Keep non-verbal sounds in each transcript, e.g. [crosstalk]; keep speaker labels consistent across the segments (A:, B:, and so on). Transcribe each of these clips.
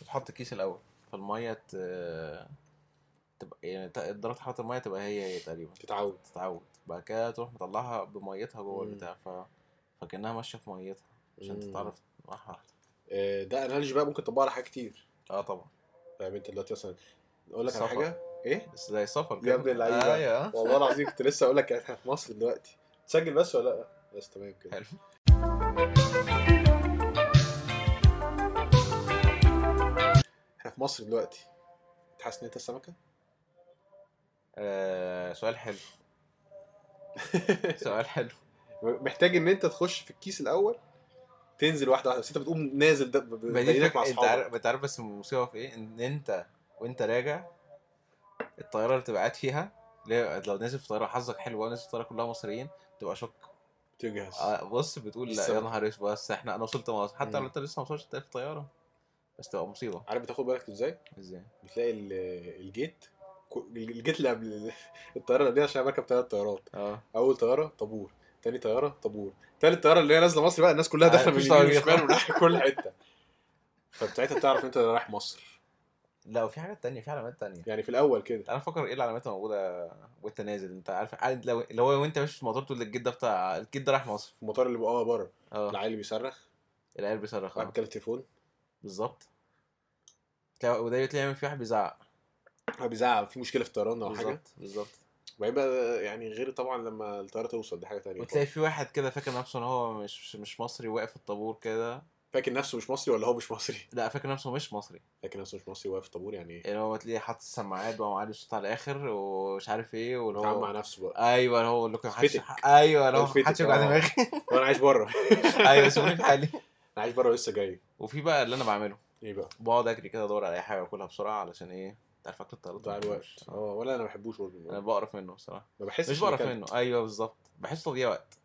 A: بتحط الكيس الاول فالميه ت... تبقى يعني ت- الدرجه حراره الميه تبقى هي هي تقريبا
B: تتعود
A: تتعود بعد كده تروح مطلعها بميتها جوه
B: مم.
A: البتاع ف... فكانها ماشيه في ميتها عشان
B: مم.
A: تتعرف واحده واحده
B: آه، ده انالوجي بقى ممكن تطبقه على حاجات كتير
A: اه طبعا
B: فاهم انت دلوقتي مثلا اقول لك على
A: سفر.
B: حاجه ايه
A: بس زي سفر
B: يا ابن اللعيبة.
A: ايوه
B: والله العظيم كنت لسه اقول لك احنا في مصر دلوقتي تسجل بس ولا لا بس تمام كده
A: حلو
B: احنا في مصر دلوقتي انت حاسس ان انت السمكه
A: آه سؤال
B: [laughs]
A: حلو سؤال حلو
B: محتاج ان انت تخش في الكيس الاول تنزل واحده واحده بس انت بتقوم نازل ده ب- ب-
A: ما دي
B: بايدك مع
A: الفكرة- انت
B: اصحابك
A: عارف انت عارف بس المصيبه في ايه ان انت وانت راجع الطياره اللي بتبقى قاعد فيها اللي هي لو نازل في طياره حظك حلو ونازل في طياره كلها مصريين تبقى شك
B: تجهز
A: آه، بص بتقول لا يا
B: السبب.
A: نهار اسود بس احنا انا وصلت مصر حتى لو
B: مم.
A: انت لسه ما وصلتش تلاقي في طياره بس تبقى مصيبه
B: عارف بتاخد بالك ازاي
A: ازاي
B: بتلاقي ال- الجيت كو- الجيت اللي [laughs] قبل الطياره اللي قبلها عشان بركب ثلاث طيارات
A: اه
B: اول طياره طابور تاني طياره طابور تالت طياره اللي هي نازله مصر بقى الناس كلها
A: عارف
B: داخله من
A: مش
B: اليمين
A: طايقة.
B: والشمال ومن ناحية كل حته فبساعتها بتعرف انت رايح مصر
A: لا وفي حاجات تانية في علامات تانية
B: يعني في الاول كده
A: انا فاكر ايه العلامات اللي موجوده وانت نازل انت عارف عارف لو اللي هو وانت ماشي في المطار تقول للجد ده بتاع الجد ده رايح مصر
B: في المطار اللي بقى اه بره
A: اه
B: العيال اللي بيصرخ
A: العيال بيصرخ
B: واحد
A: اه
B: بيتكلم التليفون
A: بالظبط تلاقي وده تلاقي يعمل في واحد بيزعق
B: واحد بيزعق في مشكله في الطيران او حاجه
A: بالظبط بالظبط
B: وبعدين بقى يعني غير طبعا لما الطياره توصل دي حاجه تانية
A: وتلاقي في واحد كده فاكر نفسه ان هو مش مش مصري واقف في الطابور كده
B: فاكر نفسه مش مصري ولا هو مش مصري
A: لا فاكر نفسه مش مصري
B: فاكر نفسه مش مصري واقف في طابور يعني ايه
A: اللي هو تلاقيه حاطط السماعات بقى وعالي الصوت على الاخر ومش عارف ايه واللي
B: بيتعامل مع
A: هو
B: نفسه بقى
A: ايوه اللي هو اللي كان محدش
B: فتك.
A: ايوه اللي هو
B: الفتك،
A: محدش يوجع
B: آه.
A: دماغي
B: وانا عايش بره [laughs]
A: ايوه سيبوني في حالي
B: انا عايش بره ولسه جاي
A: وفي بقى اللي انا بعمله
B: ايه بقى
A: بقعد اجري كده ادور على اي حاجه اكلها بسرعه علشان ايه انت عارف اكل الطيارات
B: ضاع
A: ما
B: الوقت
A: بحبوش.
B: اه ولا انا ما بحبوش برضه
A: انا
B: ما
A: بقرف منه بصراحه
B: بحسش
A: مش
B: إني
A: بعرف
B: كلت.
A: منه ايوه بالظبط بحس تضييع وقت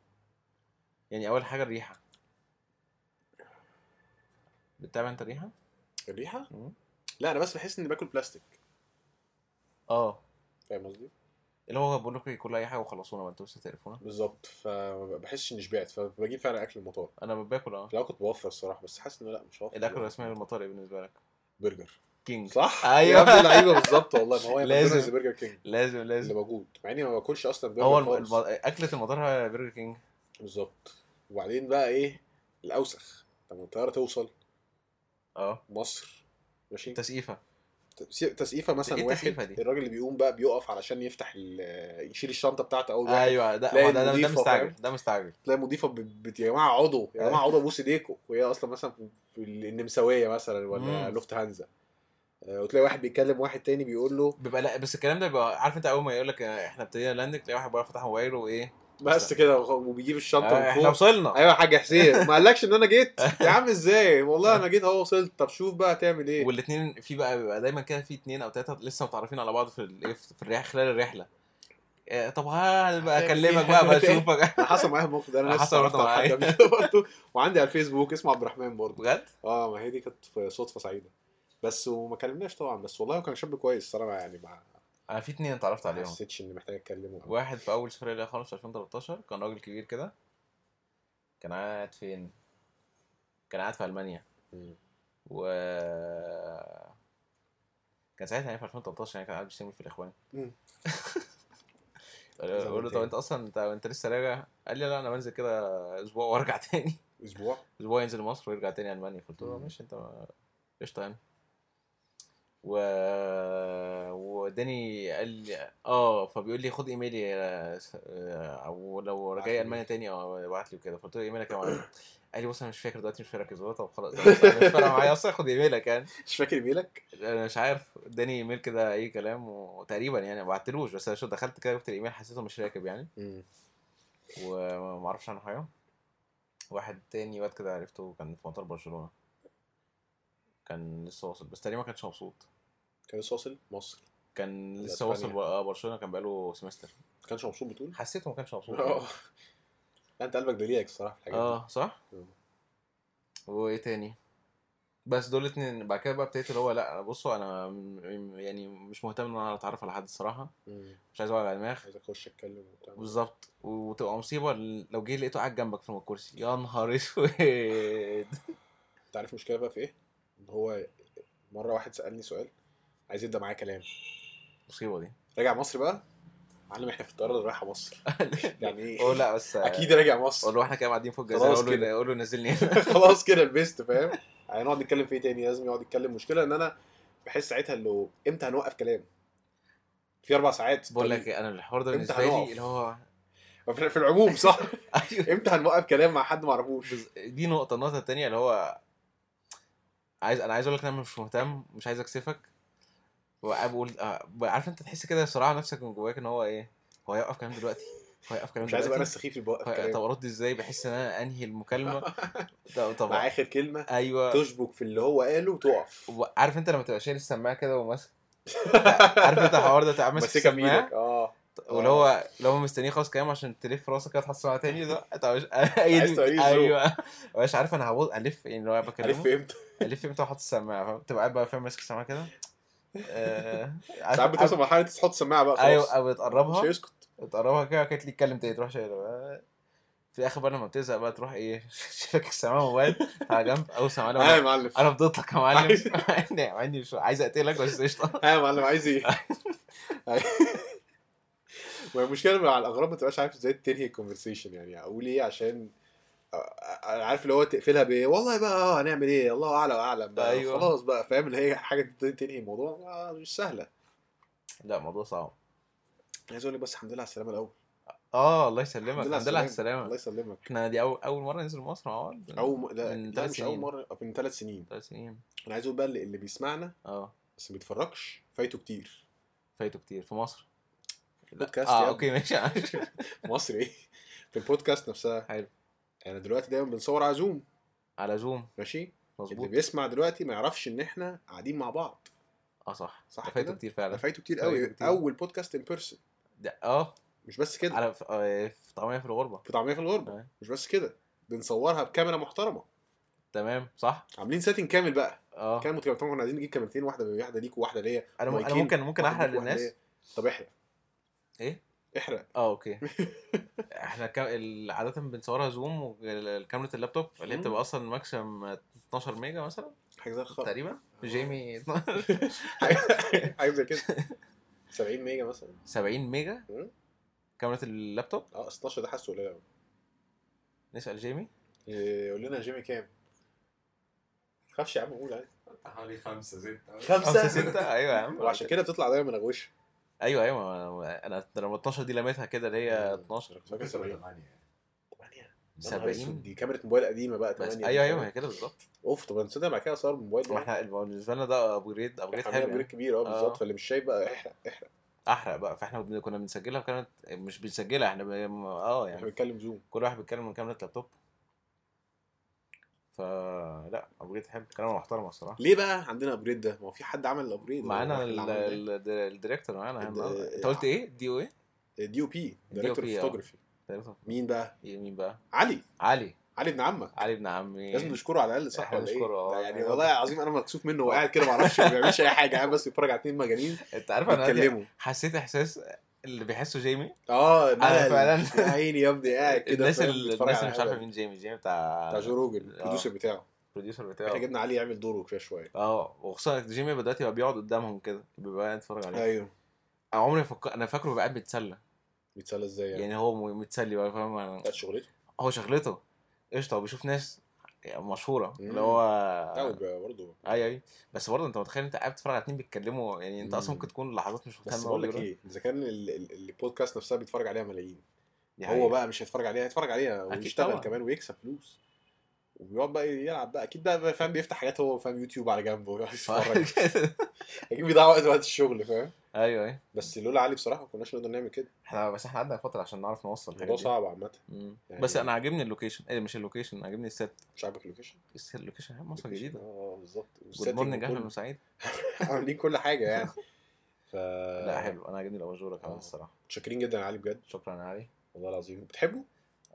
A: يعني اول حاجه الريحه بتتابع انت الريحه
B: الريحه
A: مم.
B: لا انا بس بحس اني باكل بلاستيك
A: اه
B: فاهم قصدي
A: اللي هو بقول لكم كل اي حاجه وخلصونا ما انتوا تليفونك
B: بالظبط فما بحسش اني شبعت فبجيب فعلا اكل المطار
A: انا باكل اه
B: لو كنت بوفر الصراحه بس حاسس انه لا مش هوفر
A: الاكل الرسمي للمطار إيه بالنسبه لك
B: برجر
A: كينج
B: صح
A: أيوة.
B: يا ابن اللعيبه بالظبط والله ما هو يعني
A: لازم.
B: برجر زي برجر كينج
A: لازم
B: اللي
A: لازم
B: موجود مع اني ما باكلش اصلا برجر
A: هو الم...
B: خالص.
A: الم... اكله المطار هي برجر كينج
B: بالظبط وبعدين بقى ايه الاوسخ لما الطياره توصل
A: اه
B: مصر ماشي
A: تسقيفه
B: تسقي- تسقيفه مثلا
A: إيه
B: واحد
A: التسقيفة دي؟
B: الراجل اللي بيقوم بقى بيقف علشان يفتح ال- يشيل الشنطه بتاعته اول واحد
A: ايوه ده
B: تلاقي
A: هو ده ده, ده
B: نضيفة،
A: مستعجل
B: فاهم؟
A: ده مستعجل
B: تلاقي مضيفه بت- بت- يا جماعه عضو يا
A: إيه.
B: جماعه عضو بوس ايديكوا وهي اصلا مثلا في- في النمساويه مثلا ولا
A: مم.
B: لوفت هانزا آه، وتلاقي واحد بيكلم واحد تاني بيقول له
A: بيبقى لا بس الكلام ده بيبقى عارف انت اول ما يقول لك احنا ابتدينا لاندنج تلاقي واحد بقى فتح موبايله وايه
B: بس كده وخ- وبيجيب الشنطه من
A: احنا
B: فوق
A: وصلنا
B: ايوه يا حاج حسين ما قالكش ان انا
A: [laughs]
B: جيت يا عم ازاي والله انا جيت اهو وصلت طب شوف بقى هتعمل ايه
A: والاثنين في بقى بيبقى دايما كده في اثنين او ثلاثه لسه متعرفين على بعض في ال- إيه، في الرحله خلال الرحله آه، طب ها بقى اكلمك [laughs] بقى بشوفك
B: انا حصل معايا الموقف ده انا
A: حصل
B: لسه عرفت
A: برضه
B: على حد
A: معايا.
B: قبل كده برضه وعندي على الفيسبوك اسمه عبد الرحمن برضه
A: بجد
B: اه ما هي دي كانت في صدفه سعيده بس وما كلمناش طبعا بس والله هو كان شاب كويس الصراحه يعني ما
A: انا في اثنين اتعرفت
B: ما
A: عليهم
B: حسيتش اني محتاج اتكلمه أوي.
A: واحد في اول سفريه ليا خالص في 2013 كان راجل كبير كده كان قاعد فين كان قاعد في المانيا
B: مم.
A: و كان ساعتها يعني في 2013 يعني كان قاعد بيشتغل في الاخوان [laughs]
B: مم.
A: اقول له طب انت اصلا انت انت لسه راجع قال لي لا انا بنزل كده اسبوع وارجع تاني
B: اسبوع
A: اسبوع ينزل مصر ويرجع تاني المانيا قلت له
B: مم.
A: ماشي انت ما- قشطه يعني و وداني قال لي اه فبيقول لي خد ايميلي يا س- آه، او لو
B: ابعت
A: رجعي
B: لي
A: المانيا
B: إيميل.
A: تاني اه ابعت لي وكده فقلت له ايميلك يا
B: [coughs]
A: معلم قال لي بص انا مش فاكر دلوقتي مش فاكر كده طب خلاص مش فارقه معايا اصلا خد ايميلك يعني
B: مش فاكر ميلك
A: انا مش عارف اداني ايميل كده اي كلام وتقريبا يعني ما بعتلوش بس انا شو دخلت كده شفت الايميل حسيته مش راكب يعني وما اعرفش عنه حاجه واحد تاني واد كده عرفته كان في مطار برشلونه كان لسه واصل بس تقريبا ما كانش مبسوط
B: كان لسه واصل مصر
A: كان
B: ولا
A: لسه واصل
B: إسبانيا.
A: بر- آه، برشلونه كان بقاله سمستر
B: ما كانش مبسوط بتقول
A: حسيته ما كانش مبسوط
B: اه لا انت قلبك دليلك الصراحه في الحاجات دي
A: اه صح
B: مم.
A: وايه تاني بس دول اتنين بعد كده بقى ابتديت اللي هو لا بصوا انا م- يعني مش مهتم ان انا اتعرف على حد الصراحه
B: مم.
A: مش عايز اوجع دماغ
B: عايز اخش اتكلم وبتاع
A: بالظبط وتبقى مصيبه لو جه لقيته قاعد جنبك في الكرسي يا نهار اسود
B: انت عارف المشكله بقى في ايه؟ ان هو مره واحد سالني سؤال عايز يبدا معايا كلام
A: المصيبه دي
B: راجع مصر بقى معلم احنا في الطياره اللي رايحه مصر
A: [laughs]
B: يعني ايه
A: هو لا
B: [laughs]
A: بس
B: اكيد راجع مصر
A: اقول له احنا كده قاعدين فوق
B: خلاص
A: الجزيره اقول
B: كده.
A: له اقول له نزلني
B: [laughs] خلاص كده لبست فاهم هنقعد نتكلم في ايه تاني لازم يقعد يتكلم مشكله ان انا بحس ساعتها اللي امتى هنوقف كلام في اربع ساعات
A: بقول لك إيه، انا الحوار ده
B: أنت
A: بالنسبه لي
B: طيب. هنقف.
A: اللي هو [laughs]
B: في في العموم صح
A: ايوه
B: امتى هنوقف كلام مع حد ما اعرفوش
A: بز- دي نقطه النقطه الثانيه اللي هو عايز انا عايز اقول لك إن انا مش مهتم مش عايز اكسفك وقاعد بقول آه، عارف انت تحس كده صراع نفسك من جواك ان هو ايه هو هيوقف كلام دلوقتي هو هيوقف كلام
B: مش عايز ابقى انا
A: دلوقتي
B: السخيف اللي بوقف
A: هو- طيب، طب
B: كلام
A: ارد ازاي بحس ان انا انهي
B: [laughs]
A: المكالمه طب
B: مع
A: طب
B: اخر كلمه
A: ايوه
B: تشبك في اللي هو قاله وتقف
A: و- عارف انت لما تبقى شايل السماعه كده
B: [laughs]
A: وماسك عارف انت الحوار ده تبقى ماسك
B: ماسكها
A: السماعه
B: بايدك اه
A: واللي هو لو هو مستنيه خلاص كلام عشان تلف راسك كده تحط سماعه تاني ده انت مش [laughs] اي
B: عايز تعيش ذوق.
A: ايوه مش عارف انا هبص الف يعني لو انا بكلمه
B: عارف امتى
A: الف امتى واحط السماعه فاهم تبقى قاعد بقى فاهم ماسك السماعه كده آه، عارف-
B: ساعات بتوصل مرحله تحط سماعه بقى خلاص
A: ايوه او بتقربها
B: مش هيسكت
A: تقربها كده كانت ليه تتكلم تاني تروح شايله بقى. في الاخر بقى لما بتزهق بقى تروح ايه [laughs] شايفك السماعه موبايل على جنب او سماعه
B: ها آه يا
A: أنا-
B: معلم
A: انا فضيتك يا معلم [laughs]
B: عايز-
A: مع إني- مع اني مش عايز اقتلك بس قشطه
B: ها يا معلم
A: [laughs]
B: عايز [laughs] ايه والمشكله مع الاغراب ما تبقاش عارف ازاي تنهي الكونفرسيشن يعني اقول ايه عشان أ- أ- عارف اللي هو تقفلها بايه والله بقى آه، هنعمل ايه الله اعلى واعلم بقى
A: أيوة.
B: خلاص بقى فاهم اللي هي حاجه تنهي الموضوع آه، مش سهله
A: لا الموضوع صعب
B: عايز اقول لك بس الحمد لله على السلامه الاول
A: اه الله يسلمك الحمد لله على
B: الله
A: السلامه
B: يسلمك
A: احنا دي اول اول مره ننزل مصر مع بعض
B: اول م... لا,
A: من
B: لا
A: ثلاث
B: مش اول
A: سنين
B: مره من ثلاث سنين
A: ثلاث سنين
B: انا عايز اقول بقى اللي, اللي بيسمعنا
A: اه
B: بس ما بيتفرجش فايته
A: [laughs]
B: كتير
A: فايته كتير في مصر لا.
B: بودكاست يا
A: اه
B: ابني.
A: اوكي ماشي [laughs] عارف.
B: مصر ايه في البودكاست نفسها
A: حلو.
B: انا دلوقتي دايما بنصور على زوم
A: على زوم
B: ماشي اللي
A: مظبوط
B: بيسمع دلوقتي ما يعرفش ان احنا قاعدين مع بعض
A: اه صح
B: صح
A: ده فايته
B: كده؟
A: كتير
B: انا
A: فعلا
B: فايته كتير قوي
A: فايته كتير.
B: اول بودكاست ان بيرسون
A: ده اه
B: مش بس كده
A: على في آه، في طعميه في الغربه
B: في طعميه في الغربه
A: أيوة.
B: مش بس كده بنصورها بكاميرا محترمه
A: تمام صح
B: عاملين سيتنج كامل بقى
A: اه
B: كامل متكامل طبعا كنا عايزين نجيب كاميرتين واحده واحده ليك وواحده ليا
A: انا م- انا
B: مايكين،
A: ممكن ممكن
B: واحدة
A: احرق
B: ليك، واحدة
A: للناس
B: ليا. طب احرق
A: ايه
B: احرق
A: اه
B: [laughs]
A: اوكي احنا كام... ال- عاده بنصورها زوم وكاميرا اللابتوب اللي هي
B: مم.
A: بتبقى اصلا ماكسيمم 12 ميجا مثلا
B: حاجه زي الخرا
A: تقريبا جيمي [laughs]
B: [laughs] حاجه زي كده 70 ميجا مثلا
A: 70 ميجا
B: مم.
A: كاميرا اللابتوب
B: اه 16 ده حاسه قليل قوي
A: نسال جيمي
B: إيه، قول لنا جيمي كام؟ ما تخافش يا عم قول عادي
C: حوالي خمسة ستة
A: خمسة ستة ايوه يا
B: [laughs]
A: عم
B: وعشان كده بتطلع دايما من غوش
A: ايوه ايوه ما- انا أنا لما 12 دي لميتها كده اللي هي 12
B: فاكر 70
C: ثمانية
A: 70
B: دي كاميرا موبايل قديمه بقى
A: بس
B: 8
A: ايوه ايوه هي كده بالظبط
B: اوف طب نسيت بعد كده صار موبايل
A: ما
B: ده
A: احنا بالنسبه لنا ده ابجريد ابجريد
B: عاملين
A: حلو
B: ابجريد
A: يعني.
B: كبير اه بالظبط
A: آه.
B: فاللي مش شايف بقى احرق احرق
A: احرق بقى فاحنا بن- كنا بنسجلها كانت مش بنسجلها احنا ب... اه
B: احنا
A: يعني
B: بنتكلم زوم
A: كل واحد بيتكلم من كاميرا لابتوب فلا ابجريد حلو كلام محترم الصراحه
B: ليه بقى عندنا ابجريد ده؟ ما هو في حد عمل الابجريد
A: معانا
B: هو
A: ال-
B: إحنا عملنا
A: ال- الد- الديريكتور معانا اهم
B: إيه؟ الد- آه.
A: حاجة. انت قلت ايه دي او ايه
B: إيه؟ دي او بي دايركتور
A: DOP آه.
B: فوتوغرافي
A: دايركتور.
B: مين بقى؟
A: إيه مين بقى
B: علي
A: علي
B: علي ابن عمك
A: علي ابن عمي
B: لازم نشكره على الاقل صح
A: إيه. إحنا
B: ولا ايه؟
A: نشكره، آه.
B: ده يعني والله العظيم انا مكسوف منه وقاعد كده ما اعرفش ما بيعملش اي حاجه قاعد بس بيتفرج على
A: [laughs]
B: اتنين مجانين
A: انت عارف انا دلوقتي
B: بيتكلموا
A: حسيت احساس اللي بيحسه جيمي
B: اه
A: انا
B: ملل.
A: فعلا
B: يا عيني يا ابني قاعد كده
A: الناس
B: فاهم،
A: اللي
B: بيتفرج
A: الناس
B: على
A: اللي مش آه. عارفه
B: هبل.
A: مين جيمي جيمي بتاع
B: بتاع جو روجن البروديوسر بتاعه
A: البروديوسر
B: احنا
A: بتاعه
B: جبنا علي يعمل دوره كده شويه
A: اه وخصوصا جيمي دلوقتي بقى بيقعد قدامهم كده بيبقى قاعد يتفرج عليه
B: ايوه
A: انا عمري فك... انا فاكره بيبقى قاعد بيتسلى
B: بيتسلى ازاي يعني
A: يعني هو م- متسلي بقى فاهم يعني
B: بتاعت شغلته
A: هو شغلته قشطه هو بيشوف ناس مشهوره
B: مم.
A: اللي هو
B: لا وب- برضه
A: اي اي بس برضه انت متخيل انت قاعد بتتفرج على اتنين بيتكلموا يعني انت اصلا
B: مم.
A: ممكن تكون لحظات مش مهتم
B: بس بقول لك ايه اذا كان ال- ال- البودكاست نفسها بيتفرج عليها ملايين إيه، هو
A: هو بقى
B: بقى مش هيتفرج عليها هيتفرج عليها
A: أكيد
B: ويشتغل
A: طبعا.
B: كمان ويكسب فلوس وبيقعد بقى يلعب بقى اكيد بقى فاهم بيفتح حاجات هو فاهم يوتيوب على
A: [laughs]
B: جنبه ويقعد يتفرج اكيد بيضيع وقت وقت الشغل فاهم
A: ايوه ايوه
B: بس لولا علي بصراحه ما كناش نقدر نعمل كده
A: احنا بس احنا قعدنا فتره عشان نعرف نوصل
B: الموضوع
A: الحاجات دي
B: صعب عامه
A: مم.
B: يعني-
A: بس انا عاجبني اللوكيشن ايه مش اللوكيشن عاجبني الست
B: مش عاجبك اللوكيشن
A: الست- اللوكيشن مصر جديده
B: اه بالظبط
A: جود
B: والsetting
A: مورنينج اهلا
B: وكل-
A: وسعيد
B: [laughs] عاملين كل حاجه
A: [laughs]
B: يعني ف
A: لا حلو انا عاجبني الاباجوره كمان
B: آه.
A: الصراحه
B: متشكرين جدا يا علي بجد
A: شكرا يا علي
B: والله العظيم بتحبه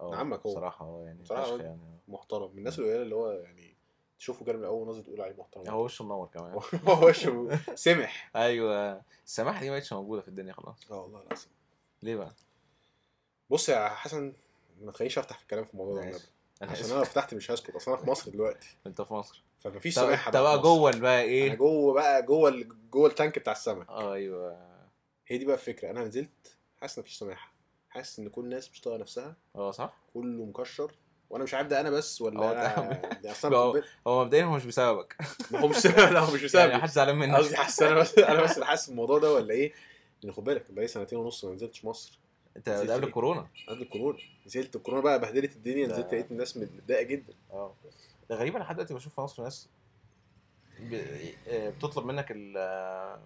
A: اه
B: عمك هو.
A: صراحه اه يعني
B: صراحة
A: فشخ
B: هو.
A: يعني
B: محترم من الناس القليله اللي هو يعني تشوفه كده من اول نظره تقول عليه محترم
A: هو وشه منور كمان
B: [laughs]
A: [laughs]
B: هو وشه سمح
A: ايوه السماحه دي ما بقتش موجوده في الدنيا خلاص
B: اه والله العظيم
A: ليه بقى؟
B: بص يا حسن ما تخلينيش افتح في الكلام في الموضوع ده
A: ماشي.
B: والنبي.
A: انا
B: عشان
A: اسف
B: انا لو فتحت مش هسكت اصل انا في مصر دلوقتي
A: انت في مصر
B: فمفيش
A: طب
B: سماحه
A: انت بقى
B: في مصر.
A: جوه بقى
B: انا
A: ايه
B: جوه بقى جوه ال- جوه التانك بتاع السمك
A: اه ايوه
B: هي دي بقى الفكره انا نزلت حاسس ان مفيش سماحه حاسس ان كل الناس مش طايقه نفسها
A: اه صح
B: كله مكشر وانا مش عارف ده انا بس
A: اه،
B: ولا يعني انا ده اصلا
A: اه.
B: ما
A: هو مبدئيا هو مش بسببك
B: هو مش [laughs] لا هو مش
A: يعني
B: بسببي
A: محدش زعلان منك
B: قصدي حاسس انا بس انا بس اللي حاسس بالموضوع ده ولا ايه؟ لان خد بالك بقالي سنتين ونص ما نزلتش مصر
A: انت ده قبل الكورونا
B: قبل الكورونا نزلت الكورونا بقى بهدلت الدنيا
A: ده-
B: نزلت لقيت الناس متضايقه جدا
A: اه ده غريب انا لحد دلوقتي بشوف في مصر ناس ب... آه، بتطلب منك ال آه،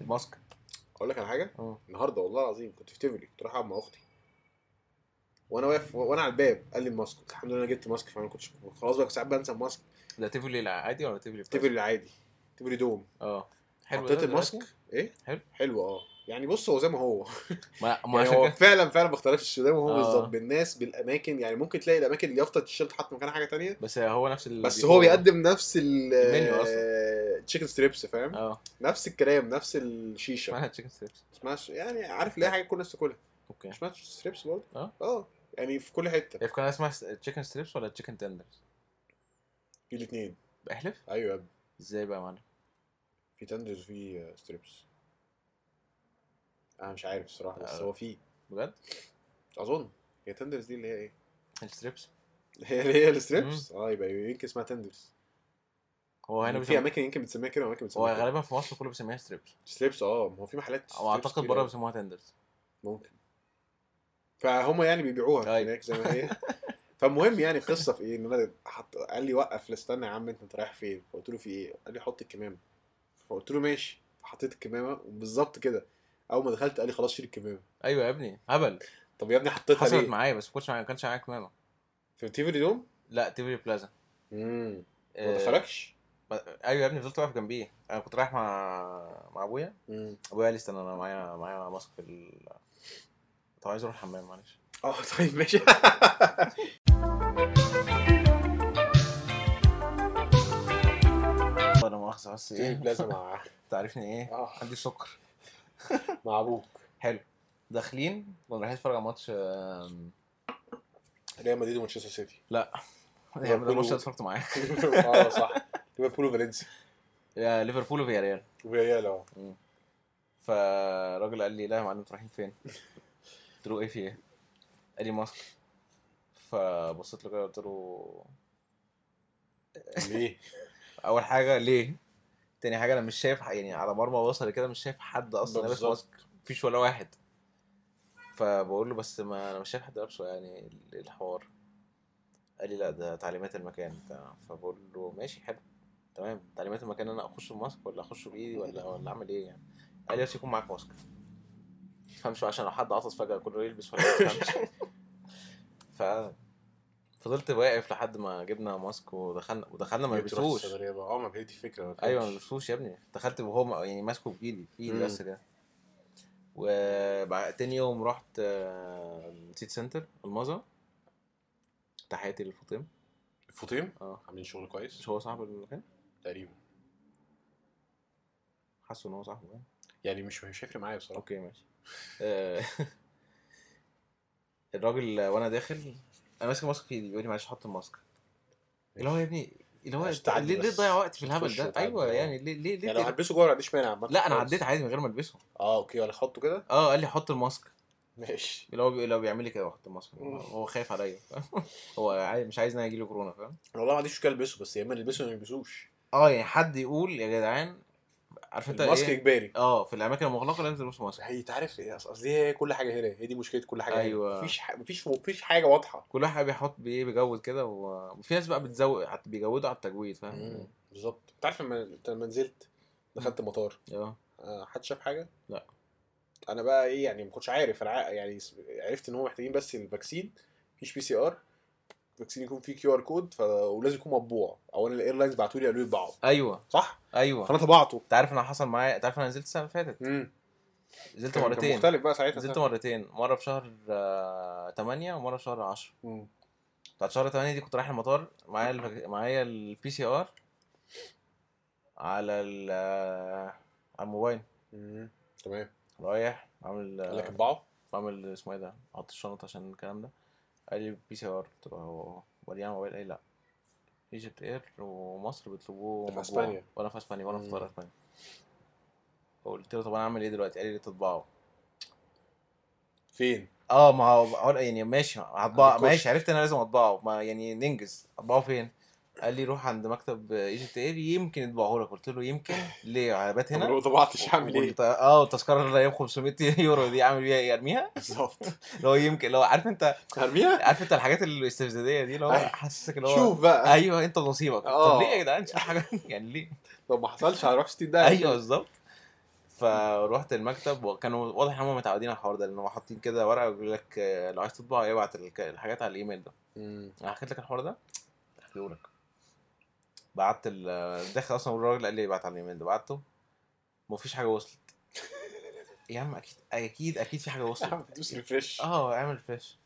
A: الماسك
B: اقول لك على حاجه
A: اه
B: النهارده والله العظيم كنت في تيفلي كنت رايح اقعد مع اختي وانا واقف وانا على الباب قال لي الماسك قلت الحمد لله انا جبت ماسك فانا كنتش خلاص بقى كنت ساعات بنسى الماسك
A: ده تيفلي العادي ولا تيفلي بتاع-
B: تيفلي العادي تيفلي دوم
A: اه حلو ده
B: حطيت الماسك
A: دلوقتي؟
B: ايه
A: حلو.
B: حلو اه يعني بص هو زي ما هو
A: [laughs] ما ما
B: يعني
A: عشان
B: هو
A: كده
B: فعلا فعلا ما اختلفش زي ما هو
A: آه.
B: بالظبط بالناس بالاماكن يعني ممكن تلاقي الاماكن اللي يافطه التيشيرت حاطط مكانها حاجه تانية
A: بس هو نفس ال...
B: بس هو بيقدم نفس ال
A: المنيو أصلاً.
B: تشيكن ستريبس فاهم
A: اه
B: نفس الكلام نفس الشيشه
A: اسمها تشيكن ستريبس
B: اسمها يعني عارف ليه حاجه كل الناس تاكلها
A: اوكي
B: مش ماتش ستريبس برضه
A: اه.
B: اه يعني في كل حته
A: هي في قناه اسمها تشيكن ستريبس ولا تشيكن تندرز
B: في الاثنين
A: احلف
B: ايوه يا ابني
A: ازاي بقى يا معلم
B: في تندرز وفي ستريبس انا مش عارف الصراحه بس
A: اه.
B: هو في
A: بجد
B: اظن هي تندرز دي اللي هي ايه؟
A: الستريبس
B: اللي هي اللي هي الستريبس اه يبقى يمكن اسمها تندرز
A: هو هنا
B: يعني في
A: بيسموها
B: اماكن يمكن بتسميها كده واماكن
A: هو
B: بتسميها كده.
A: غالبا في مصر كله بيسميها ستريبس
B: ستريبس اه ما هو في محلات
A: او
B: ستريبس
A: اعتقد
B: كتير
A: بره
B: أوي.
A: بيسموها تندرز
B: ممكن فهم يعني بيبيعوها
A: أيوة.
B: هناك زي ما
A: [laughs]
B: هي فالمهم يعني القصه في ايه ان انا حط قال لي وقف لا استنى يا عم انت رايح فين فقلت له في ايه قال لي حط الكمامه فقلت له ماشي حطيت الكمامه وبالظبط كده اول ما دخلت قال لي خلاص شيل الكمامه
A: ايوه يا ابني هبل
B: طب يا ابني حطيتها
A: حصلت
B: ليه
A: معايا بس ما كنتش معايا ما كانش معايا كمامه
B: في تيفري دوم
A: لا تيفلي بلازا
B: امم ما
A: آه،
B: دخلكش
A: ب- ايوه يا ابني فضلت واقف جنبيه انا كنت رايح مع مع ابويا
B: امم
A: ابويا قال لي استنى انا معايا معايا ماسك في ال طب عايز اروح الحمام معلش
B: اه طيب
A: [laughs]
B: ماشي
A: انا مؤاخذه بس
B: تيفري
A: ايه
B: بلازا مع
A: أنت عارفني ايه
B: آه،
A: عندي سكر
B: مع ابوك
A: حلو داخلين كنا رايحين نتفرج على ماتش آم،
B: ريال مدريد ومانشستر سيتي [laughs]
A: يا عم ده الماتش اللي اتفرجت معاه
B: اه صح ليفربول وفالنسيا
A: يا ليفربول وفياريال
B: وفياريال اه
A: فالراجل قال لي لا يا معلم انتوا رايحين فين؟ قلت له ايه في ايه؟ قال لي مصر فبصيت له كده قلت له
B: ليه؟
A: اول حاجه ليه؟ تاني حاجه انا مش شايف ح- يعني على مرمى بصري كده مش شايف حد اصلا لابس
B: بالظبط.
A: ماسك مفيش ولا واحد فبقول له بس ما انا مش شايف حد لابسه يعني ال- الحوار قال لي لا ده تعليمات المكان بتاع فبقول له ماشي حلو تمام تعليمات المكان انا اخش بماسك ولا اخش بايدي ولا ولا اعمل ايه يعني قال لي بس يكون معاك ماسك تفهمش بقى عشان لو حد عطس فجاه كله يلبس ولا ما تفهمش ف فضلت واقف لحد ما جبنا ماسك ودخلنا ودخلنا [laughs] ما
B: بتروح
A: لبسوش
B: الصيدلية بقى. اه ما هي دي الفكره ما
A: ايوه ما
B: فهمتش.
A: لبسوش يا ابني دخلت وهو م- يعني ماسكه بايدي في ايدي
B: مم.
A: بس كده وبعد تاني يوم رحت آه، سيتي سنتر الماظة تحياتي للفطيم
B: الفطيم
A: اه
B: عاملين شغل كويس
A: مش هو صاحب المكان
B: تقريبا
A: حاسه ان هو صاحب المكان
B: يعني مش مش هيفرق معايا بصراحه
A: اوكي ماشي آه، [laughs] الراجل وانا داخل انا ماسك ماسك في ايدي بيقول لي معلش حط الماسك اللي هو يا ابني اللي هو
B: معلش
A: أنت
B: تعدي
A: ليه ليه
B: بس.
A: تضيع وقت في الهبل
B: تخش
A: ده
B: وتعدي.
A: ايوه
B: آه.
A: يعني ليه ليه ليه
B: يعني لو
A: تقلق؟
B: هلبسه جوه ما عنديش مانع عامة
A: لا انا
B: خالص.
A: عديت عادي من غير ما البسه
B: اه اوكي ولا احطه كده [laughs]
A: اه قال لي حط الماسك
B: ماشي
A: اللي هو بي... لو بيعمل لي كده واحط الماسك
B: مم.
A: هو خايف عليا فاهم؟ [laughs] هو عاي- مش عايز إن انا يجي له كورونا فاهم
B: والله ما عنديش مشكله البسه بس يا اما نلبسه يا ما نلبسوش
A: اه يعني حد يقول يا جدعان عارف انت
B: الماسك
A: ايه
B: اجباري
A: اه في الاماكن المغلقه لازم تلبس ماسك
B: هي انت عارف ايه اصل أصل هي كل حاجه هنا هي دي مشكله كل حاجه هنا.
A: أيوة.
B: مفيش ح... مفيش مفيش حاجه واضحه
A: كل واحد بيحط بايه بيجود كده و- وفي ناس بقى بتزود حت- بيجودوا على التجويد
B: مم.
A: فاهم
B: بالظبط انت عارف لما أنت لما نزلت دخلت المطار
A: اه
B: آه، حد شاف حاجه؟
A: لا.
B: انا بقى ايه يعني ما كنتش عارف انا ع- يعني س- عرفت ان هم محتاجين بس الفاكسين مفيش بي سي ار الفاكسين يكون فيه كيو ار كود ف... ولازم يكون مطبوع او انا الايرلاينز بعتوا لي قالوا لي اطبعه
A: ايوه
B: صح؟
A: ايوه
B: فانا طبعته
A: انت عارف انا حصل معايا انت عارف انا نزلت السنه اللي فاتت
B: امم
A: نزلت
B: كان
A: مرتين
B: مختلف بقى ساعتها
A: نزلت
B: صح؟
A: مرتين مره في شهر آه، 8 ومره في شهر 10
B: مم.
A: بتاعت شهر 8 دي كنت رايح المطار معايا الفك... معايا البي سي ار على ال على الموبايل
B: مم. تمام
A: رايح عامل آه.
B: قال لك اطبعه
A: بعمل اسمه ايه ده حاطط الشنط عشان الكلام ده قال لي بي سي ار قلت له هو وريان موبايل قال لي لا ايجيبت اير ومصر بيطلبوه
B: ده في
A: مجوع.
B: اسبانيا.
A: ولا في اسبانيا ولا في
B: مم.
A: طار اسبانيا قلت له طب انا اعمل ايه دلوقتي قال لي تطبعه
B: فين؟
A: اه ما هو هو- يعني ماشي هطبعه
B: الكشك.
A: ماشي عرفت انا لازم اطبعه ما يعني ننجز اطبعه فين قال لي روح عند مكتب ايجيبت اير يمكن يطبعه لك قلت له يمكن ليه هبات
B: طب
A: هنا
B: لو طبعتش هعمل
A: [laughs]
B: ايه؟
A: والط- اه التذكره اللي هي ب 500 يورو دي اعمل بيها ايه ارميها
B: بالظبط
A: اللي هو يمكن لو عارف انت
B: هرميها؟
A: عارف انت الحاجات الاستفزازيه دي اللي هو
B: أيوة.
A: حاسسك اللي هو
B: شوف بقى
A: ايوه انت بنصيبك طب
B: آه.
A: ليه يا جدعان شوف حاجه يعني
B: [laughs]
A: ليه
B: لو ما حصلش هروح 60 دقيقة
A: ايوه بالظبط فروحت المكتب وكانوا واضح ان هم متعودين على الحوار ده لان هم حاطين كده ورقه يقول لك آه، لو عايز تطبع ابعت الك- الحاجات على الايميل ده [laughs]
B: مم.
A: انا حكيت لك الحوار ده احكيه لك بعت ال داخل اصلا الراجل قال لي ابعت على الايميل ده بعته مفيش حاجه وصلت [laughs] يا عم اكيد اكيد اكيد في حاجه وصلت [laughs]
B: دوس ريفرش
A: اه اعمل فريش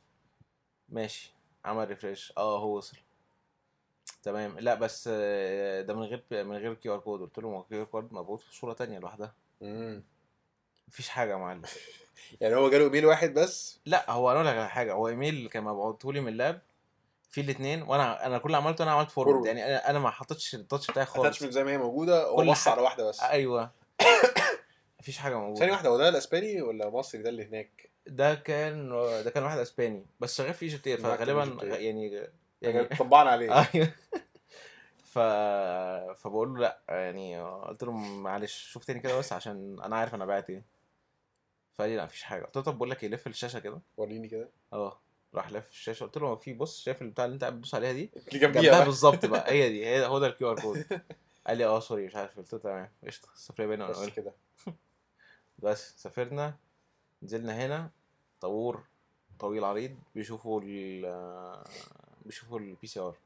A: ماشي عمل ريفريش اه هو وصل تمام لا بس آه، ده من غير من غير كيو ار كود قلت له ما كيو ار كود مربوط في صوره تانية لوحدها مفيش حاجه يا معلم
B: يعني هو جاله ايميل واحد بس
A: لا هو قالوا لك على حاجه هو ايميل اللي كان مبعوته لي من اللاب في الاثنين وانا انا كل اللي عملته انا عملت فورورد
B: forward.
A: يعني انا انا ما حطيتش التاتش بتاعي خالص
B: اتاتشمنت زي ما هي موجودة هو
A: كل
B: بص
A: حاجة.
B: على واحدة بس
A: ايوه مفيش حاجه موجوده
B: ثانية واحدة هو ده الاسباني ولا مصري ده اللي هناك؟
A: ده كان ده كان واحد اسباني بس شغال في ايجيبت اير
B: واحد
A: فغالبا
B: Egypt أيوه. Air.
A: يعني
B: يعني
A: يعني
B: طبعنا عليه
A: ايوه ف فبقول له لا يعني قلت له معلش شوف تاني كده بس عشان انا عارف انا بعت ايه فقال لي لا مفيش حاجه قلت له طب بقول لك ايه لف الشاشه كده
B: وريني كده
A: اه راح لف الشاشه قلت له هو في بص شايف البتاع اللي انت قاعد بتبص عليها دي
B: اللي جنبيها
A: جنبها
B: بقى.
A: بالظبط بقى هي دي هي هو ده الكيو ار كود قال لي اه سوري مش عارف قلت له تمام قشطه السفريه باينه وانا
B: بس
A: أقول.
B: كده
A: بس سافرنا نزلنا هنا طابور طويل عريض بيشوفوا ال بيشوفوا البي سي ار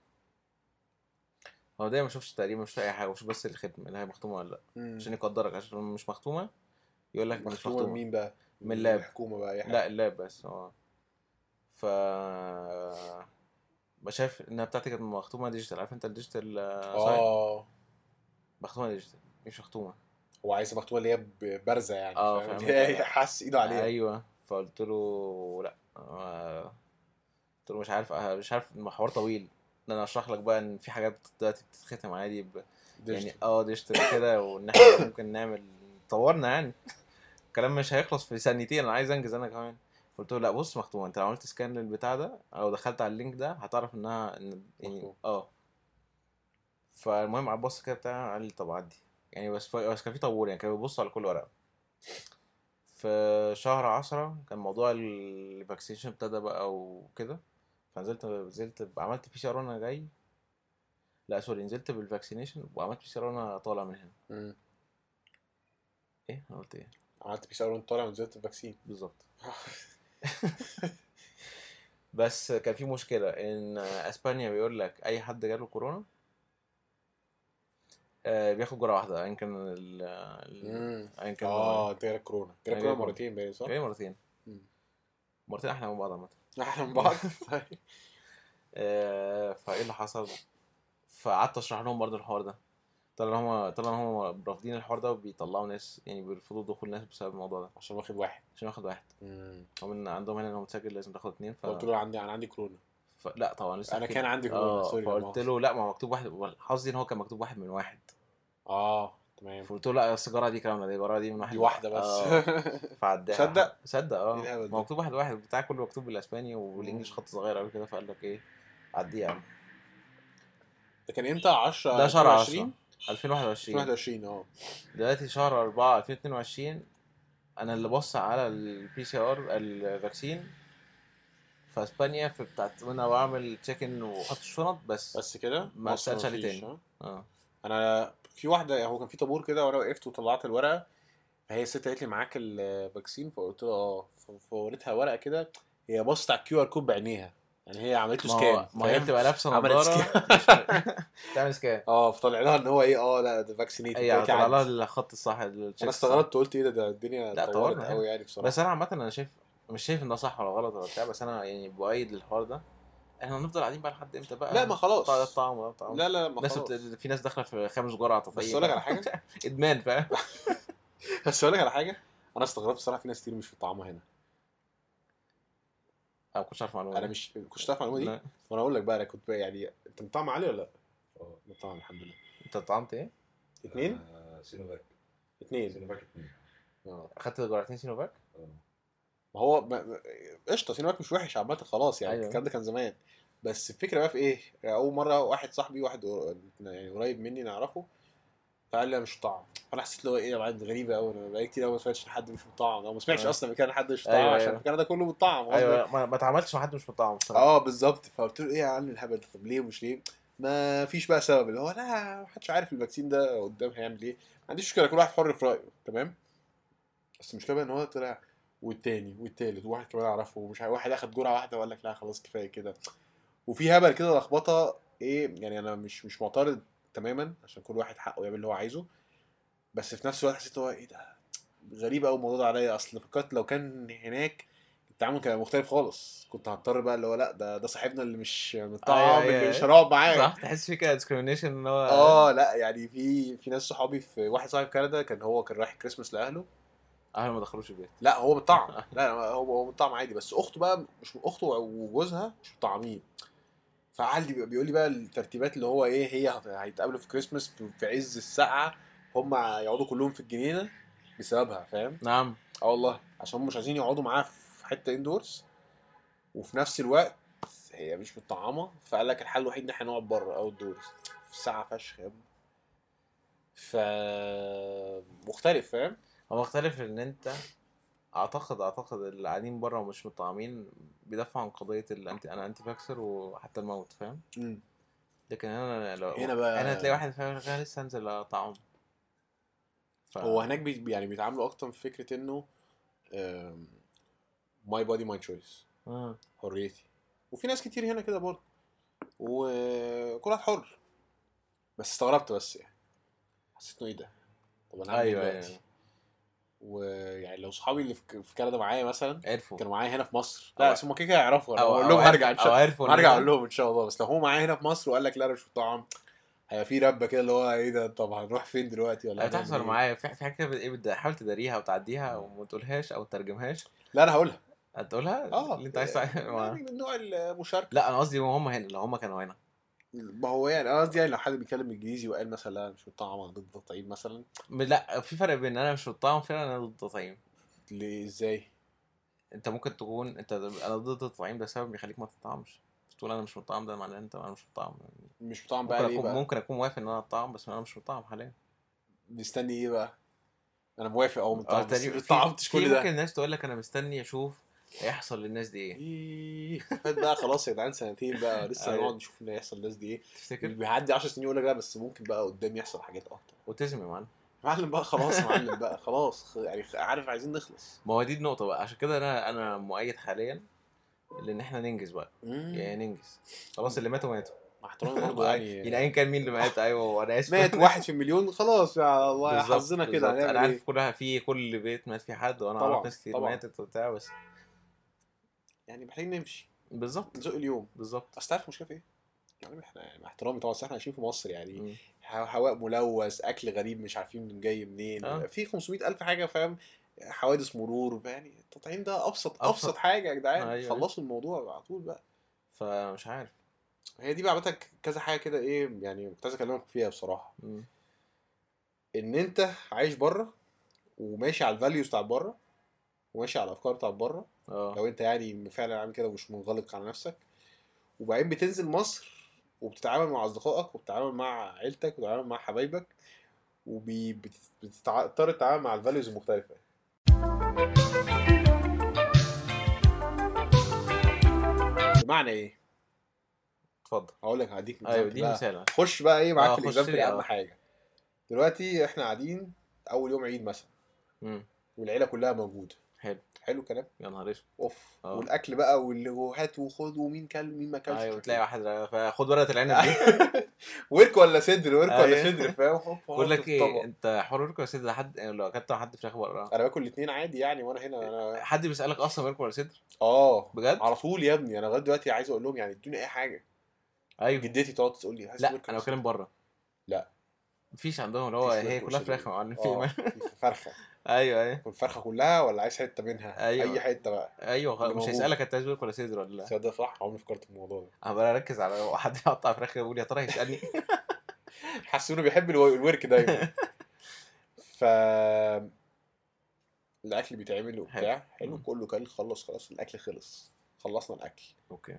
A: هو دايما ما شوفش تقريبا مش اي حاجه بشوف بس الختم اللي هي مختومه ولا لا
B: مم.
A: عشان يقدرك عشان لو مش مختومه يقول لك مش
B: مختومة
A: مختومه
B: مين بقى؟
A: من اللاب.
B: الحكومة بقى أي حاجة.
A: لا اللاب بس اه ف بشايف انها بتاعتي كانت مختومه ديجيتال عارف انت الديجيتال آه، صحيح.
B: اه
A: مختومه ديجيتال مش مختومه
B: هو عايز مختومة اللي هي ب- بارزة [laughs] يعني
A: آه،
B: فاهم؟
A: فاهم.
B: اللي هي حاسس ايده عليها
A: ايوه فقلت له لا آه، قلت له مش عارف آه، مش عارف المحور طويل ان انا اشرح لك بقى ان في حاجات دلوقتي بتتختم عادي ب...
B: ديجيتال.
A: يعني اه ديجيتال كده وان احنا ممكن نعمل طورنا يعني الكلام مش هيخلص في ثانيتين انا عايز انجز انا كمان قلت له لا بص مختومه انت لو عملت سكان للبتاع ده او دخلت على اللينك ده هتعرف انها إن يعني
B: مختومة.
A: اه فالمهم قعد بص كده بتاع قال لي طب عدي يعني بس ف... بس كان في طابور يعني كان بيبص على كل ورقه في شهر عشرة كان موضوع الفاكسيشن ابتدى بقى وكده فنزلت نزلت عملت بي سي ار وانا جاي لا سوري نزلت بالفاكسينيشن وعملت بي سي ار وانا طالع من هنا
B: مم.
A: ايه انا قلت ايه
B: عملت بي سي ار وانت طالع ونزلت الفاكسين [laughs]
A: بالظبط [laughs] بس كان في مشكله ان اسبانيا بيقول لك اي حد جاله كورونا آه، بياخد جرعه واحده ايا كان ال- ال-
B: مم.
A: ايا كان إيه،
B: اه انت جالك كورونا
A: أنا
B: جالك كورونا
A: جالي
B: مرتين باين صح؟ [laughs]
A: جاي مرتين
B: مم.
A: مرتين احلى من بعض عامه
B: احنا من
A: [laughs]
B: بعض طيب.
A: آه، فايه اللي حصل فقعدت اشرح لهم برضه الحوار ده طلع ان هم طلع ان هم رافضين الحوار ده وبيطلعوا ناس يعني بيرفضوا دخول ناس بسبب الموضوع ده
B: عشان واخد واحد
A: عشان ياخد واحد
B: مم.
A: ومن عندهم هنا لو متسجل لازم تاخد اتنين ف...
B: قلت له عندي انا عندي كورونا
A: ف... لا طبعا لسه
B: انا
A: أكيد.
B: كان عندي كورونا
A: اه
B: سوري لا
A: فقلت
B: مؤاخذة.
A: له لا ما هو مكتوب واحد حظي ان هو كان مكتوب واحد من واحد
B: اه تمام
A: فقلت له لا السيجاره دي كلامنا دي الجرعه دي من واحد
B: دي
A: آه،
B: واحده [laughs] بس
A: فعداها
B: صدق؟
A: صدق اه
B: إيه الهبل
A: ما
B: ده؟
A: مكتوب واحد واحد بتاع كله مكتوب بالاسباني والانجليش خط صغير قوي كده فقال لك ايه عديه يا عم
B: ده كان امتى 10
A: ده شهر
B: 2020
A: 10 2021
B: 2021 اه
A: دلوقتي شهر 4 2022 انا اللي بص على البي سي ار الفاكسين في اسبانيا في بتاعت وانا بعمل تشيكن واحط الشنط بس
B: بس كده
A: ما
B: مصر
A: اتسألش عليه
B: مفيش،
A: تاني.
B: ها؟
A: اه
B: انا في واحده هو كان في طابور كده وانا وقفت وطلعت الورقه فهي الست قالت لي معاك الفاكسين فقلت لها اه ف- فوريتها ورقه كده هي بصت على الكيو ار كود بعينيها يعني هي عملت له
A: ما هو
B: سكان
A: ما هي
B: فاهم؟
A: بتبقى لابسه
B: عملت
A: نضاره [laughs] مش- تعمل
B: [laughs]
A: سكان
B: اه فطلع لها ان هو ايه اه لا ده فاكسينيتد
A: ايوه طلع لها الخط الصح
B: انا استغربت قلت ايه ده ده الدنيا
A: لا،
B: اتطورت
A: طورنا
B: قوي يعني بصراحه
A: بس انا عامه انا شايف مش شايف ان ده صح ولا غلط ولا بتاع بس انا يعني بؤيد للحوار ده احنا هنفضل قاعدين بقى لحد امتى بقى
B: لا ما خلاص
A: طعم الطعم ولا طعم
B: لا لا ما
A: ناس
B: خلاص
A: بت... في ناس داخله في خمس جرعه تطعيم
B: بس اقول لك على
A: [laughs]
B: حاجه
A: ادمان فاهم
B: بس اقول لك على حاجه انا استغربت بصراحه في ناس كتير مش في طعمها هنا
A: انا ما كنتش عارف معلومه
B: انا مش كنتش تعرف المعلومه دي
A: لا
B: وانا اقول لك بقى انا كنت بقى يعني انت مطعم علي ولا لا؟ اه مطعم الحمد لله
A: انت طعمت ايه؟
B: اتنين؟
C: آه، سينوفاك
B: اتنين
C: سينوفاك اتنين
B: اه
A: اخدت جرعتين سينوفاك؟
C: اه
B: ما هو ما- ما- قشطه سينماك مش وحش عامه خلاص يعني
A: أيوة.
B: الكلام ده كان زمان بس الفكره بقى في ايه؟ يعني اول مره واحد صاحبي واحد قر- يعني قريب مني نعرفه فقال لي أنا مش طعم فانا حسيت اللي هو ايه يا معلم دي غريبه قوي انا بقالي كتير قوي ما سمعتش حد مش مطعم او ما سمعتش
A: آه.
B: اصلا مكان حد مش
A: أيوة،
B: مطعم
A: أيوة.
B: عشان المكان ده كله مطعم غصب
A: ايوه ما, ما اتعاملتش مع حد مش مطعم بصراحه
B: اه بالظبط فقلت له ايه يا عم الهبل ده؟ طب ليه ومش ليه ما فيش بقى سبب اللي هو لا محدش عارف الفاكسين ده قدام هيعمل ايه ما عنديش مشكله كل واحد حر في رايه تمام بس المشكله بقى ان هو طلع والتاني والتالت وواحد كمان اعرفه ومش عارف واحد اخد جرعه واحده وقال لك لا خلاص كفايه كده وفي هبل كده لخبطه ايه يعني انا مش مش معترض تماما عشان كل واحد حقه يعمل اللي هو عايزه بس في نفس الوقت حسيت اللي هو ايه ده غريب قوي الموضوع ده عليا اصل فكرت لو كان هناك التعامل كان مختلف خالص كنت هضطر بقى اللي هو لا ده ده صاحبنا اللي مش من
A: أيوة،
B: الطعام اللي
A: أيوة.
B: مش هنقعد معاه
A: صح تحس في كده ديسكريميشن ان هو
B: اه لا يعني في في ناس صحابي في واحد صاحبي في كندا كان هو كان رايح كريسماس لاهله
A: اهلا ما دخلوش البيت
B: لا هو بالطعم لا لا، هو هو بالطعم عادي بس اخته بقى مش اخته وجوزها مش مطعمين فقعد بي- بيقول لي بقى الترتيبات اللي هو ايه هي هت- هيتقابلوا في كريسماس في- في عز السقعه هم يقعدوا كلهم في الجنينه بسببها فاهم
A: [laughs] نعم
B: اه والله عشان هم مش عايزين يقعدوا معاه في حته اندورز وفي نفس الوقت هي مش متطعمه فقال لك الحل الوحيد ان احنا نقعد بره اوت دورز ساعه فشخ يا ابني ف مختلف فاهم
A: هو مختلف ان انت اعتقد اعتقد اللي قاعدين بره ومش مطعمين بيدافعوا عن قضيه الانتي انا انتي فاكسر وحتى الموت فاهم لكن هنا لو
B: هنا بقى-
A: هنا تلاقي واحد فاهم انا لسه هنزل اطعم ف...
B: هو هناك بي يعني بيتعاملوا اكتر في فكره انه ماي بودي ماي تشويس
A: مم.
B: حريتي وفي ناس كتير هنا كده برضه وكل واحد حر بس استغربت بس يعني حسيت انه ايه ده طب انا هعمل ايه
A: ايوه
B: دلوقتي
A: ايوه
B: ويعني لو صحابي اللي في في كندا معايا مثلا
A: عرفوا
B: كانوا معايا هنا في مصر
A: أو-
B: لا بس هم كده كده هيعرفوا انا بقول لهم هرجع ان
A: عرف-
B: شاء
A: أو
B: الله
A: عرفوا إن
B: هرجع
A: أنا-
B: اقول لهم ان شاء الله بس لو هم معايا هنا في مصر وقال لك لا انا مش مطعم هيبقى في ربه كده اللي هو ايه ده طب هنروح فين دلوقتي ولا هنعمل
A: هتحصل
B: إيه؟
A: معايا في في حاجه كده بت- ايه بتحاول تداريها وتعديها وما تقولهاش او تترجمهاش
B: لا انا هقولها
A: هتقولها
B: اه
A: اللي انت عايز
B: يعني
A: تع-
B: من نوع المشاركه
A: [laughs] لا انا قصدي هم هنا لو هم كانوا هنا
B: ما هو يعني انا قصدي يعني لو حد بيتكلم انجليزي وقال مثلا لا أنا مش مطعم انا ضد التطعيم مثلا
A: ب- لا في فرق بين انا مش مطعم فعلا انا ضد التطعيم
B: ليه ازاي؟
A: انت ممكن تكون انت انا ضد التطعيم ده سبب بيخليك ما تطعمش تقول انا مش مطعم ده معناه انت انا مش مطعم يعني
B: مش مطعم
A: ممكن
B: بقى ليه
A: اكون
B: بقى؟
A: ممكن اكون موافق ان انا اطعم بس انا مش مطعم حاليا
B: مستني ايه بقى؟ انا موافق او
A: اه
B: مطعم أه، بس
A: تقريبا
B: ما
A: في-
B: طعمتش
A: في
B: كل
A: [laughs]
B: ده
A: ممكن الناس تقول لك انا مستني اشوف هيحصل للناس دي ايه
B: إيه، فات بقى خلاص يا جدعان سنتين
A: [laughs]
B: بقى لسه
A: أيوة.
B: هنقعد نشوف اللي هيحصل الناس دي ايه
A: تفتكر
B: بيعدي 10 سنين يقول لك لا بس ممكن بقى قدام يحصل حاجات اكتر
A: اوتيزم يا معلم
B: معلم بقى خلاص
A: [laughs]
B: يا معلم بقى خلاص خ- يعني خ- عارف عايزين نخلص
A: ما هو دي النقطه بقى عشان كده انا انا مؤيد حاليا لان احنا ننجز بقى يعني
B: مم.
A: ننجز خلاص اللي ماتوا ماتوا [laughs]
B: مع احترامي برضه
A: يعني
B: يعني
A: ايا كان مين اللي
B: [laughs]
A: مات ايوه انا اسف [laughs]
B: مات واحد في المليون خلاص يا الله يا
A: بالظبط،
B: حظنا كده
A: بالظبط. انا
B: هنعمل
A: عارف
B: ايه
A: كلها في كل بيت مات فيه حد وانا
B: طبعاً،
A: عارف ناس كتير
B: طبعاً.
A: ماتت وبتاع بس
B: يعني محتاجين نمشي
A: بالظبط
B: نزق اليوم
A: بالظبط
B: اصل تعرف المشكله في ايه؟ يعني احنا يعني مع احترامي طبعا أصل احنا عايشين في مصر يعني
A: مم.
B: ه- هواء ملوث اكل غريب مش عارفين جاي منين
A: آه.
B: في 500 الف حاجه فاهم حوادث مرور يعني التطعيم ده ابسط
A: أبسط.
B: ابسط حاجه يا جدعان
A: أيوة.
B: خلصوا الموضوع على طول بقى
A: فمش عارف
B: هي دي بقى عامه كذا حاجه كده ايه يعني كنت عايز اكلمك فيها بصراحه
A: مم.
B: ان انت عايش بره وماشي على الفاليوز بتاع بره وماشي على الافكار بتاع بره
A: اه
B: لو انت يعني فعلا عامل كده ومش منغلق على نفسك وبعدين بتنزل مصر وبتتعامل مع اصدقائك وبتتعامل مع عيلتك وبتتعامل مع حبايبك وبتضطر تتعامل مع الفاليوز المختلفه بمعنى ايه؟
A: اتفضل
B: هقول لك هديك مثال
A: ايوه دي
B: بقى.
A: مثال
B: خش بقى ايه معاك
A: آه،
B: في
A: خش
B: الاكزامبل
A: لي،
B: اهم
A: آه.
B: حاجه دلوقتي احنا قاعدين اول يوم عيد مثلا
A: مم.
B: والعيله كلها موجوده
A: حلو
B: حلو الكلام
A: يا نهار اسود
B: اوف
A: آه.
B: والاكل بقى واللي هو هات وخد ومين كل ومين ما كلش
A: ايوه تلاقي واحد را- خد ورقه العنب دي
B: [laughs] ورك ولا صدر ورك ولا
A: أيوة.
B: صدر فاهم هوب
A: بقول لك
B: حط في الطبق.
A: ايه انت حر ركوع صدر حد لو اكلت مع حد فراخ بره
B: انا باكل الاثنين عادي يعني وانا هنا انا
A: حد بيسالك اصلا مالك ولا صدر
B: اه
A: بجد
B: على طول يا ابني انا لغايه دلوقتي عايز اقول لهم يعني ادوني اي حاجه
A: ايوه
B: جدتي تقعد تقول لي عايز
A: لا
B: ورك
A: انا
B: ولا
A: بتكلم بره
B: لا.
A: مفيش عندهم اللي هو
B: مفيش
A: هي
B: وش
A: كلها
B: وش
A: فراخ
B: ال-
A: معلم في
B: اه
A: إيمان.
B: في
A: [laughs]
B: فرخه
A: ايوه ايوه
B: تكون فرخه كلها ولا عايز حته منها
A: أيوة.
B: اي حته بقى
A: ايوه خلاص،
B: اللي
A: مش
B: موجود.
A: هيسالك انت عايز ورك ولا صدر ولا لا
B: ده صح عمري ما فكرت في الموضوع ده
A: انا بقى اركز على [laughs] لو حد يقطع فراخ كده بيقول يا ترى
B: [laughs]
A: هيسالني
B: حاسس انه بيحب الو-
A: [laughs]
B: الورك دايما ف الاكل بيتعمل وبتاع حلو
A: مم.
B: كله كان خلص خلاص الاكل خلص خلصنا الاكل
A: اوكي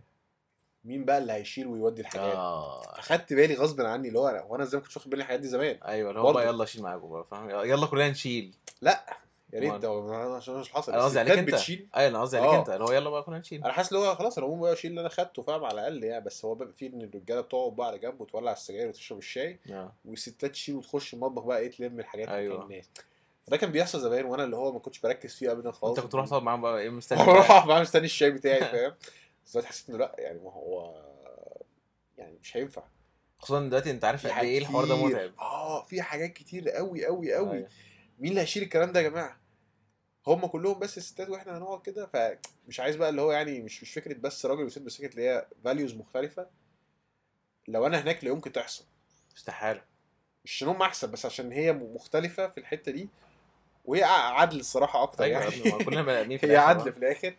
B: مين بقى اللي هيشيل ويودي الحاجات
A: اه
B: اخدت بالي غصب عني اللي هو انا وانا ازاي ما كنتش واخد بالي من الحاجات دي زمان
A: ايوه اللي هو بقى
B: برضه.
A: يلا شيل معاكم بقى فاهم يلا كلنا نشيل
B: يا ريت
A: أمال.
B: ده ما- عشان مش حصل
A: أنا قصدي عليك
B: الستات
A: أنت.
B: بتشيل
A: ايوه انا قصدي عليك
B: آه.
A: انت اللي هو يلا بقى كلنا نشيل
B: انا حاسس اللي هو خلاص انا هقوم بقى اشيل اللي انا خدته فاهم على الاقل يعني بس هو بقى فيه ان الرجاله بتقعد بقى على جنب وتولع السجاير وتشرب الشاي
A: آه.
B: والستات تشيل وتخش المطبخ بقى ايه تلم الحاجات مكان
A: أيوة.
B: الناس ده كان بيحصل زمان وانا اللي هو ما كنتش بركز فيه ابدا خالص
A: انت كنت تروح تقعد معاهم بقى ايه
B: [laughs]
A: مستني
B: بروح
A: بقى.
B: اقف معاه مستني الشاي بتاعي فاهم بس دلوقتي حسيت انه لا يعني ما هو يعني مش هينفع
A: خصوصا دلوقتي انت عارف
B: في
A: قد
B: حاجات
A: ايه الحوار ده
B: كتير.
A: متعب
B: اه في حاجات كتير قوي قوي قوي
A: أيوة.
B: مين اللي هيشيل الكلام ده يا جماعه هم كلهم بس الستات واحنا هنقعد كده فمش عايز بقى اللي هو يعني مش مش فكره بس راجل وست بس فكره اللي هي فاليوز مختلفه لو انا هناك لا يمكن تحصل
A: استحاله
B: مش ان هم احسن بس عشان هي مختلفه في الحته دي وهي عدل الصراحه اكتر
A: ايوه يا
B: يعني
A: ابني، ما كلنا بني ادمين
B: [laughs]
A: في
B: هي
A: الآخر
B: عدل
A: بقى.
B: في الاخر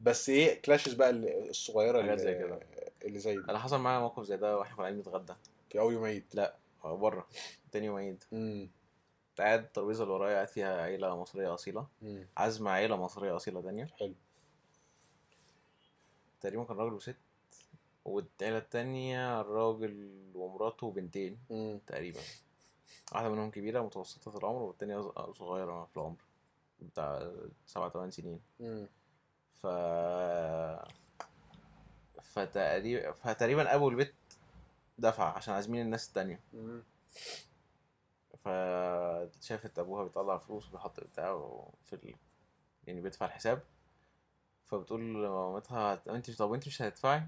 B: بس ايه كلاشز بقى ال- الصغيره
A: حاجات
B: اللي
A: زي كده.
B: اللي زي دي
A: انا حصل معايا موقف زي ده واحنا كنا قاعدين نتغدى
B: في اول يوم عيد
A: بره تاني يوم عيد
B: امم
A: كنت قاعد الترابيزه اللي ورايا قاعد فيها عيله مصريه اصيله
B: امم
A: عازمه عيله مصريه اصيله تانيه
B: حلو
A: تقريبا كان راجل وست والعيله التانيه راجل ومراته وبنتين
B: امم
A: تقريبا واحده منهم كبيره متوسطه في العمر والتانيه ص- صغيره في العمر بتاع آه، سبعة تمن سنين
B: امم
A: ف فتقريبا فتقريبا ابو البيت دفع عشان عازمين الناس التانيه
B: امم
A: فشافت ابوها بيطلع فلوس وبيحط بتاع في ال... يعني بيدفع الحساب فبتقول لمامتها "هت- انت طب انت مش هتدفعي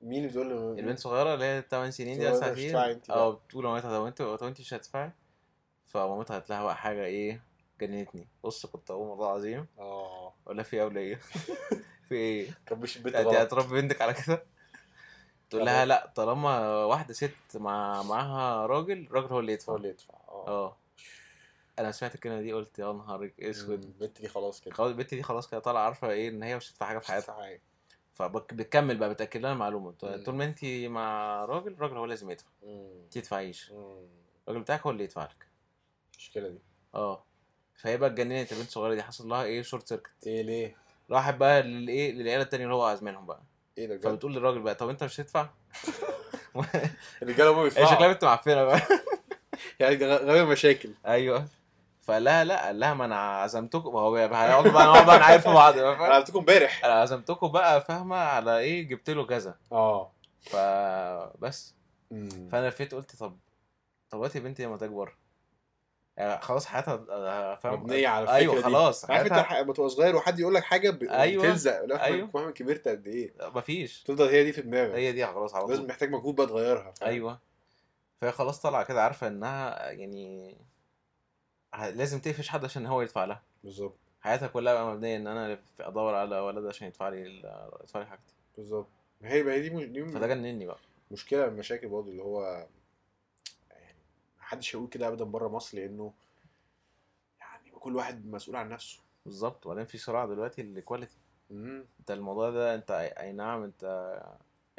B: مين اللي بتقول له-
A: البنت الصغيره اللي هي 8 سنين دي
B: تقول
A: لسه
B: لها مش
A: ساعتين
B: هتدفعي انت
A: اه بتقول لمامتها طب انت طب انت مش هتدفعي فمامتها قالت لها بقى حاجه ايه جننتني بص كنت اقوم والله العظيم
B: اه
A: ولا في ايه ولا ايه [laughs] في ايه
B: [laughs] ربيش البنت
A: انت
B: غلط
A: هتربي بنتك على كده تقول لها لا طالما واحده ست مع معاها راجل الراجل هو اللي
B: هو
A: يدفع
B: اللي يدفع اه
A: اه انا سمعت الكلمه دي قلت يا نهارك
B: اسود
A: اسود
B: البنت دي خلاص كده
A: خلاص البنت دي خلاص كده طالعه عارفه ايه ان هي مش هتدفع حاجه في
B: مش
A: حياتها
B: هتدفع حاجة.
A: فبتكمل بقى بتاكد لها المعلومه
B: مم.
A: طول ما انت مع راجل الراجل هو لازم يدفع
B: مم.
A: انت تدفعيش
B: مم.
A: الراجل بتاعك هو اللي يدفع لك
B: المشكله دي
A: اه فهي بقى اتجننت البنت الصغيره دي حصل لها ايه شورت سيركت
B: ايه ليه
A: راحت بقى للايه للعيله التانيه اللي هو عازمينهم بقى
B: ايه ده بجد
A: فبتقول للراجل بقى طب انت مش هتدفع [laughs]
B: الرجاله هم
A: هي إيه، شكلها
B: بيدفعوا
A: بنت معفنه بقى
B: يعني غ- غاويه مشاكل
A: ايوه فقال لها لا قال لها ما انا عزمتكم ما هو هنقعدوا بقى نقعد بقى نعاير في بعض بقى
B: انا
A: فاهم؟
B: عملتكم امبارح
A: انا عزمتكم بقى فاهمه على ايه جبت له كذا
B: اه
A: فبس
B: مم.
A: فانا لفيت قلت طب طب وقت يا بنتي لما تكبر يعني خلاص حياتها آه، فاهم
B: مبنيه على الفكره
A: ايوه
B: دي.
A: خلاص
B: عارف انت
A: حياتها
B: الح- لما تبقى صغير وحد يقول لك حاجه ب...
A: أيوة.
B: أيوة. بتلزق لو
A: أيوة.
B: أيوة. مهما كبرت قد ايه
A: مفيش
B: تفضل هي دي في دماغك
A: هي دي خلاص على
B: لازم
A: طول
B: محتاج مجهود بقى تغيرها فاهم؟
A: ايوه فهي خلاص طالعه كده عارفه انها يعني ه- لازم تقفش حد عشان هو يدفع لها
B: بالظبط
A: حياتها كلها بقى مبنيه ان انا ادور على ولد عشان يدفع لي ال- يدفع لي حاجتي
B: بالظبط ما هي ما هي دي, مش... دي
A: فده جنني بقى
B: مشكله من المشاكل برضه اللي هو يعني محدش هيقول كده ابدا بره مصر لانه يعني كل واحد مسؤول عن نفسه
A: بالظبط وبعدين في صراع دلوقتي الكواليتي
B: امم
A: انت الموضوع ده انت اي أي نعم انت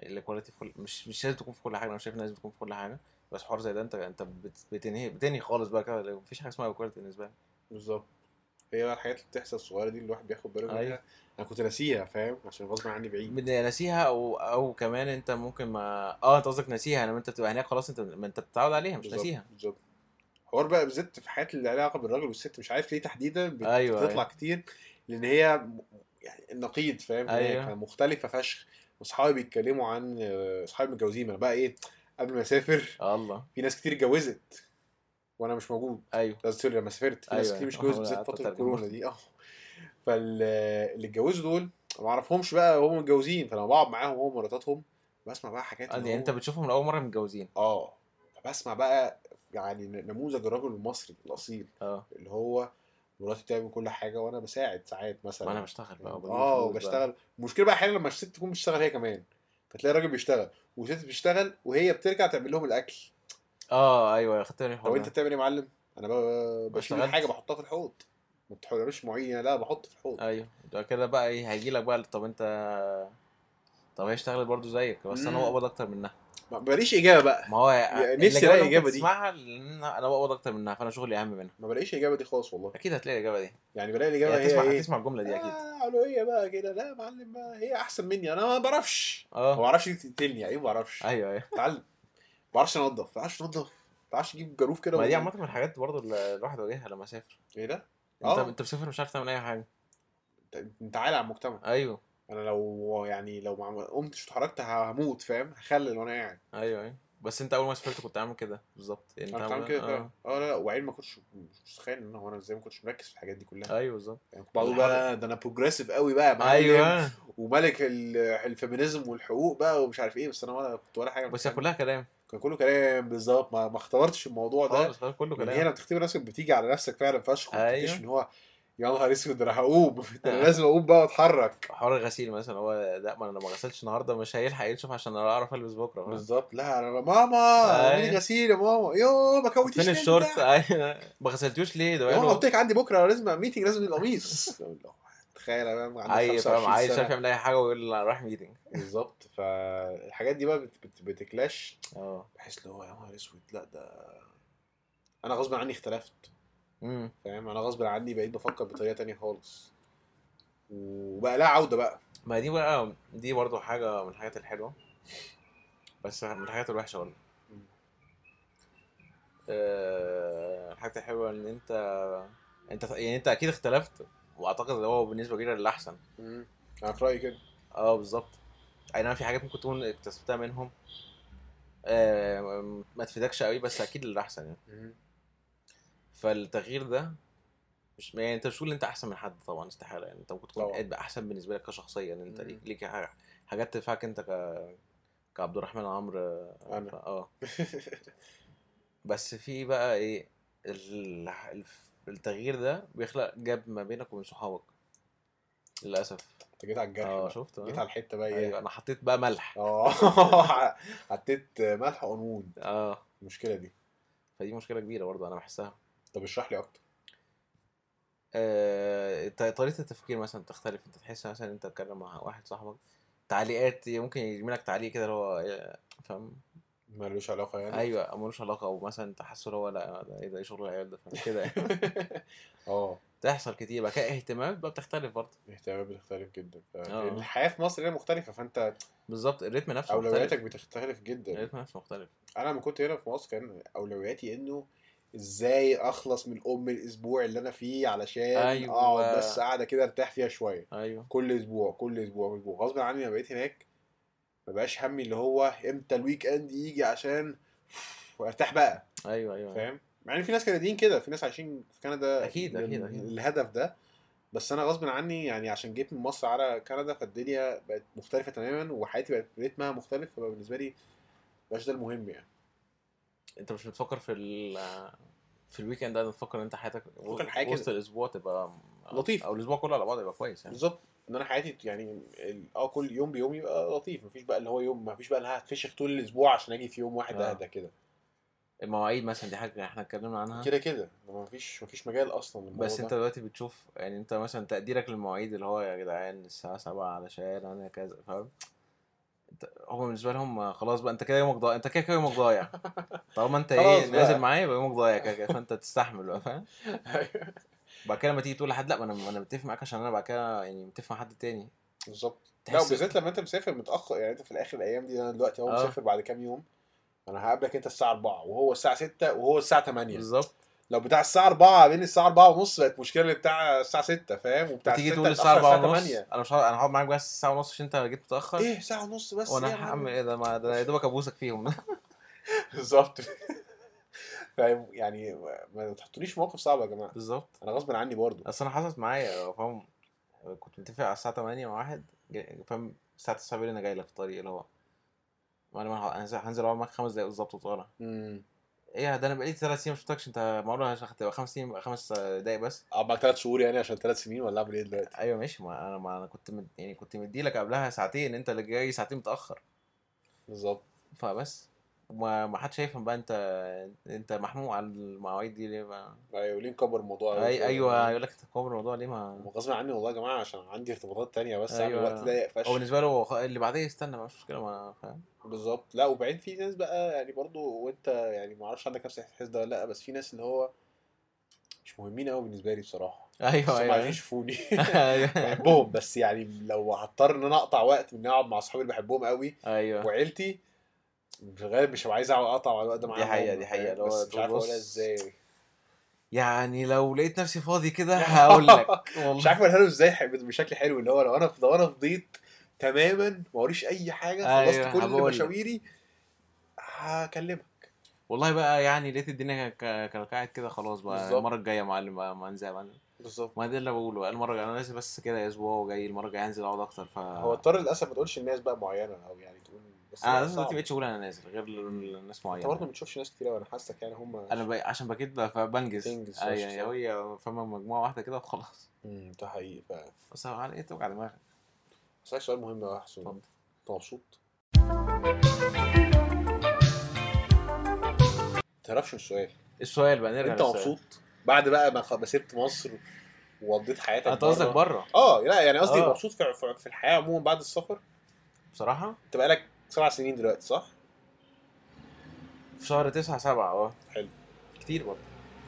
A: الكواليتي في كل مش مش لازم تكون في كل حاجه انا شايف إنها لازم تكون في كل حاجه بس حوار زي ده انت انت بت- بتنهي بتنهي خالص بقى كده لو مفيش حاجه اسمها كواليتي بالنسبه لي
B: بالظبط هي بقى الحاجات اللي بتحصل الصغيره دي اللي الواحد بياخد باله
A: أيوة.
B: منها انا كنت ناسيها فاهم عشان غصب عني بعيد
A: بدي ناسيها او او كمان انت ممكن ما اه انت قصدك ناسيها لما انت بتبقى هناك خلاص انت ما انت بتتعود عليها يعني مش
B: بالظبط،
A: ناسيها
B: بالظبط حوار بقى بالذات في حياة اللي لها علاقه بالراجل والست مش عارف ليه تحديدا بت-
A: أيوة،
B: بتطلع
A: أيوة.
B: كتير لان هي م- يعني نقيض فاهم
A: أيوة.
B: هي كانت مختلفه فشخ واصحابي بيتكلموا عن آه، اصحابي متجوزين انا بقى ايه قبل ما اسافر
A: آه، الله
B: [laughs] في ناس كتير اتجوزت وانا مش موجود
A: ايوه
B: قصدي سوري لما سافرت في ناس
A: أيوة،
B: كتير مش
A: أه،
B: اتجوزت
A: أنا
B: بالذات
A: قعدت
B: فتره
A: أترجم.
B: الكورونا دي اه فاللي اتجوزوا دول ما اعرفهمش بقى وهم متجوزين فلما بقعد معاهم وهم مراتاتهم بسمع بقى حاجات
A: آه،
B: اللي
A: يعني
B: هو-
A: انت بتشوفهم لاول مره متجوزين
B: اه فبسمع بقى يعني نموذج الرجل المصري الاصيل
A: اه
B: اللي هو مراتي بتعمل كل حاجه وانا بساعد ساعات مثلا
A: ما انا بشتغل بقى وبجيب
B: اه
A: فلوس بقى.
B: وبشتغل المشكله بقى احيانا لما الست تكون بتشتغل هي كمان فتلاقي الراجل بيشتغل والست بتشتغل وهي بترجع تعمل لهم الاكل
A: اه ايوه خدت بالي من
B: طب
A: الحوار
B: انت
A: ده.
B: بتعمل ايه يا معلم؟ انا ب- بشيل
A: بشتغلت.
B: حاجه بحطها في الحوض ما بتحضروش معينه لا بحط في الحوض
A: ايوه ده كده بقى ايه هيجي لك بقى طب انت طب هي اشتغلت برضه زيك بس انا
B: مم.
A: بقبض اكتر منها
B: ما- ماليش اجابه بقى
A: ما هو يعني
B: يا
A: اللي
B: نفسي
A: جاوبت
B: الاقي
A: ممكن
B: الإجابة دي.
A: تسمعها لان انا بقبض اكتر منها فانا شغلي اهم منها
B: ما بلاقيش اجابه دي خالص والله
A: اكيد هتلاقي الاجابه دي
B: يعني بلاقي
A: يعني
B: الاجابه هي
A: هتسمع
B: ايه؟
A: هتسمع الجمله دي اكيد
B: آه علوية بقى كده لا يا معلم بقى هي احسن مني انا ما بعرفش ما
A: اه
B: بعرفش تقتلني يعني ايه ما بعرفش
A: ايوه اييوه
B: اتعلم ما بعرفش انضف ما بعرفش انضف ما بعرفش اجيب جاروف كده
A: ما دي
B: و-
A: عامه من الحاجات برضه اللي الواحد واجهها لما سافر
B: ايه ده؟
A: انت
B: آه.
A: انت مسافر مش عارف تعمل اي حاجه
B: انت- انت عالي على المجتمع
A: ايوه
B: انا لو يعني لو ما عم- قمتش واتحركت هموت فاهم هخلل وانا قاعد
A: ايوه ايوه بس انت اول ما سافرت كنت عامل كده بالظبط يعني
B: انا
A: انت
B: كنت عامل
A: عامل
B: كده فعلا
A: اه
B: اه لا لا وبعدين ما كنتش مش متخيل ان هو انا ازاي ما كنتش مركز في الحاجات دي كلها
A: ايوه بالظبط
B: يعني كنت بقول بقى ده انا بروجريسيف قوي بقى يا معلم
A: ايوه
B: وملك ال- الفيمينيزم والحقوق بقى ومش عارف ايه بس انا ولا كنت ولا حاجه
A: بس هي
B: متخيل.
A: كلها كلام
B: كان كله كلام بالظبط ما, ما اختبرتش الموضوع ده يعني
A: خالص خالص كله
B: من هنا
A: كلام
B: بتختبر نفسك بتيجي على نفسك فعلا فشخ
A: أيوه. آه.
B: وبتكتشف ان هو يا نهار اسود ده انا هقوم [laughs] ده انا لازم اقوم بقى واتحرك
A: حوار الغسيل مثلا هو لا ما انا لو ما غسلتش النهارده مش هيلحق ينشف عشان انا اعرف البس بكره فاهم؟
B: بالظبط لا انا ماما اعملي
A: أيوه.
B: غسيل يا ماما يو ما كوتيش
A: فين
B: ليه
A: الشورت [laughs] أيوه.
B: البتاع؟
A: ايوه ما غسلتوش ليه ده
B: يا ماما
A: بقاله
B: قلت لك عندي بكره لازم ميتنج لازم القميص
A: [laughs]
B: تخيل انا عندي
A: عايز أيوه، فاهم
B: 25
A: عايز شايف
B: سنه
A: يعمل اي حاجه ويقول لا رايح ميتنج
B: بالظبط فالحاجات دي بقى بت- بت- بتكلاش
A: اه
B: بحس اللي هو يا نهار اسود لا ده انا غصب عني اختلفت
A: امم
B: فاهم انا غصب عني بقيت بفكر بطريقه تانية خالص وبقى لا عوده بقى
A: ما دي بقى دي برضو حاجه من الحاجات الحلوه بس من الحاجات الوحشه برضه
B: مم.
A: آه، الحاجات الحلوه ان انت انت يعني انت اكيد اختلفت واعتقد ان هو بالنسبه لي اللي احسن
B: مم. انا في رايي كده
A: اه بالظبط اي نعم في حاجات ممكن تكون اكتسبتها منهم آه ما تفيدكش قوي بس اكيد اللي احسن يعني فالتغيير ده مش يعني انت مش تقول ان انت احسن من حد طبعا استحاله يعني انت ممكن تكون
B: طبعا.
A: قاعد بقى احسن بالنسبه لك كشخصيه ان انت
B: مم.
A: ليك ليك حاجة- حاجات تنفعك انت ك كعبد الرحمن عمرو
B: انا
A: اه بس في بقى ايه ال- الف- التغيير ده بيخلق جاب ما بينك وبين صحابك للاسف
B: انت [laughs] جيت على الجرح
A: اه
B: بقى.
A: شفت
B: جيت
A: آه؟
B: على آه. الحته بقى
A: ايوه
B: ايه
A: انا حطيت بقى ملح
B: اه [laughs] حطيت ملح قانون
A: اه
B: المشكله دي
A: فدي مشكله كبيره برضه انا بحسها
B: طب اشرح لي اكتر
A: آه، ط- طريقة التفكير مثلا تختلف انت تحس مثلا انت بتتكلم مع واحد صاحبك تعليقات ممكن يرمي لك تعليق كده اللي هو إيه، فاهم
B: ملوش علاقه يعني
A: ايوه ملوش علاقة او مثلا تحسه اللي هو لا ده ايه ده ايه شغل العيال ده فاهم كده
B: [laughs]
A: يعني.
B: اه
A: تحصل كتير بقى كده اهتمامات بقى بتختلف برضه
B: اهتمامات بتختلف جدا ف-
A: آه.
B: الحياه في مصر هي مختلفه فانت
A: بالظبط الريتم نفسه مختلف
B: اولوياتك بتختلف جدا
A: الريتم نفسه مختلف
B: انا لما كنت هنا في مصر كان اولوياتي انه ازاي اخلص من ام الاسبوع اللي انا فيه علشان
A: أيوة.
B: اقعد بس قاعده كده ارتاح فيها شويه
A: ايوه
B: كل اسبوع كل اسبوع كل اسبوع غصب عني لما بقيت هناك ما بقاش همي اللي هو امتى الويك اند يجي عشان وارتاح بقى
A: ايوه ايوه
B: فاهم مع ان في ناس كنديين كده في ناس عايشين في كندا
A: أكيد،
B: لل-
A: أكيد، أكيد.
B: الهدف ده بس انا غصب عني يعني عشان جيت من مصر على كندا فالدنيا بقت مختلفه تماما وحياتي بقت رتمها مختلف فبقى بالنسبه لي مبقاش ده المهم يعني
A: انت مش بتفكر في ال في الويك اند ده تفكر ان انت حياتك
B: بفكر حاجة
A: وسط
B: كده.
A: الاسبوع تبقى
B: لطيف.
A: او الاسبوع كله على بعضه يبقى كويس يعني
B: بالظبط ان انا حياتي يعني ال- اه كل يوم بيوم يبقى لطيف مفيش بقى اللي هو يوم مفيش بقى اللي أنا هتفشخ طول الاسبوع عشان اجي في يوم واحد
A: آه.
B: اهدى كده
A: المواعيد مثلا دي حاجة احنا اتكلمنا عنها
B: كده كده مفيش مفيش مجال اصلا للموضوع
A: نعم. بس
B: ده.
A: انت دلوقتي بتشوف يعني انت مثلا تقديرك للمواعيد اللي هو يا جدعان الساعة 7 علشان انا كذا فاهم انت هو بالنسبة لهم خلاص بقى انت كده يومك ضايع انت كده كده يومك ضايع
B: [laughs]
A: طالما انت
B: خلاص
A: ايه
B: بقى.
A: نازل معايا يبقى يومك ضايع كده كده فانت تستحمل بقى فاهم
B: [laughs] أيوه.
A: بعد كده لما تيجي تقول لحد لا ما انا ما انا متفق معاك عشان انا بعد كده يعني متفق مع حد تاني
B: بالظبط لا
A: تحس-
B: وبالذات لما انت مسافر متاخر يعني انت في الاخر الايام دي انا دلوقتي اهو
A: آه.
B: مسافر بعد كام يوم انا هقابلك انت الساعه 4 وهو الساعه 6 وهو الساعه 8
A: بالظبط
B: لو بتاع الساعه 4 بين الساعه 4 ونص بقت مشكله اللي بتاع الساعه 6 فاهم وبتاع
A: تيجي
B: 6
A: تقول
B: اتأخر
A: الساعة 4
B: الساعة
A: ونص
B: 8.
A: انا مش هقعد- انا هقعد معاك بس الساعة ونص عشان انت جيت متأخر
B: ايه ساعه ونص بس
A: وانا
B: إيه يا معلم؟
A: هعمل ايه ده ما ده أنا يا دوبك ابوسك فيهم
B: [laughs]
A: [laughs]
B: بالظبط فاهم يعني ما تحطونيش في موقف صعب يا جماعه
A: بالظبط
B: انا غصب عني برضو
A: اصل انا حصلت معايا فاهم كنت متفق على الساعه 8 مع واحد جا- فاهم الساعه 9 بالليل انا جاي لك في الطريق اللي هو ما انا ما هنزل هنزل اقعد معاك خمس دقايق بالظبط وطالع
B: امم
A: ايه ده انا بقالي ثلاث سنين ما شفتكش انت معقول انا هتبقى خمس سنين خمس دقايق بس
B: اقعد ثلاث شهور يعني عشان ثلاث سنين ولا اعمل ايه دلوقتي؟
A: ايوه ماشي ما انا ما انا كنت مد... يعني كنت مدي لك قبلها ساعتين انت اللي جاي ساعتين متاخر
B: بالظبط
A: فبس ما ما حدش هيفهم بقى انت انت محموق على المواعيد دي ليه بقى
B: ايوه ليه نكبر الموضوع أوي
A: أي
B: كده؟
A: ايوه يقول لك انت كبر الموضوع ليه ما
B: غصب عني والله يا جماعه عشان عندي ارتباطات تانية بس
A: أيوة.
B: أيوة. الوقت ضيق
A: هو
B: فشخ
A: بالنسبه له هو خ- اللي بعديه يستنى ما فيش مشكله ما فاهم [laughs]
B: بالظبط لا وبعدين في ناس بقى يعني برضو وانت يعني ما اعرفش عندك نفس الاحساس ده ولا لا بس في ناس اللي هو مش مهمين قوي بالنسبه لي بصراحه
A: ايوه
B: بس هم عايزين
A: ايوه
B: يشوفوني [laughs]
A: ايوه
B: بحبهم بس يعني لو هضطر ان انا اقطع وقت من إني اقعد مع اصحابي اللي بحبهم قوي
A: [laughs] ايوه
B: وعيلتي في الغالب مش هبقى عايز اقطع على الوقت ده
A: دي
B: معاهم
A: حقيقة،
B: هم،
A: دي حقيقة،
B: فاهم؟
A: اللي هو
B: بس مش
A: تقول
B: عارف
A: بص،
B: اقولها ازاي
A: يعني لو لقيت نفسي فاضي
B: [laughs]
A: كده هقول لك
B: مش
A: والله
B: عارف اقولها له ازاي ح- بشكل حلو اللي هو لو انا لو انا فضيت تماما ما وريش اي حاجه خلصت
A: أيوة،
B: كل
A: هبقول لك.
B: مشاويري هكلمك
A: والله بقى يعني لقيت الدنيا ك- كلكعت كده خلاص بقى
B: بالظبط.
A: المره الجايه يا معلم بقى ما انزل يا معلم
B: بالظبط
A: ما ده اللي بقوله المره الجايه انا نازل بس كده اسبوع وجاي المره الجايه هنزل اقعد اكتر ف
B: هو اضطر للاسف ما تقولش الناس بقى معينه او يعني تقول بس
A: انا
B: لا،
A: لازم
B: صعب.
A: دلوقتي بقيت شغل انا نازل غير الناس
B: انت برضه
A: معينه
B: ما بتشوفش ناس كتير قوي انا حاسسك يعني هم
A: انا بقى عشان بكيت بقى فبنجز
B: تنجز،
A: أيوة،
B: ماشي،
A: يعني
B: صح.
A: هي فاهمه مجموعه واحده كده وخلاص
B: امم ده حقيقي فعلا
A: بس على ايه توجع دماغك
B: اسالك سؤال مهم يا حسون
A: اتفضل.
B: انت مبسوط؟ ما تعرفش السؤال
A: السؤال بقى نرجع
B: انت
A: للسؤال.
B: مبسوط بعد بقى ما خ- ما سبت مصر وقضيت حياتك
A: انت قصدك
B: برا؟
A: بره
B: اه لا يعني قصدي
A: آه.
B: مبسوط في- في في الحياه عموما بعد السفر
A: بصراحه
B: انت بقالك سبع سنين دلوقتي صح؟
A: في شهر 9 7 اه
B: حلو.
A: كتير برضه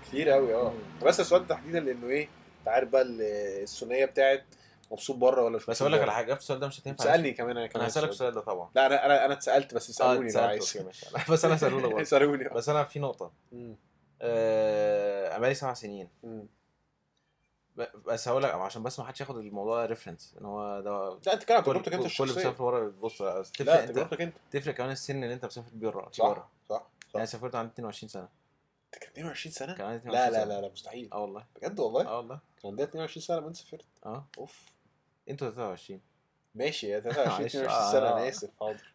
B: كتير قوي اه بس السؤال تحديدا لانه ايه انت عارف بقى ال- الثنائيه بتاعت مبسوط بره ولا مش
A: بس اقول لك على حاجه جاب السؤال ده مش هتنفع
B: سالني كمان انا كمان
A: انا هسالك
B: السؤال
A: السؤال ده طبعا
B: ده. لا انا انا انا اتسالت بس
A: آه،
B: اسالوني لو
A: اتسألت،
B: عايز آه.
A: أوكي، ماشي. [laughs] بس انا هساله لك
B: [laughs]
A: برضه.
B: اسالوني
A: بس انا في نقطه
B: مم.
A: آه، بقالي سبع سنين
B: مم.
A: ب- بس هقول لك عشان بس ما حدش ياخد الموضوع ريفرنس ان هو ده
B: لا انت كده عن
A: كل
B: تجربتك انت
A: كل
B: الشخصيه
A: مسافر ورا بتبص لا، تفرق
B: لا
A: انت
B: تجربتك انت
A: تفرق كمان السن اللي انت مسافر بيه ورا
B: صح.
A: ورا
B: صح
A: يعني أنا سافرت عندي 22 سنه
B: انت كان 22 سنه
A: كان عندي 22
B: لا لا
A: سنة.
B: لا لا مستحيل
A: اه والله
B: بجد والله
A: اه والله
B: كان عندها 22 سنه لما انت سافرت
A: اه
B: اوف
A: انتوا 23
B: ماشي
A: [laughs]
B: يا 23
A: معلش،
B: 22
A: آه،
B: سنه
A: آه.
B: انا اسف حاضر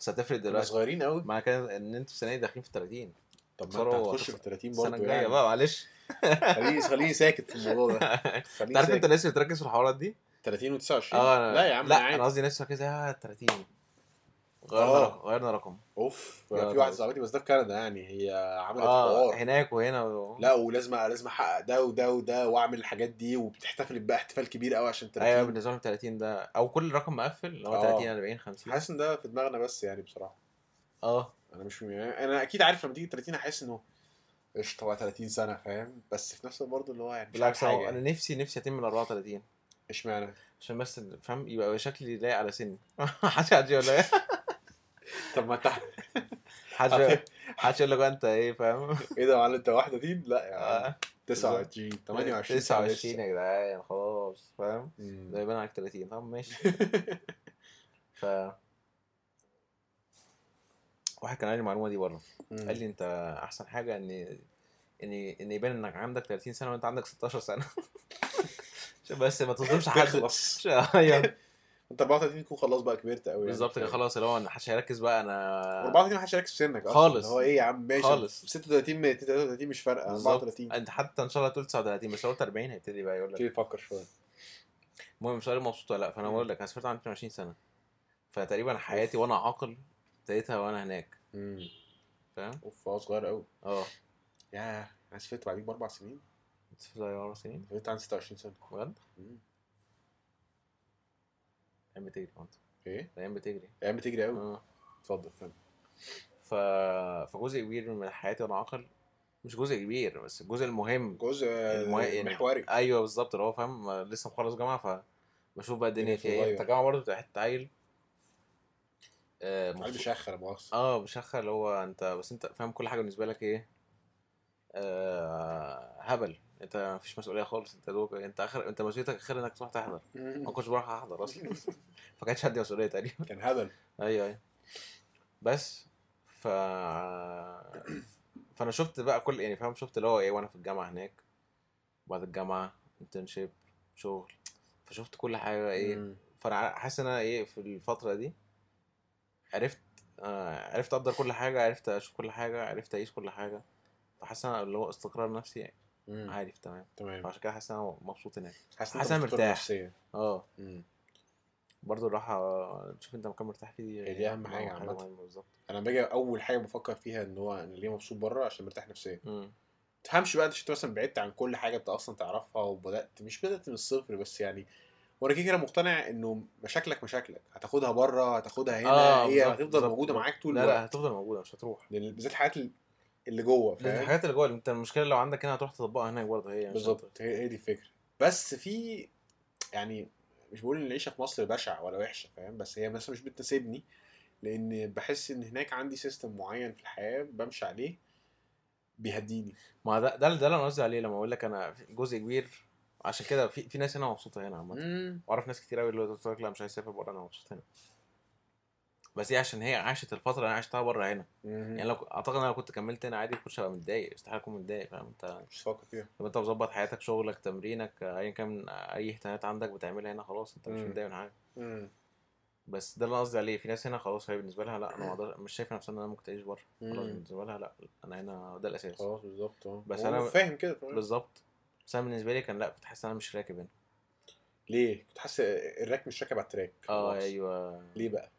A: بس هتفرق
B: كنا
A: دلوقتي
B: صغيرين قوي
A: معنى كده ان انتوا السنه دي داخلين في 30
B: طب ما انت
A: صاروا
B: هتخش في 30
A: السنه
B: برضه
A: الجايه
B: يعني
A: بقى معلش [laughs]
B: خليني خليني ساكت في الموضوع ده
A: انت
B: خليني
A: عارف انت
B: ساكت
A: الناس بتركز في الحوارات دي
B: 30 و29
A: اه
B: لا يا عم
A: لا
B: عادي.
A: انا قصدي ناس مركزه اه 30 غيرنا
B: آه.
A: رقم غيرنا رقم
B: اوف
A: يا
B: في
A: رب.
B: واحده صاحبتي بس ده في كندا يعني هي عملت
A: اه
B: حوار
A: هناك وهنا و...
B: لا ولازم لازم احقق ده وده وده واعمل الحاجات دي وبتحتفل بقى احتفال كبير قوي عشان 30
A: ايوه بالنسبه لهم 30 ده او كل رقم مقفل اللي هو
B: آه.
A: 30 40 50
B: حاسس ان ده في دماغنا بس يعني بصراحه
A: اه
B: انا مش م- يعني انا اكيد عارف لما تيجي 30 هحس انه قشطه بقى 30 سنه فاهم بس في نفس الوقت برضه اللي هو يعني مش
A: بالعكس
B: عامل
A: أنا-
B: حاجه يعني.
A: انا نفسي نفسي اتم ال 34
B: اشمعنى [laughs]
A: عشان بس فاهم يبقى شكلي لايق على سني [laughs] محدش هيجي ولا ايه
B: طب
A: [laughs]
B: ما انت
A: محدش محدش يقول لك بقى انت ايه فاهم
B: [laughs] ايه ده يا معلم انت 31 لا يا عم
A: آه.
B: 29 28
A: 29 يا جدعان خلاص فاهم
B: مم.
A: ده يبان عليك 30 طب
B: [laughs]
A: ماشي ف واحد كان قال لي المعلومه دي بره
B: مم. [laughs]
A: قال لي انت احسن حاجه ان ان ان يبان انك عندك 30 سنه وانت عندك 16 سنه [laughs] عشان بس ما تظلمش [laughs] حد
B: تخلص
A: ايوه
B: انت 34 تكون خلاص بقى كبرت يعني. قوي
A: بالظبط كده خلاص اللي هو انا محدش هيركز بقى انا
B: 34 ما حدش هيركز في سنك اصلا
A: خالص.
B: اللي هو ايه يا عم ماشي
A: خالص.
B: 36 من 33 مش فارقه
A: بالظبط.
B: 34
A: انت حتى ان شاء الله تقول 39 بس لو قلت 40 هيبتدي بقى يقول لك
B: ابتدي تفكر شويه
A: المهم مش عارف مبسوط ولا لا فانا
B: مم.
A: بقول لك انا سافرت عندي 22 سنه فتقريبا حياتي وانا عاقل ابتديتها وانا هناك
B: امم
A: فاهم
B: اوف هو صغير قوي
A: اه
B: ياه انا سافرت بعديك باربع سنين
A: سافرت بقى اربع سنين
B: سافرت عندي 26 سنه
A: بجد
B: مم.
A: الايام بتجري برضه
B: ايه
A: الايام إيه؟ بتجري
B: الايام بتجري قوي
A: اه
B: اتفضل فاهم
A: ف... فجزء كبير من حياتي وانا عاقل مش جزء كبير بس الجزء المهم
B: جزء
A: المهم- يعني-
B: آه، محوري
A: ايوه بالظبط اللي هو فاهم لسه مخلص جامعه فبشوف بقى الدنيا
B: الدنيا
A: فيها ايه
B: بتتغير.
A: انت جامعه برضه بتبقى حته عيل آه
B: عارف
A: مبسوط
B: بشخر مؤاخذه
A: اه بشخة اللي هو انت بس انت فاهم كل حاجه بالنسبه لك ايه آه هبل انت مفيش مسؤوليه خالص انت دوك انت اخر انت مسؤوليتك اخر انك تروح تحضر ما كنتش بروح احضر
B: [laughs]
A: اصلا ما كانش عندي مسؤوليه تقريبا
B: كان هبل
A: ايوه ايوه بس ف فانا شفت بقى كل يعني فاهم شفت اللي هو ايه وانا في الجامعه هناك بعد الجامعه انترنشيب شغل فشفت كل حاجه ايه
B: مم.
A: فانا ع- حاسس ان انا ايه في الفتره دي عرفت آه عرفت اقدر كل حاجه عرفت اشوف كل حاجه عرفت اعيش كل حاجه فحاسس ان أنا اللي هو استقرار نفسي
B: مم.
A: عارف تمام
B: تمام
A: فعشان كده آه. حاسس ان انا مبسوط هناك آه،
B: حاسس
A: حاسس إن أنا
B: مفطور
A: مرتاح.
B: نفسيا
A: اه
B: مم.
A: برضه الراحه تشوف انت آه، مكان مرتاح فيه
B: هي دي أهم حاجة عامة.
A: مهمة بالظبط
B: انا لما باجي اول حاجه بفكر فيها ان هو انا ليه مبسوط بره عشان مرتاح نفسيا
A: مم.
B: ما تفهمش بقى انت شفت مثلا بعدت عن كل حاجه انت اصلا تعرفها وبدات مش بدات من الصفر بس يعني وانا كده كده مقتنع انه مشاكلك مشاكلك هتاخدها بره هتاخدها هنا
A: آه،
B: هي
A: بالظبط،
B: هتفضل
A: بالظبط.
B: موجوده معاك طول
A: لا
B: الوقت
A: لا هتفضل موجوده مش هتروح
B: لأن بالذات الحاجات اللي- اللي جوه
A: لأن
B: فاهم
A: الحاجات اللي جوه انت المشكله لو عندك هنا هتروح تطبقها هناك برضه هي يعني مش هتروح.
B: بالظبط هي هي دي الفكره بس في يعني مش بقول ان العيشه في مصر بشعه ولا وحشه فاهم بس هي مثلا مش بتناسبني لان بحس ان هناك عندي سيستم معين في الحياه بمشي عليه بيهديني
A: ما ده ده ده اللي انا قصدي عليه لما اقول لك انا في جزء كبير عشان كده في في ناس هنا مبسوطه هنا عامه واعرف ناس كتير قوي اللي قلت لك لا مش عايز اسافر بره انا مبسوط هنا بس هي عشان هي عاشت الفتره اللي انا عشتها بره هنا يعني
B: يعني
A: لو اعتقد ان انا لو كنت كملت هنا عادي كنتش هبقى متضايق استحاله اكون متضايق فاهم انت
B: مش فاكر فيها
A: لو انت مظبط حياتك شغلك تمرينك ايا كان اي اهتمامات عندك بتعملها هنا خلاص انت مش
B: مم.
A: متضايق من حاجه بس ده اللي انا قصدي عليه في ناس هنا خلاص هي بالنسبه لها لا انا ما أقدر- مش شايفه نفسها ان انا ممكن تعيش بره خلاص
B: مم.
A: بالنسبه لها لا انا هنا ده الاساس
B: خلاص بالظبط اه
A: بس
B: هو
A: أنا-
B: فاهم كده كمان.
A: بالظبط بس انا بالنسبه لي كان لا كنت حاسس ان انا مش راكب يعني. هنا
B: ليه كنت حاسس الراك مش راكب على التراك
A: اه
B: خلاص.
A: ايوه
B: ليه بقى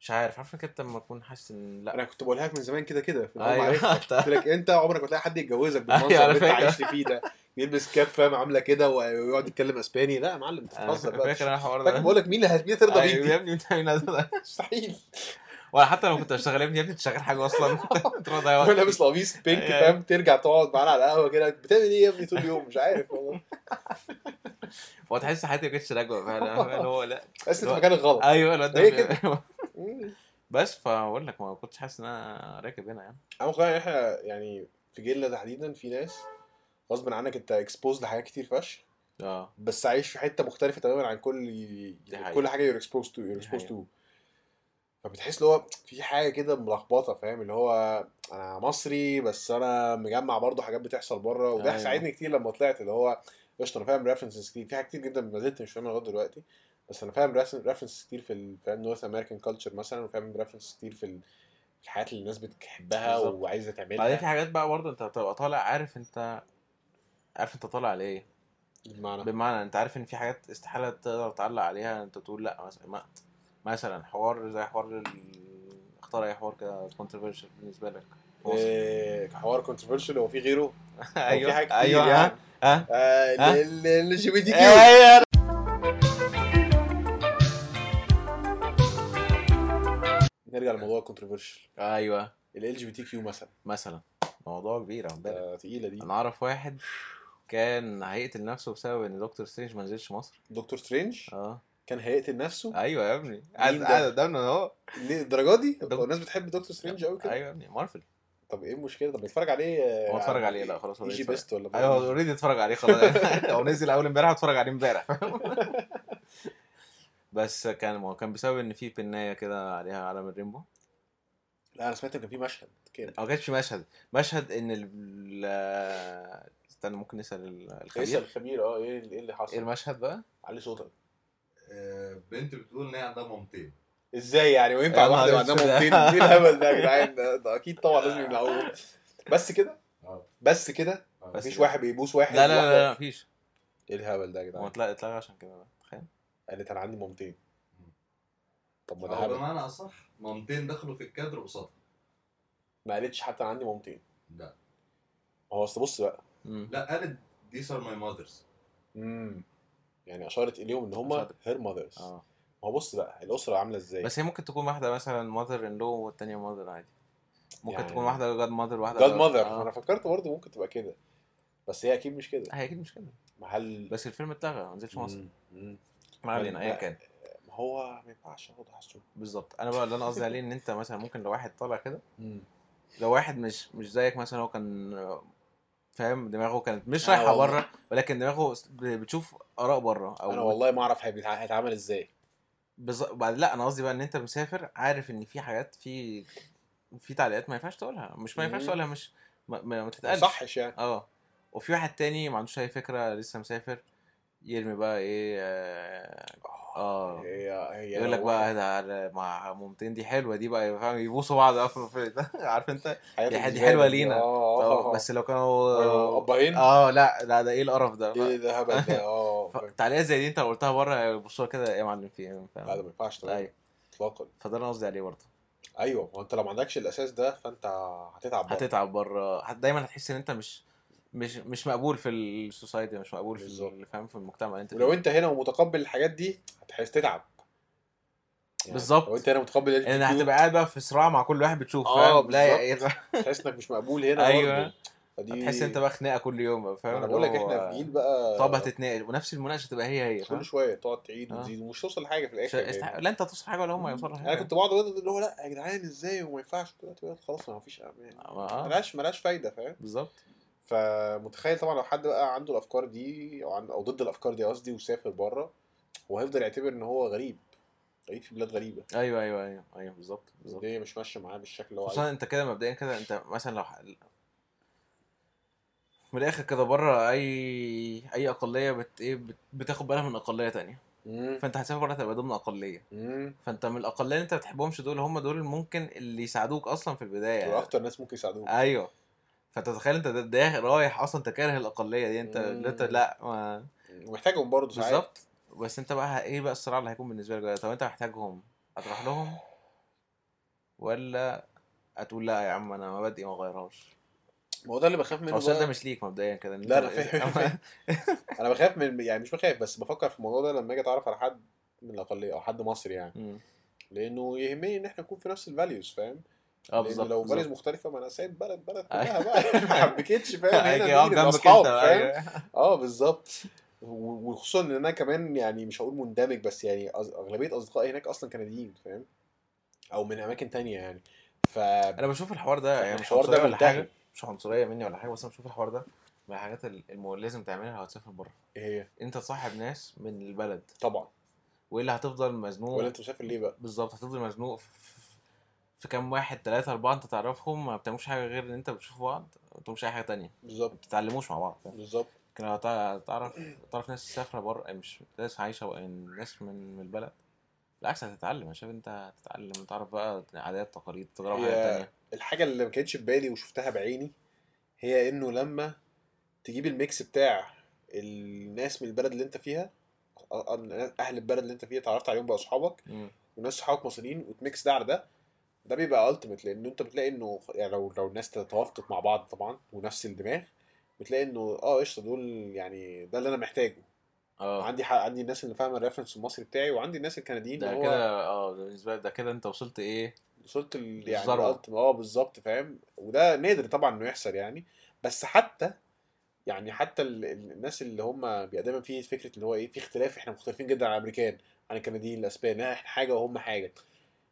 A: مش عارف عارف كده لما اكون حاسس ان لا
B: انا كنت بقولها لك من زمان كده كده في [laughs] الأول معرفة.
A: ايوه [laughs]
B: قلت لك انت عمرك ما تلاقي حد يتجوزك
A: أيوة،
B: بالمنظر
A: أنا
B: اللي انت
A: فاكر.
B: عايش فيه ده يلبس كاب عامله كده ويقعد يتكلم اسباني لا يا معلم انت
A: آه، أنا
B: بتهزر بقى
A: فاكر انا الحوار
B: فاكر
A: ده
B: بقول لك مين اللي هتمين ترضى بيه
A: أيوة يا
B: دي؟
A: ابني انت مين هذا؟
B: [laughs] مستحيل
A: [laughs] ولا حتى لو كنت بشتغل يا ابني يا ابني تشتغل حاجه [laughs]
B: [laughs]
A: اصلا انت بتضيع
B: هو
A: وقت.
B: لابس قميص بينك
A: أيوة.
B: فاهم ترجع تقعد معانا على القهوه كده بتعمل ايه يا ابني طول اليوم مش عارف والله
A: وتحس حياتي ما كانتش راكبه
B: [laughs]
A: فعلا اللي هو لا
B: بس انت
A: لا.
B: مكانك غلط
A: ايوه الواد ده
B: هي
A: بي- [laughs] بس فاقول لك ما كنتش حاسس ان انا راكب هنا يعني
B: انا مقتنع ان احنا يعني في جيلنا تحديدا في ناس غصب عنك انت اكسبوز لحاجات كتير فشخ
A: اه
B: بس عايش في حته مختلفه تماما عن كل يعني
A: حقيقة.
B: كل حاجه يور اكسبوز تو يور
A: دي
B: اكسبوز
A: حقيقة.
B: تو فبتحس اللي هو في حاجه كده ملخبطه فاهم اللي هو انا مصري بس انا مجمع برضه حاجات بتحصل بره وده
A: أيوة.
B: ساعدني كتير لما طلعت اللي هو قشطه انا فاهم ريفرنسز كتير في حاجات كتير جدا ما زلت مش فاهمها لغايه دلوقتي بس انا فاهم ريفرنسز كتير في ال- فاهم نورث امريكان كلتشر مثلا وفاهم ريفرنسز كتير في ال- في الحاجات اللي الناس بتحبها
A: بالظبط.
B: وعايزه تعملها
A: بعدين في حاجات بقى برضه انت بتبقى طالع عارف انت عارف انت طالع على ايه
B: بمعنى
A: بمعنى انت عارف ان في حاجات استحاله تقدر تعلق عليها انت تقول لا مثلا ما- مثلا حوار زي حوار ال- اختار اي حوار كده كونتروفيرشال بالنسبه لك [laughs]
B: إيه، كحوار كونتروفيرشال هو في غيره هو في حاجات كتير
A: ايوه
B: [laughs] يعني.
A: ها ها ها؟
B: اللي جي بي دي كيو
A: ايوه
B: نرجع لموضوع الكونتروفيرشال
A: ايوه
B: ال جي بي تي كيو مثلا
A: مثلا موضوع كبير خد بالك
B: آه، تقيله دي
A: انا اعرف واحد كان هيقتل نفسه بسبب ان دكتور سترينج ما نزلش مصر
B: دكتور سترينج
A: اه
B: كان هيقتل نفسه
A: ايوه يا ابني قاعد
B: ده؟
A: قاعد قدامنا اهو
B: ليه الدرجه دي؟
A: دك-
B: هو الناس بتحب دكتور سترينج قوي كده
A: ايوه يا ابني مارفل
B: طب ايه المشكله؟ طب بيتفرج عليه آه،
A: هو اتفرج
B: على
A: عليه لا خلاص هو
B: اي جي
A: بيتفرج.
B: بيست ولا
A: ايوه اوريدي اتفرج عليه خلاص
B: [laughs]
A: [laughs] هو نزل اول امبارح اتفرج عليه امبارح [laughs] بس كان ما هو كان بسبب ان في بنايه كده عليها علم الريمبو
B: لا انا سمعت ان كان في مشهد كده
A: او كانش في مشهد مشهد ان ال ال- استنى ممكن نسال ال-
B: اسال
A: الخبير
B: الخبير اه ايه ايه اللي
A: ايه
B: حصل؟
A: المشهد بقى؟
B: علي صوتك
C: آه، بنت بتقول ان هي عندها مامتين
B: ازاي يعني وينفع
A: يا نهار
B: واحده عندها
A: أسود.
B: مامتين ايه
A: [laughs]
B: الهبل ده يا جدعان ده ده اكيد طبعا لازم يمنعوه بس كده
C: اه
B: بس كده
C: آه.
A: بس
B: مفيش
A: كده.
B: واحد بيبوس واحد
A: لا لا لا,
B: واحدة.
A: لا مفيش
B: ايه الهبل ده يا
A: هو
B: جدعان
A: اتلغى اتلغى عشان كده بقى تخيل
B: قالت انا عندي مامتين طب ما
A: أه،
B: ده
C: او
B: هبل
C: بمعنى اصح مامتين دخلوا في الكادر قصادها
B: ما قالتش حتى انا عندي مامتين
C: لا
B: ما هو اصل بص بقى
A: مم.
C: لا قالت these are my mothers
B: امم يعني اشارت اليهم ان هما
A: أشارت.
B: هير ماذرز ما
A: اه
B: هو بص بقى الاسره عامله ازاي
A: بس هي ممكن تكون واحده مثلا ماذر ان لو والتانيه ماذر عادي ممكن
B: يعني-
A: تكون واحده جاد ماذر واحده
B: جاد ماذر انا
A: آه.
B: فكرت برضه ممكن تبقى كده بس هي اكيد مش كده
A: هي اكيد مش كده
B: محل
A: بس الفيلم اتلغى ما نزلش مصر
B: مم. مم.
A: ما علينا ايا
B: لا.
A: كان
B: ما هو ما ينفعش اخد حسوب
A: بالظبط انا بقى اللي انا قصدي عليه ان انت مثلا ممكن لو واحد طالع كده لو واحد مش مش زيك مثلا هو كان فاهم دماغه كانت مش
B: أنا
A: رايحه
B: آه، والله-
A: بره ولكن دماغه ب- بتشوف اراء بره
B: انا
A: او
B: والله ما اعرف هيبيتع- هيتعمل ازاي
A: بز... بعد لا انا قصدي بقى ان انت مسافر عارف ان في حاجات في في تعليقات ما ينفعش تقولها مش ما ينفعش
B: مم.
A: تقولها مش ما, ما, ما
B: ما
A: تتقالش
B: صحش يعني
A: اه وفي واحد تاني ما عندوش اي فكره لسه مسافر يرمي بقى ايه اه, آه.
B: هي هي
A: يقول لك
B: لو
A: بقى ده على- مع مامتين دي حلوه دي بقى فاهم يبوسوا بعض بقى في- في- [laughs] عارف انت
B: حياتي
A: دي
B: بالنسبة
A: حلوة
B: لي.
A: لينا.
B: اه
A: اه
B: اه
A: بس لو كانوا
B: ابهين
A: اه لا لا ده ايه القرف ده
B: ايه
A: [laughs]
B: ده هبل ده اه فاهم.
A: تعليقات زي دي انت لو قلتها بره يبصوا لك كده يا معلم في ايه
B: لا ده ما
A: فاهم؟
B: ينفعش طبعا
A: ايوه
B: اطلاقا
A: فده اللي انا قصدي عليه برضه
B: ايوه ما انت لو ما عندكش الاساس ده فانت هتتعب برضه.
A: هتتعب بره هت- دايما هتحس ان انت مش مش مش مقبول في السوسايتي مش مقبول في
B: بالظبط.
A: ال- فاهم في المجتمع اللي انت
B: ولو
A: فيه.
B: انت هنا ومتقبل الحاجات دي هتحس تتعب يعني
A: بالظبط.
B: لو انت هنا متقبل ال
A: لان
B: LGBTQ
A: هتبقى قاعد بقى في صراع مع كل واحد بتشوف
B: آه،
A: فاهم لا يا إيه-
B: تحس انك مش
A: [laughs]
B: مقبول هنا
A: أيوة.
B: برضه. فدي
A: هتحس انت بقى خناقه كل يوم بقى، فاهم
B: انا بقول لك
A: اللي هو-
B: احنا في جيل بقى
A: طب هتتناقش ونفس المناقشه تبقى هي هي فاهم
B: كل شويه تقعد تعيد
A: آه.
B: وتزيد ومش توصل لحاجه في
A: مش-
B: الاخر يعني.
A: استح- لا انت هتوصل حاجه ولا هم هيوصلوا حاجه
B: انا كنت بقعد اقول اللي هو لا يا جدعان ازاي وما ينفعش دلوقتي بقى خلاص ما فيش امان
A: آه، آه،
B: ملهاش ملهاش فايده فاهم
A: بالظبط
B: فمتخيل طبعا لو حد بقى عنده الافكار دي او, عن... أو ضد الافكار دي قصدي وسافر بره هو هيفضل يعتبر ان هو غريب غريب في بلاد غريبه
A: ايوه ايوه ايوه ايوه بالظبط بالظبط
B: الدنيا مش ماشيه معاه بالشكل اللي هو عايزه
A: خصوصا انت كده مبدئيا كده انت مثلا لو ح- من الاخر كده بره اي اي اقليه بت ايه بت- بتاخد بالها من اقليه تانية
B: مم.
A: فانت هتسافر بره تبقى ضمن اقليه
B: مم.
A: فانت من الاقليه اللي انت ما بتحبهمش دول هم دول ممكن اللي يساعدوك اصلا في البدايه
B: دول اكتر ناس ممكن يساعدوك
A: ايوه فانت تخيل انت ده- ده رايح اصلا انت كاره الاقليه دي انت
B: مم.
A: انت لا ما...
B: ومحتاجهم برضه ساعات
A: بالظبط بس انت بقى ايه بقى الصراع اللي هيكون بالنسبه لك بقى؟ طب انت محتاجهم هتروح لهم ولا هتقول لا يا عم انا مبادئي ما غيرهاش
B: ما هو ده اللي بخاف
A: هو
B: منه
A: السؤال ده
B: بقى.
A: مش ليك مبدئيا كده إن
B: لا،
A: انت-
B: أنا
A: [laughs]
B: [laughs] فاهم. انا بخاف من يعني مش بخاف بس بفكر في الموضوع ده لما اجي اتعرف على حد من الاقليه او حد مصري يعني
A: أمم.
B: لانه يهمني ان احنا نكون في نفس الفاليوز فاهم
A: اه
B: لأن
A: بالظبط
B: لو
A: بالظبط.
B: بلد مختلفه ما انا سايب بلد
A: [laughs]
B: بلد
A: أي.
B: كلها بقى ما حبكتش فاهم
A: هيجي
B: هنا
A: يقعد
B: نيجي نبقى
A: جنبك أيوه.
B: اصحاب
A: انت بقى.
B: فاهم اه بالظبط و- وخصوصا ان انا كمان يعني مش هقول مندمج بس يعني أص- اغلبيه اصدقائي هناك اصلا كنديين فاهم او من اماكن تانية يعني ف
A: انا بشوف الحوار ده يعني مش
B: الحوار ده
A: عنصريه ولا
B: منتهي.
A: حاجه مش عنصريه مني ولا حاجه بس انا بشوف الحوار ده من الحاجات ال- الم- لازم تعملها لو هتسافر بره
B: ايه هي
A: انت تصاحب ناس من البلد
B: طبعا
A: والا هتفضل مزنوق
B: ولا انت مسافر ليه بقى
A: بالظبط هتفضل مزنوق في في كام واحد ثلاثة أربعة أنت تعرفهم ما بتعملوش حاجة غير إن أنت بتشوف بعض ما بتعملوش أي حاجة تانية ما
B: بالظبط
A: بتتعلموش مع بعض فاهم؟
B: بالظبط
A: لكن لو هتع- تعرف تعرف ناس سافرة بره مش ناس عايشة و- ناس من من البلد بالعكس هتتعلم أنا شايف أنت هتتعلم وتعرف بقى عادات تقاليد تجرب حاجات
B: هي-
A: تانية
B: الحاجه اللي ما كانتش في بالي وشفتها بعيني هي انه لما تجيب الميكس بتاع الناس من البلد اللي انت فيها أ- أ- اهل البلد اللي انت فيها اتعرفت عليهم بقى اصحابك
A: مم.
B: وناس صحابك مصريين وتميكس ده على ده ده بيبقى التيميت لان انت بتلاقي انه يعني لو لو الناس تتوافقت مع بعض طبعا ونفس الدماغ بتلاقي انه اه قشطه دول يعني ده اللي انا محتاجه
A: اه
B: عندي حق عندي الناس اللي فاهمه الريفرنس المصري بتاعي وعندي الناس الكنديين
A: ده
B: اللي هو
A: كده اه ده بالنسبة لي ده كده أنت وصلت إيه
B: وصلت ال- يعني
A: الذروة.
B: الالتيم اه بالظبط فاهم وده نادر طبعا انه يحصل يعني بس حتى يعني حتى ال- ال- الناس اللي هم بيبقى دايما في فكره اللي هو ايه في اختلاف احنا مختلفين جدا عن الامريكان عن الكنديين الاسبان احنا حاجه وهم حاجه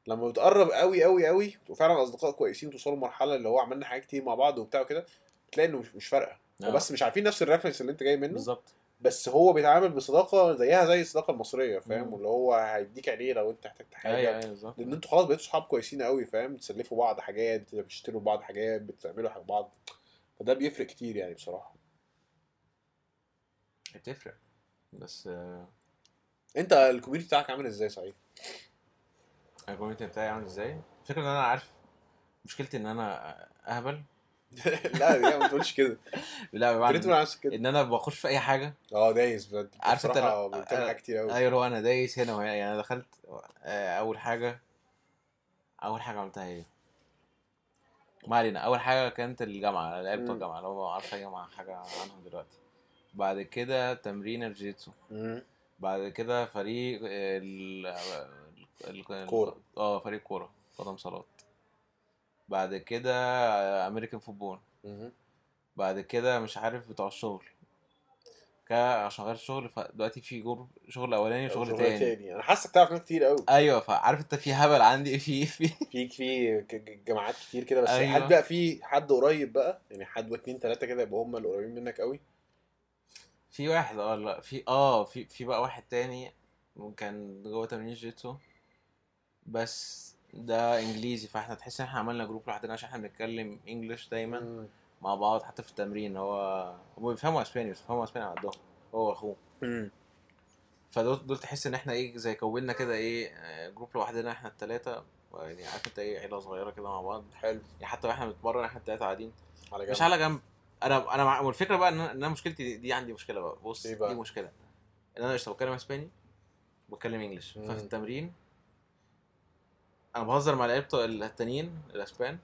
B: لما بتقرب قوي قوي قوي وفعلا اصدقاء كويسين توصلوا لمرحله اللي هو عملنا حاجات كتير مع بعض وبتاع كده بتلاقي انه مش مش فارقه
A: آه،
B: هو بس مش عارفين نفس الريفرنس اللي انت جاي منه
A: بالظبط
B: بس هو بيتعامل بصداقه زيها زي الصداقه المصريه فاهم
A: مم.
B: واللي هو هيديك عينيه لو انت احتجت حاجه
A: أيوه أيوه بالظبط
B: لان انتوا خلاص بقيتوا صحاب كويسين قوي فاهم بتسلفوا بعض حاجات بتشتروا بعض حاجات بتعملوا حاجة بعض فده بيفرق كتير يعني بصراحه
A: بتفرق بس آه،
B: انت الكوميونتي بتاعك عامل ازاي صحيح [laughs]
A: الكوميونتي بتاعي عامل إزاي الفكرة إن أنا عارف مشكلتي إن أنا أهبل
B: لا لا ما تقولش كده
A: لا
B: انت ليه تقول
A: بمعنى
B: على نفسك كده
A: ان انا بخش في اي حاجه
B: اه دايس بجد
A: عارف انت
B: بصراحه
A: لو-
B: بتعمل حاجات كتير قوي
A: ايوه لو انا دايس هنا وهنا يعني انا دخلت آه، اول حاجه اول حاجه عملتها ايه ما علينا اول حاجه كانت الجامعه العيال بتوع
B: مم.
A: الجامعه لو ما اعرفش اي جامعه حاجه عنهم دلوقتي بعد كده تمرين الجيتسو بعد كده فريق ال ال- ال-
B: كورة.
A: اه فريق كوره قدم صالات بعد كده آه، امريكان فوتبول بعد كده مش عارف بتوع الشغل كده عشان غير الشغل فدلوقتي في جور شغل اولاني وشغل تاني.
B: انا حاسك تعرف ناس كتير قوي
A: ايوه فعارف انت في هبل عندي في في
B: في في ك- ك- جماعات كتير كده بس
A: أيوة.
B: هل بقى في حد قريب بقى يعني حد واتنين تلاته كده يبقوا هم القريبين منك قوي
A: في واحد اه لا في اه في في بقى واحد تاني كان جوه تمرين جيتسو بس ده انجليزي فاحنا تحس ان احنا عملنا جروب لوحدنا عشان احنا بنتكلم انجلش دايما مع بعض حتى في التمرين هو هم بيفهموا اسباني بس بيفهموا اسباني على قدهم هو واخوه
B: مم.
A: فدول دول تحس ان احنا ايه زي كونا كده ايه آه، جروب لوحدنا احنا التلاتة يعني عارف انت ايه عيله صغيره كده مع بعض
B: حلو
A: يعني حتى واحنا بنتمرن احنا التلاتة قاعدين
B: على جنب
A: مش على جنب انا انا مع... والفكره بقى ان انا إن أنا مشكلتي دي, دي عندي مشكله بقى بص
B: إيه بقى؟
A: دي مشكله ان انا قشطه بتكلم اسباني وبتكلم انجلش
B: مم.
A: ففي التمرين انا بهزر مع العيال بتوع التانيين الاسبان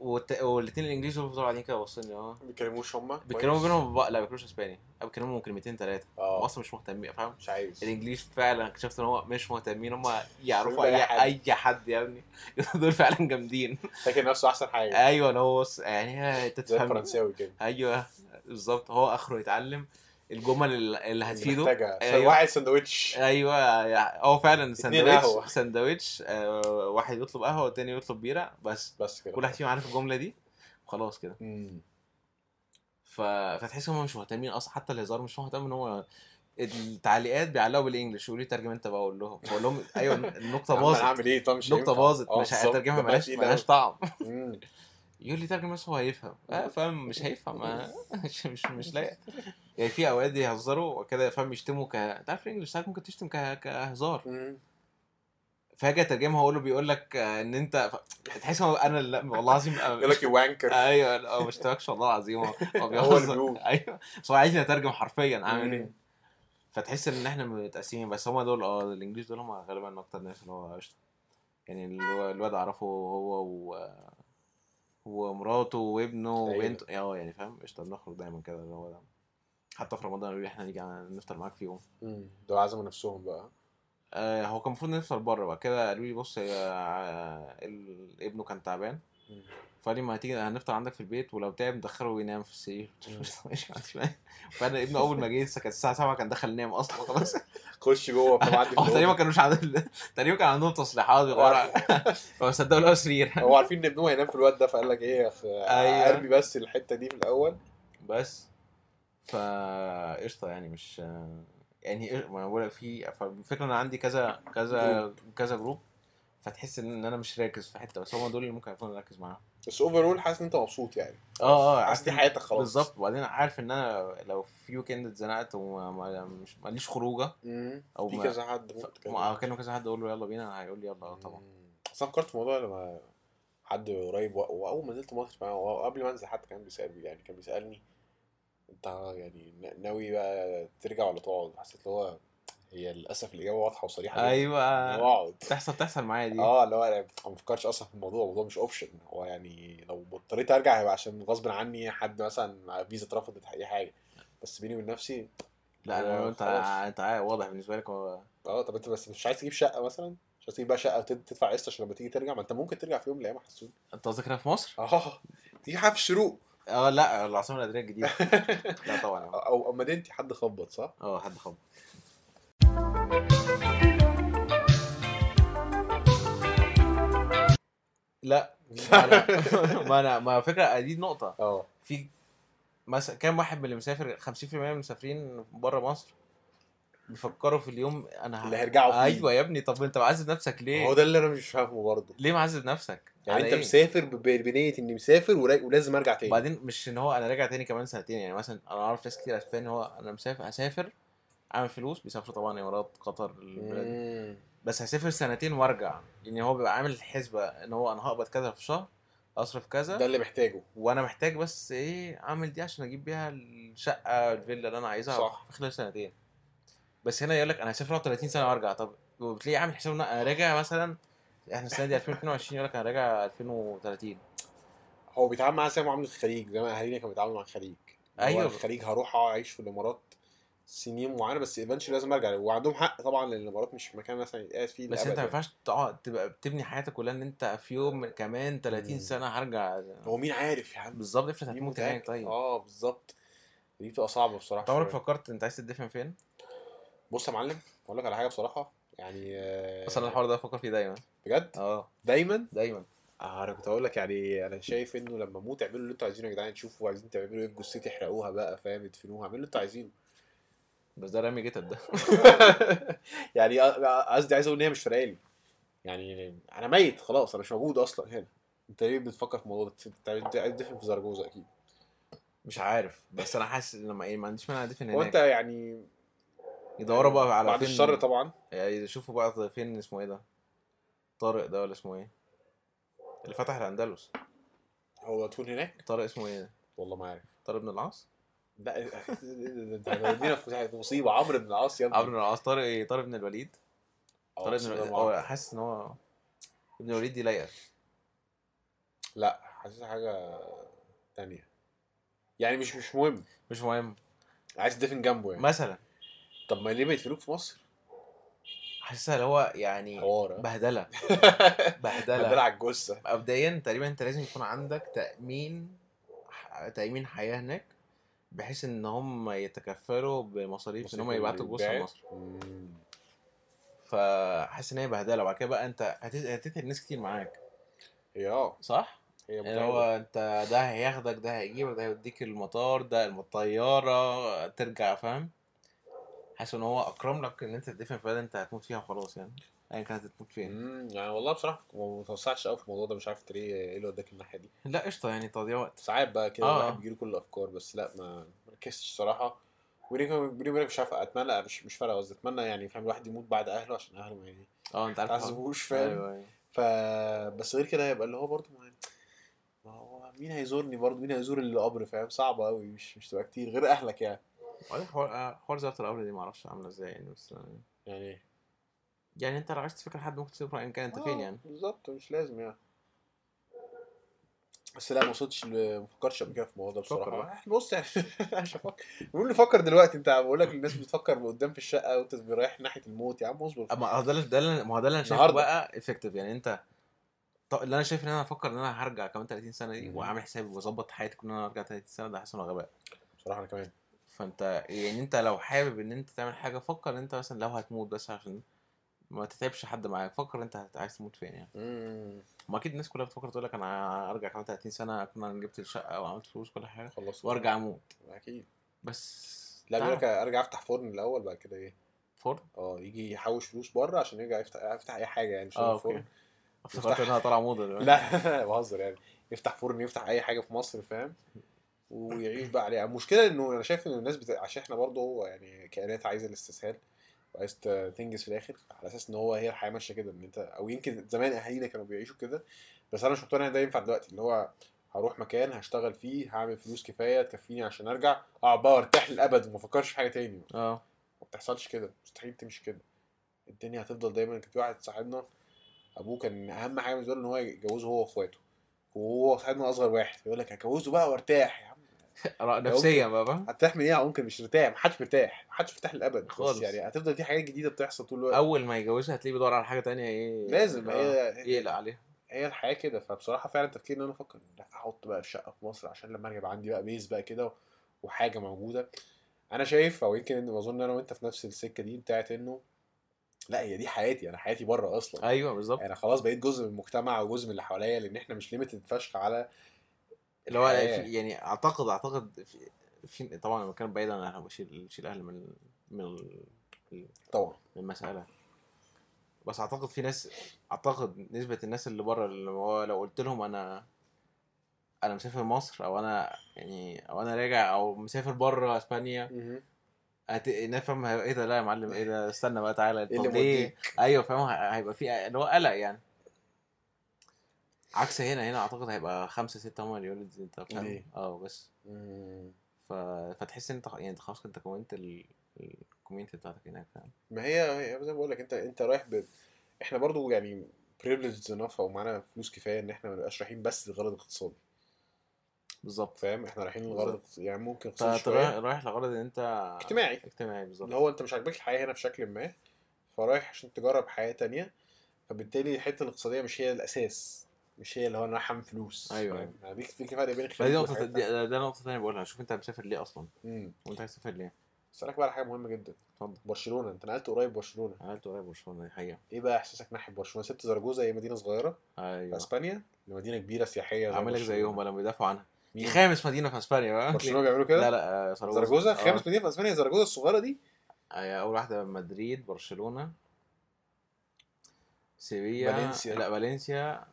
A: والت... والاثنين الانجليزي دول بيفضلوا قاعدين كده باصين لي، اه
B: ما بيتكلموش هما
A: بيتكلموا
B: كويس؟
A: بينهم بقى لا بيتكلموش اسباني انا بكلمهم كلمتين ثلاثه
B: اه.
A: هم اصلا مش مهتمين فاهم
B: مش عايز
A: الانجليش فعلا اكتشفت ان هو مش مهتمين هم يعرفوا
B: بيقولوا
A: اي
B: أي حد.
A: اي حد يا ابني [laughs] دول فعلا جامدين
B: فاكر نفسه احسن حاجه
A: ايوه اللي هو بص يعني انت
B: زي
A: تفهم
B: الفرنساوي كده
A: ايوه بالظبط هو اخره يتعلم الجمل ال- اللي هتفيده
B: محتاجها
A: أيوة.
B: واحد سندوتش
A: ايوه يع- هو فعلا
B: قهوة.
A: ساندوتش ساندوتش آه، واحد يطلب قهوه والتاني يطلب بيره بس
B: بس كده
A: كل واحد فيهم عارف الجمله دي وخلاص كده
B: مم.
A: ف... فتحس هم مش مهتمين اصلا حتى الهزار مش مهتم ان هو التعليقات بيعلقوا بالانجلش يقولوا لي ترجم انت بقى اقول لهم بقول لهم ايوه النقطه
B: [laughs] يا عم انا
A: باظت
B: هعمل ايه طب مش
A: نقطة
B: هينفع.
A: باظت
B: اه
A: مش
B: بالظبط.
A: هترجمها
B: ده بقى
A: ملهاش
B: تقيل
A: ملهاش
B: أوي. [laughs]
A: طعم
B: مم.
A: يقول لي ترجم بس هو
B: [laughs]
A: هيفهم اه فاهم مش هيفهم آه، [laughs] مش مش مش لاقي يعني في اوقات يهزروا وكده فاهم يشتموا ك انت عارف الانجلش ساعات ممكن تشتم ك... كهزار
B: مم.
A: فاجي اترجمها اقول له بيقول لك آه، ان انت ف- تحس هو انا لا والله العظيم آه،
B: يقول لك وانكر
A: [laughs] ايوه لا، هو ما اشتمكش والله العظيم
B: [laughs]
A: هو هو
B: اللي بيقول.
A: بيهزر ايوه بس هو عايزني اترجم حرفيا عامل ايه فتحس ان احنا متقسمين بس هما دول اه الانجليز دول هما غالبا اكتر ناس اللي هو قشطه يعني اللي هو الواد اعرفه هو و ومراته وابنه
B: أيوة.
A: وبنته اه يعني فاهم قشطه بنخرج دايما كده اللي هو ده حتى في رمضان يقول لي احنا نيجي نفطر معاك في يوم
B: مم. دول عزموا نفسهم بقى
A: آه هو كان المفروض نفطر بره بقى كده قالوا لي بص يا آه، ال- ابنه كان تعبان
B: مم.
A: فقال لي ما هتيجي هنفطر عندك في البيت ولو تعب ندخله وينام في السرير [laughs] قلت له
B: مم.
A: قشطة، ماشي ما عنديش مانع فانا ابنه اول ما جه لسه كانت الساعه 7 كان دخل نام اصلا خلاص [laughs]
B: خش جوه طب عندي في
A: اه تقريبا
B: الأوضة.
A: كانوا مش [laughs] عندهم تقريبا كان عندهم تصليحات وغيرها [laughs] فما صدقوا لقوا سرير
B: هو عارفين ان ابنهم هينام في الواد ده فقال لك ايه يا اخي
A: أيوة.
B: ارمي بس الحته دي في الاول
A: بس فا قشطه يعني مش يعني إيه- ما انا بقول لك في فالفكره ان أنا عندي كذا كذا كذا جروب فتحس ان انا مش راكز في حته بس هم دول اللي ممكن اكون راكز معاهم
B: بس اوفرول حاسس ان انت مبسوط يعني
A: اه اه
B: حاسس دي
A: إن-
B: حياتك خلاص
A: بالظبط وبعدين عارف ان انا لو في ويكند اتزنقت ومش ماليش خروجه
B: مم.
A: أو
B: في
A: ما-
B: كذا حد ممكن تكلمه.
A: اكلم كذا حد اقول له يلا بينا هيقول لي يلا آه طبعا
B: مم. بس انا فكرت في الموضوع لما حد قريب و- واول ما نزلت مصر معاه وقبل ما انزل حتى كان بيسال يعني كان بيسالني انت يعني نا- ناوي بقى ترجع ولا تقعد حسيت اللي هو هي للاسف الاجابه واضحه وصريحه جدا إن هو
A: ايوه
B: اقعد
A: تحصل تحصل معايا دي
B: اه اللي هو انا ما بفكرش اصلا في الموضوع الموضوع مش اوبشن هو يعني لو اضطريت ارجع هيبقى عشان غصب عني حد مثلا مع فيزا اترفضت اي حاجه بس بيني وبين نفسي
A: لا
B: آه،
A: انا انت
B: خلاص.
A: انت عا- واضح بالنسبه لك هو
B: اه طب انت بس مش عايز تجيب شقه مثلا مش عايز تجيب بقى شقه وتد- تدفع قسط عشان لما تيجي ترجع ما انت ممكن ترجع في يوم من الايام يا حسون
A: انت قصدك هنا في مصر؟
B: اه دي حاف [laughs] الشروق
A: اه لا العاصمه الاداريه الجديده
B: [laughs]
A: لا طبعا يا عم.
B: او او مدينتي حد خبط صح؟
A: اه حد خبط لا ما انا [laughs] ما انا ما فكره دي نقطه
B: اه
A: في مثلا كام واحد من اللي مسافر 50% من المسافرين بره مصر بيفكروا في اليوم انا ه-
B: اللي هيرجعوا فيه.
A: ايوه يا ابني طب انت معذب نفسك ليه؟
B: هو ده اللي انا مش فاهمه برضه
A: ليه معذب نفسك؟
B: يعني
A: على
B: انت
A: إيه؟
B: مسافر ب- بنيه اني مسافر ولا- ولازم ارجع تاني
A: وبعدين مش ان هو انا راجع تاني كمان سنتين يعني مثلا انا اعرف ناس كتير اسبان هو انا مسافر هسافر اعمل فلوس بيسافروا طبعا امارات قطر البلاد دي.
B: مم.
A: بس هسافر سنتين وارجع يعني هو بيبقى عامل حسبه ان هو انا هقبض كذا في الشهر اصرف كذا
B: ده اللي محتاجه
A: وانا محتاج بس ايه اعمل دي عشان اجيب بيها الشقه الفيلا اللي انا عايزها
B: صح.
A: في خلال سنتين بس هنا يقول لك انا هسافر اقعد 30 سنه وارجع طب وبتلاقيه عامل حساب ان انا راجع مثلا احنا السنه دي 2022 يقول لك انا راجع 2030
B: هو بيتعامل معاها زي معامله الخليج زي ما اهالينا كانوا بيتعاملوا مع الخليج اللي هو
A: أيوة.
B: الخليج هروح اعيش في الامارات سنين معينه بس ايفنشلي لازم ارجع وعندهم حق طبعا لان الامارات مش مكان مثلا يتقعد فيه
A: بس انت
B: للأبد
A: ما
B: يعني.
A: ينفعش تقعد تبقى بتبني حياتك كلها ان انت في يوم من كمان 30
B: مم.
A: سنه هرجع
B: هو مين عارف يا عم
A: بالظبط افرض
B: مين
A: هتموت
B: متأكد؟
A: هناك طيب
B: اه بالظبط دي بتبقى صعبه بصراحه
A: انت عمرك
B: شوية.
A: فكرت انت عايز تدفن فين؟
B: آه. بص يا معلم اقول لك على حاجه بصراحه يعني آه،
A: اصل انا الحوار ده بفكر فيه دايما
B: بجد
A: اه
B: دايما
A: دايما
B: آه انا كنت هقول لك يعني انا شايف انه لما اموت اعملوا اللي انتوا عايزينه يا جدعان شوفوا عايزين تعملوا ايه في جثتي احرقوها بقى فاهم ادفنوها اعملوا اللي انتوا عايزينه [laughs]
A: بس ده رامي جيتد ده [laughs]
B: يعني أ- قصدي عايز اقول ان هي مش فارقه لي يعني انا ميت خلاص انا مش موجود اصلا هنا انت ليه بتفكر في الموضوع ده انت عايز- عايز تدفن في زرجوزه اكيد
A: مش عارف بس انا حاسس ان لما ايه ما عنديش مانع ادفن
B: هو انت
A: هناك
B: يعني
A: يدوروا بقى على
B: بعد
A: فين
B: الشر طبعا
A: يعني يشوفوا بقى فين اسمه ايه ده طارق ده ولا اسمه ايه اللي فتح الاندلس
B: هو مدفون هناك
A: طارق اسمه ايه
B: والله ما عارف
A: طارق بن العاص
B: لا انت مدينه في مساحة- مصيبه عمرو بن العاص يا ابني
A: عمرو بن العاص طارق ايه طارق بن الوليد
B: آه،
A: طارق بن
B: بسم الله
A: الوليد
B: الرحمن
A: هو
B: الرحيم.
A: حاسس ان هو ابن الوليد دي لايقه
B: لا حاسسها حاجه تانية يعني مش مش مهم
A: مش مهم
B: عايز تدفن جنبه يعني
A: مثلا
B: طب ما ليه بيدفنوك في مصر؟
A: حاسسها اللي هو يعني
B: حوار آه.
A: [laughs] بهدله
B: بدل
A: بهدله
B: على الجثه
A: مبدئيا تقريبا انت لازم يكون عندك تامين ح- تامين حياه هناك بحيث ان هم يتكفلوا بمصاريف ان هم يبعتوا الجثه
B: يتباع.
A: مصر
B: مم.
A: فحاسس ان هي بهدله وبعد كده بقى انت هت- هتتعب ناس كتير معاك
B: هي اه
A: صح؟ طيب. اللي
B: هي
A: يعني هو انت ده هياخدك ده هيجيبك ده هيوديك المطار ده الطياره ترجع فاهم حاسس ان هو اكرم لك ان انت تدفن في بلد انت هتموت فيها وخلاص يعني ايا كانت هتموت فين
B: مم، يعني والله بصراحه ما بتوسعش قوي في الموضوع ده مش عارف انت ليه ايه اللي وداك الناحيه دي
A: لا قشطه يعني تضييع وقت
B: ساعات بقى كده
A: آه.
B: الواحد بيجيله كل الافكار بس لا ما مركزتش صراحه وبيني وبينك مش عارف اتمنى مش مش فارقه قصدي اتمنى يعني فاهم الواحد يموت بعد اهله عشان اهله ما يعني
A: اه انت عارف
B: تعذبوش فاهم
A: ايوه ايوه
B: ف بس غير كده هيبقى اللي هو برضه ما ما هو مين هيزورني برضه مين هيزور القبر فاهم صعبه قوي مش مش تبقى كتير غير اهلك يعني
A: وبعدين حوار آه، حوار زياره القبر دي معرفش عامله ازاي يعني بس آه،
B: يعني
A: يعني انت لو عايز تفكر حد ممكن تسيبه ايا كان انت فين
B: آه،
A: يعني
B: بالظبط مش لازم يعني بس لا ما وصلتش ل- ما فكرتش قبل كده في الموضوع ده
A: فكر
B: بصراحه
A: بقى.
B: احنا [laughs] بص يعني مش هفكر المهم نفكر دلوقتي انت بقول لك الناس بتفكر قدام في الشقه وانت رايح ناحيه الموت يا عم اصبر
A: ما هو ده اللي- ده اللي- ما هو ده اللي انا شايفه
B: النهاردة.
A: بقى افكتيف يعني انت ط- اللي انا شايف ان انا افكر ان انا هرجع كمان 30 سنه دي
B: مم.
A: وعامل حسابي واظبط حياتي ان انا ارجع 30 سنه ده حسن غباء
B: بصراحه انا كمان
A: فانت يعني انت لو حابب ان انت تعمل حاجه فكر ان انت مثلا لو هتموت بس عشان ما تتعبش حد معاك فكر انت هت- عايز تموت فين يعني
B: امم
A: ما اكيد الناس كلها بتفكر تقول لك انا ارجع كمان 30 سنه اكون انا جبت الشقه وعملت فلوس كل حاجه
B: خلصت
A: وارجع اموت
B: اكيد
A: بس
B: لا بيقول
A: تعرف
B: لك ارجع افتح فرن الاول بعد كده ايه
A: فورد
B: اه يجي يحوش فلوس بره عشان يرجع يفتح يفتح اي حاجه يعني مش
A: اه
B: لازم
A: اوكي
B: فرن
A: افتكرت انها طالعه موضه دلوقتي.
B: لا [laughs] بهزر يعني يفتح فرن يفتح اي حاجه في مصر فاهم ويعيش بقى عليها المشكله انه انا شايف ان الناس بت... عشان احنا برضه هو يعني كائنات عايزه الاستسهال وعايز ت- تنجز في الاخر على اساس ان هو هي الحياه ماشيه كده ان انت او يمكن زمان اهالينا كانوا بيعيشوا كده بس انا مش مقتنع إن ده ينفع دلوقتي اللي هو هروح مكان هشتغل فيه هعمل فلوس كفايه تكفيني عشان ارجع اقعد بقى وارتاح للابد وما افكرش في حاجه تاني
A: اه
B: ما بتحصلش كده مستحيل تمشي كده الدنيا هتفضل دايما كان في واحد صاحبنا ابوه كان اهم حاجه بالنسبه له ان هو يتجوزه هو واخواته وهو صاحبنا اصغر واحد فيقول لك هتجوزه بقى وارتاح يا عم
A: نفسيا بقى فاهم
B: هترتاح من ايه يا عم؟ ممكن مش مرتاح محدش مرتاح محدش مرتاح للابد خالص
A: خالص.
B: يعني هتفضل في حاجات جديده بتحصل طول الوقت
A: اول ما يتجوزها هتلاقيه بيدور على حاجه تانية ايه
B: لازم
A: آه،
B: هي
A: يقلق عليها
B: هي الحياه كده فبصراحه فعلا تفكير ان انا افكر لا احط بقى الشقه في مصر عشان لما ارجع يبقى عندي بقى بيز بقى كده وحاجه موجوده انا شايف او يمكن إن- اظن انا وانت في نفس السكه دي بتاعت انه لا هي دي حياتي انا حياتي بره اصلا
A: ايوه بالظبط
B: انا خلاص بقيت جزء من المجتمع وجزء من اللي حواليا لان احنا مش ليميتد فشخ على
A: اللي هو
B: حياة.
A: في- يعني اعتقد اعتقد في, في طبعا لما كان بعيد انا بشيل بشيل اهلي من من ال-
B: طبعا
A: من المساله بس اعتقد في ناس اعتقد نسبه الناس اللي بره اللي هو لو قلت لهم انا انا مسافر مصر او انا يعني او انا راجع او مسافر بره اسبانيا هت... الناس فاهم هي- ايه ده لا يا معلم ايه ده استنى بقى تعالى
B: إيه اللي
A: طب ليه ايوه فاهم ه- هيبقى في اللي هو قلق يعني عكس هنا هنا اعتقد هيبقى خمسة ستة هم اللي يقولوا دي انت
B: ليه؟
A: فاهم اه بس
B: مم.
A: ف... فتحس ان انت يعني انت خلاص انت كونت ال- الكوميونتي بتاعتك هناك فاهم
B: ما هي هي زي ما بقول لك انت انت رايح ب... احنا برضو يعني privileged enough او معانا فلوس كفايه ان احنا ما نبقاش رايحين بس لغرض اقتصادي
A: بالظبط
B: فاهم احنا رايحين لغرض
A: بالظبط.
B: اقتصادي يعني ممكن اقتصادي
A: فانت
B: شويه
A: رايح إيه رايح لغرض ان انت
B: اجتماعي
A: اجتماعي
B: اللي
A: بالظبط
B: هو انت مش عاجبك الحياه هنا بشكل ما فرايح عشان تجرب حياه تانية فبالتالي الحته الاقتصاديه مش هي الاساس مش هي اللي هو انا رايح اعمل فلوس
A: ايوه.
B: فاهم؟ يعني دي في فرق بين
A: فدي
B: الخليج
A: نقطة
B: والحاجات
A: دي- ده ده نقطة تانية بقولها شوف انت مسافر ليه اصلا
B: مم.
A: وانت عايز تسافر ليه
B: اسالك بقى على حاجه مهمه جدا
A: اتفضل
B: برشلونه انت نقلت قريب برشلونه
A: انا قلت قريب برشلونة دي حقيقة
B: ايه بقى احساسك ناحيه برشلونه سبت زرجوزه هي مدينه صغيره في
A: ايوه
B: اسبانيا لمدينه كبيره سياحيه
A: عامل لك
B: برشلونة.
A: زيهم بقى لما بيدافعوا عنها دي
B: مين؟
A: خامس مدينة في اسبانيا بقى
B: برشلونه بيعملوا كده
A: لا لا آه، سراجوسا
B: زرجوزه
A: آه.
B: خامس مدينه في اسبانيا زرجوزه الصغيره دي
A: آه، اول واحده مدريد برشلونه سيبيا
B: فالنسيا.
A: لا فالنسيا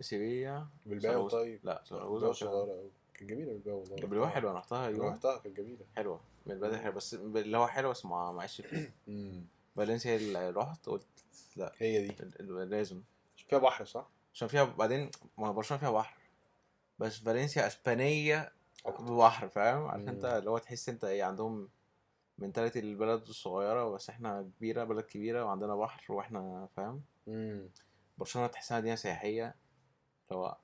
A: سيبيا
B: بالباو
A: سراغوسا.
B: طيب
A: لا
B: بالباو
A: سراجوسا
B: صغيره قوي كانت جميله بالباو والله
A: بالبلو حلوه انا رحتها
B: أنا
A: يوم
B: رحتها كانت جميله
A: حلوه من البدايه حلوه بس اللي هو حلوه بس ما معيش فيه
B: امم
A: فالنسيا اللي رحت قلت لا
B: هي دي
A: ال- ال- لازم
B: فيها بحر صح؟
A: عشان فيها بعدين ما هو برشلونه فيها بحر بس فالنسيا اسبانيه بحر فاهم عارف
B: مم.
A: انت اللي هو تحس انت ايه عندهم منتاليتي البلد الصغيرة بس احنا كبيرة بلد كبيرة وعندنا بحر واحنا فاهم
B: امم
A: برشلونة تحسها مدينة سياحية اللي هو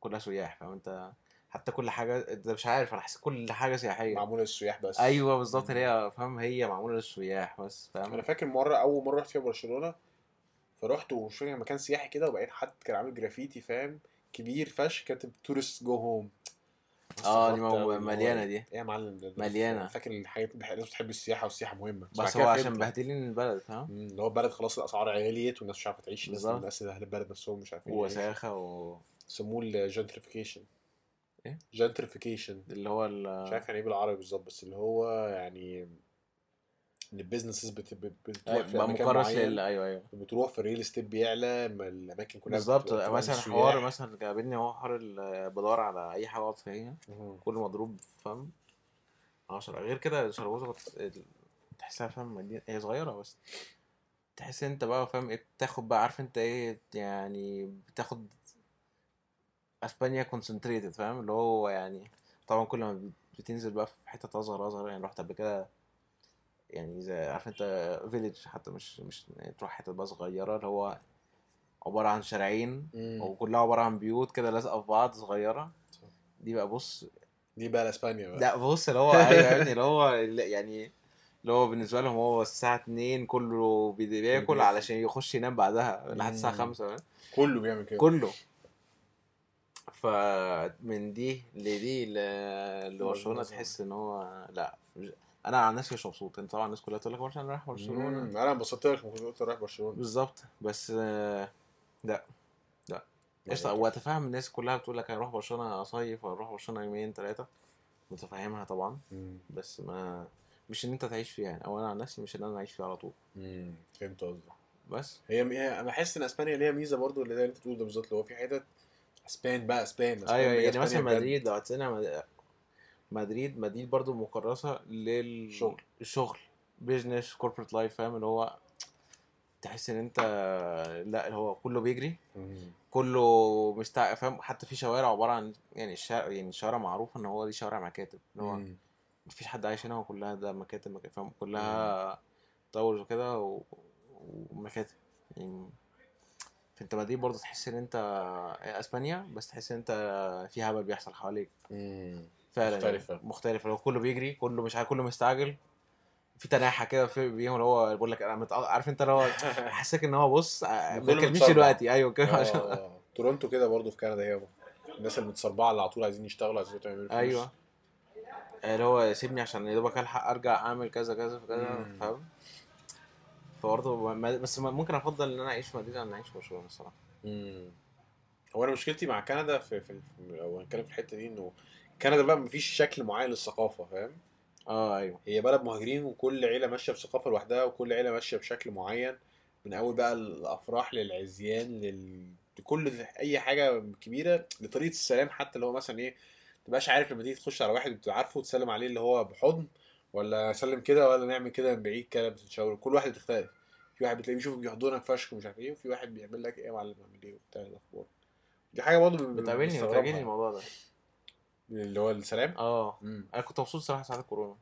A: كلها سياح فاهم انت حتى كل حاجة انت مش عارف انا حاسس كل حاجة سياحية
B: معموله للسياح بس
A: ايوه بالظبط اللي هي فاهم هي معمولة للسياح بس
B: انا
A: فاهم
B: فاكر مره اول مره رحت فيها برشلونه فرحت ومش فاكر مكان سياحي كده وبقيت حد كان عامل جرافيتي فاهم كبير فش كاتب تورست جو هوم
A: اه آه، دي مو- مليانة دي
B: ايه يا معلم ده- ده-
A: مليانة.
B: فاكر الحاجات بح- الناس بتحب السياحه والسياحه مهمه بعد
A: بس
B: كده
A: هو
B: فهمت.
A: عشان مبهدلين البلد فاهم
B: مم، اللي هو البلد خلاص الاسعار عاليت والناس مش عارفه تعيش الناس
A: بالظبط.
B: الناس اللي اهل البلد نفسهم مش عارفين يعيشوا.
A: وساخة و
B: سموه الجنتريفيكيشن
A: إيه؟
B: جنتريفيكيشن
A: اللي هو ال-
B: مش عارف يعني ايه بالعربي بالظبط بس اللي هو يعني ان البيزنسز بت... بت... بتروح أيوة، في
A: أيوة، بقى
B: مكان
A: مكرس
B: معين
A: لل ايوه ايوه
B: بتروح في الريل استيت بيعلى ما الاماكن كلها
A: بالظبط
B: بتبقى- بتبقى
A: مثلا
B: للسياح.
A: حوار مثلا جابني هو حوار ال- بدور على اي حاجه اقعد فيها
B: مم.
A: كل مضروب فاهم 10 غير كده سربوزه بت- ال- تحسها فاهم مدينة- هي صغيره بس تحس انت بقى فاهم ايه بتاخد بقى عارف انت ايه يعني بتاخد اسبانيا كونسنتريتد فاهم اللي هو يعني طبعا كل ما بتنزل بقى في حتت اصغر اصغر يعني رحت قبل كده يعني زي عارف انت فيليج حتى مش مش تروح حتت بقى صغيره اللي هو عباره عن شارعين
B: مم.
A: وكلها عباره عن بيوت كده لازقه في بعض صغيره
B: صح.
A: دي بقى بص
B: دي بقى اسبانيا بقى
A: لا بص اللي هو ايوه يا ابني اللي هو اللي- يعني اللي هو بالنسبه لهم هو الساعه 2 كله بي- بياكل
B: بياكل.
A: علشان يخش ينام بعدها لحد الساعه
B: مم.
A: 5
B: كله بيعمل كده
A: كله فمن دي لدي ل- لبرشلونه
B: مظبوط.
A: تحس ان هو لا مش- انا عن نفسي مش مبسوط انت طبعا الناس كلها تقول لك برشلونه رايح برشلونه
B: مم. انا انبسطت لك لما كنت قلت رايح برشلونه
A: بالظبط بس آه، لا لا قشطه واتفهم الناس كلها بتقول لك هنروح برشلونه اصيف وهنروح برشلونه يومين ثلاثه متفهمها طبعا
B: مم.
A: بس ما مش ان انت تعيش فيها يعني او انا عن نفسي مش ان انا اعيش فيها على طول
B: مم. فهمت قصدك
A: بس
B: هي هي- انا بحس ان اسبانيا ليها ميزه برضو اللي زي اللي انت بتقول ده بالظبط اللي هو في حتت اسبان بقى اسبان اسبان
A: ايوه
B: بقى،
A: يعني
B: اسبانيا
A: مثلا
B: بجد.
A: مدريد لو هتسالني عن مد- مدريد مدريد برضو مكرسه للشغل
B: شغل.
A: الشغل بيزنس كوربريت لايف فاهم اللي هو تحس ان انت لا اللي هو كله بيجري
B: مم.
A: كله مستع فاهم حتى في شوارع عباره عن يعني الشارع يعني شوارع معروفه ان هو دي شوارع مكاتب اللي هو
B: مم.
A: مفيش حد عايش هنا وكلها ده مكاتب مكاتب فاهم كلها تاورز وكده و- ومكاتب يعني فانت مدريد برضه تحس ان انت آه، اسبانيا بس تحس ان انت في هبل بيحصل حواليك
B: مم.
A: فعلا
B: مختلفة.
A: يعني مختلفة لو كله بيجري كله مش عارف كله مستعجل في تناحة كده في بيهم اللي هو بيقول لك انا متأخر عارف انت
B: [laughs]
A: اللي هو حاسك ان هو بص آه، ما
B: كله
A: تكلمنيش
B: متسرع.
A: دلوقتي ايوه كده [laughs] عشان
B: آه، تورونتو كده برضو في كندا هي الناس المتسربعه اللي على طول عايزين يشتغلوا عايزين يعملوا فلوس.
A: ايوه اللي هو سيبني عشان يا دوبك الحق ارجع اعمل كذا كذا كذا
B: مم.
A: فاهم فبرضه ما- بس ما- ممكن افضل ان انا اعيش في مدريد عن ان اعيش في برشلونه الصراحه
B: مم. هو انا مشكلتي مع كندا في في لو هنتكلم في الحته دي انه كندا بقى مفيش شكل معين للثقافه فاهم آه،
A: اه ايوه
B: هي بلد مهاجرين وكل عيله ماشيه بثقافه لوحدها وكل عيله ماشيه بشكل معين من اول بقى الافراح للعزيان لل لكل اي حاجه كبيره لطريقه السلام حتى اللي هو مثلا ايه متبقاش عارف لما تيجي تخش على واحد بتبقى عارفه وتسلم عليه اللي هو بحضن ولا سلم كده ولا نعمل كده من بعيد كده بتتشاور كل واحد بتختلف في واحد بتلاقيه بيشوفك بيحضنك فشخ ومش عارف ايه وفي واحد بيعمل لك ايه يا معلم اعمل ايه وبتاع إيه الاخبار دي حاجه برضه بن-
A: بتقابلني
B: بنستغربها.
A: بتقابلني الموضوع ده
B: اللي هو السلام
A: اه
B: امم
A: انا كنت مبسوط صراحه ساعه الكورونا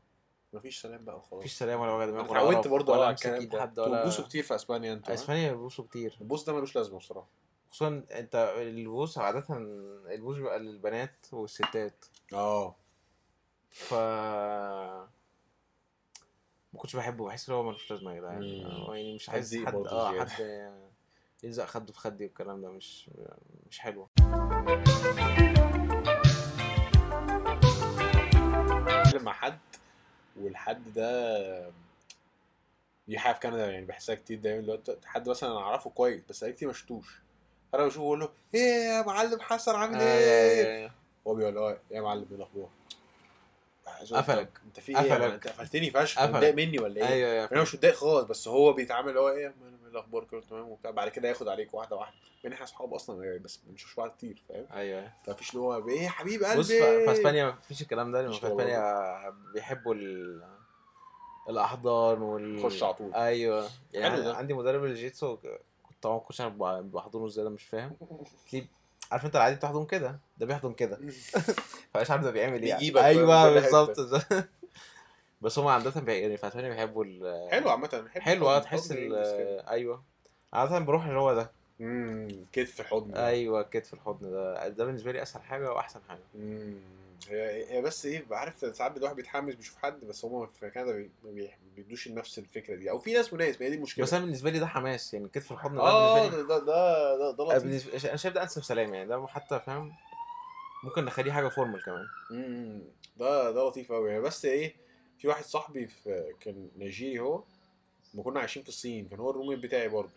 B: مفيش سلام بقى وخلاص
A: مفيش سلام ولا وجع
B: انا
A: دماغ ولا
B: اتعودت
A: قرف
B: برضه آه،
A: ولا
B: على
A: أمسك إيد
B: الكلام ده
A: حد ولا
B: بتبوسوا كتير في اسبانيا انتوا ها؟
A: اسبانيا بيبوسوا كتير
B: البوس ده ملوش لازمه بصراحه
A: خصوصا انت البوس عاده البوس بيبقى للبنات والستات آه.
B: اه
A: ف ما كنتش بحبه بحس ان هو ملوش لازمه يا جدعان
B: مم.
A: هو يعني مش
B: حد
A: عايز
B: يضيق
A: حد
B: برضه
A: اه
B: زيادة.
A: حد يلزق خده في خدي والكلام ده مش مش حلو
B: بتكلم مع حد والحد ده دي حاجه في كندا يعني بحسها كتير دايما دلوقتي حد مثلا انا اعرفه كويس بس بقالي كتير ما شفتوش فانا بشوفه بقول له ايه يا معلم حسن
A: آه،
B: عامل ايه؟ هو بيقول له اه يا معلم ايه الاخبار؟ عايز أقول له،
A: قفلك.
B: طب انت في ايه؟ يا معلم؟
A: قفلك.
B: انت قفلتني فشخ
A: قفلك.
B: متضايق مني ولا ايه؟
A: ايوه ايوه
B: انا مش متضايق خالص بس هو بيتعامل اللي هو ايه يا معلم ايه الاخبار كله تمام وبتاع بعد كده ياخد عليك واحده واحده بين احنا اصحاب اصلا يعني بس ما بنشوفش بعض كتير فاهم؟
A: ايوه
B: فمفيش اللي هو ايه يا حبيب قلبي
A: بص ف- في اسبانيا مفيش الكلام ده لان
B: مفيش
A: في
B: كده
A: اسبانيا بيحبوا ال... الاحضان وال
B: خش على طول.
A: ايوه يعني
B: حلو ده.
A: عندي مدرب الجيتسو كنت طبعا ما كنتش عارف بحضنه ازاي ده مش فاهم تلاقيه عارف انت العادي بتحضن كده ده بيحضن كده فمش عارف ده بيعمل ايه
B: بيجيبك بقى
A: ايوه
B: من كل
A: بالظبط [laughs] بس هم عاده بي... يعني في اسبانيا بيحبوا ال...
B: حلو عامة
A: حلو اه تحس ال... ايوه عادة بروح اللي هو ده
B: امم كتف حضن
A: ايوه كتف الحضن ده ده بالنسبه لي اسهل حاجه واحسن حاجه
B: مم. هي هي بس ايه بقى عارف ساعات الواحد بيتحمس بيشوف حد بس هما في كندا بي- ما بي- ما بيدوش نفس الفكره دي او في ناس وناس ما هي دي المشكله
A: بس انا بالنسبه لي ده حماس يعني كتف الحضن ده
B: اه
A: بالنسبه لي
B: ده ده ده ده, ده
A: آه،
B: لطيف
A: بالنسبة... انا شايف ده انسب سلام يعني ده حتى فاهم ممكن نخليه حاجه فورمال كمان
B: مم. ده ده لطيف قوي يعني بس ايه في واحد صاحبي في كان نيجيري هو ما كنا عايشين في الصين كان هو الرومي بتاعي برضه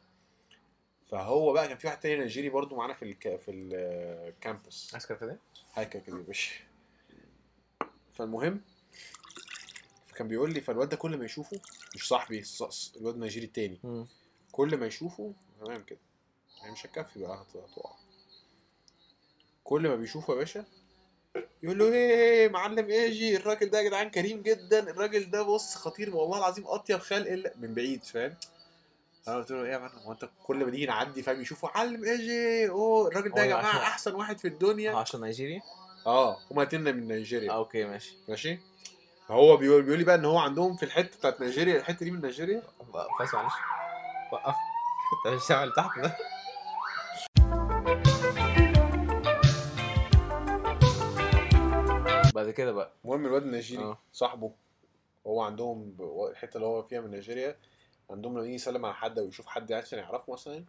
B: فهو بقى كان في واحد تاني نيجيري برضه معانا في الك... في الكامبس
A: عايز كده
B: حاجه كده يا باشا فالمهم فكان بيقول لي فالواد ده كل ما يشوفه مش صاحبي الص- الص- الواد النيجيري التاني كل ما يشوفه تمام كده يعني مش هتكفي بقى هت- هتقع كل ما بيشوفه يا باشا يقول له ايه معلم ايجي الراجل ده يا جدعان كريم جدا الراجل ده بص خطير والله العظيم اطيب خلق الله من بعيد فاهم انا قلت له ايه يا معلم هو انت كل ما نيجي نعدي فاهم يشوفه معلم إيه ايجي اوه الراجل ده يا
A: هو
B: جماعه
A: عشان-
B: احسن واحد في الدنيا
A: عشان نيجيري
B: اه هما اتنين من نيجيريا
A: آه، اوكي ماشي
B: ماشي فهو بيقول بيقول لي بقى ان هو عندهم في الحته بتاعت نيجيريا الحته دي من نيجيريا
A: بس معلش وقف ده مش اللي تحت ده بعد كده بقى
B: المهم الواد النيجيري
A: اه.
B: صاحبه هو عندهم ب- الحته اللي هو فيها من نيجيريا عندهم لما يجي يسلم على حد او يشوف حد يعني عشان يعرفه مثلا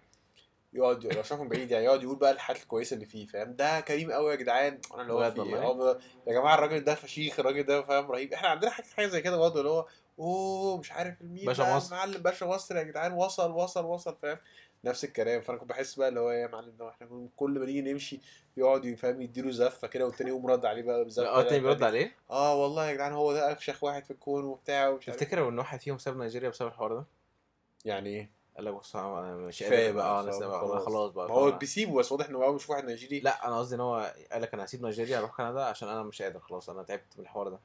B: يقعد لو شافه من بعيد يعني يقعد يقول بقى الحاجات الكويسه اللي فيه فاهم ده كريم قوي يا جدعان انا اللي هو
A: بجد
B: فيه
A: والله؟
B: إيه؟ اه، يا جماعه الراجل ده فشيخ الراجل ده فاهم رهيب احنا عندنا حاجه حاجه زي كده برضه اللي هو اوه مش عارف مين
A: باشا
B: بقى
A: مصر.
B: معلم باشا مصر يا جدعان وصل وصل وصل فاهم نفس الكلام فانا كنت بحس بقى اللي هو يا معلم ده احنا كل ما نيجي نمشي يقعد يفهم يديله زفه كده والتاني يقوم رد عليه بقى بزفه
A: اه التاني بيرد
B: عليه
A: عليه
B: اه والله يا جدعان هو ده افشخ واحد في الكون وبتاع ومش عارف
A: تفتكر لو ان واحد فيهم ساب نيجيريا بسبب الحوار ده؟
B: يعني ايه
A: قال لك بص انا مش
B: كفاية
A: قادر
B: بقى،
A: اه انا
B: فاهم؟
A: ساب- أنا
B: خلاص.
A: خلاص بقى
B: ما هو
A: فاهم؟
B: بيسيبه بس واضح انه هو مش واحد نيجيري
A: لا انا قصدي ان هو قال لك انا هسيب نيجيريا اروح كندا عشان انا مش قادر خلاص انا تعبت من
B: [laughs]
A: الحوار ده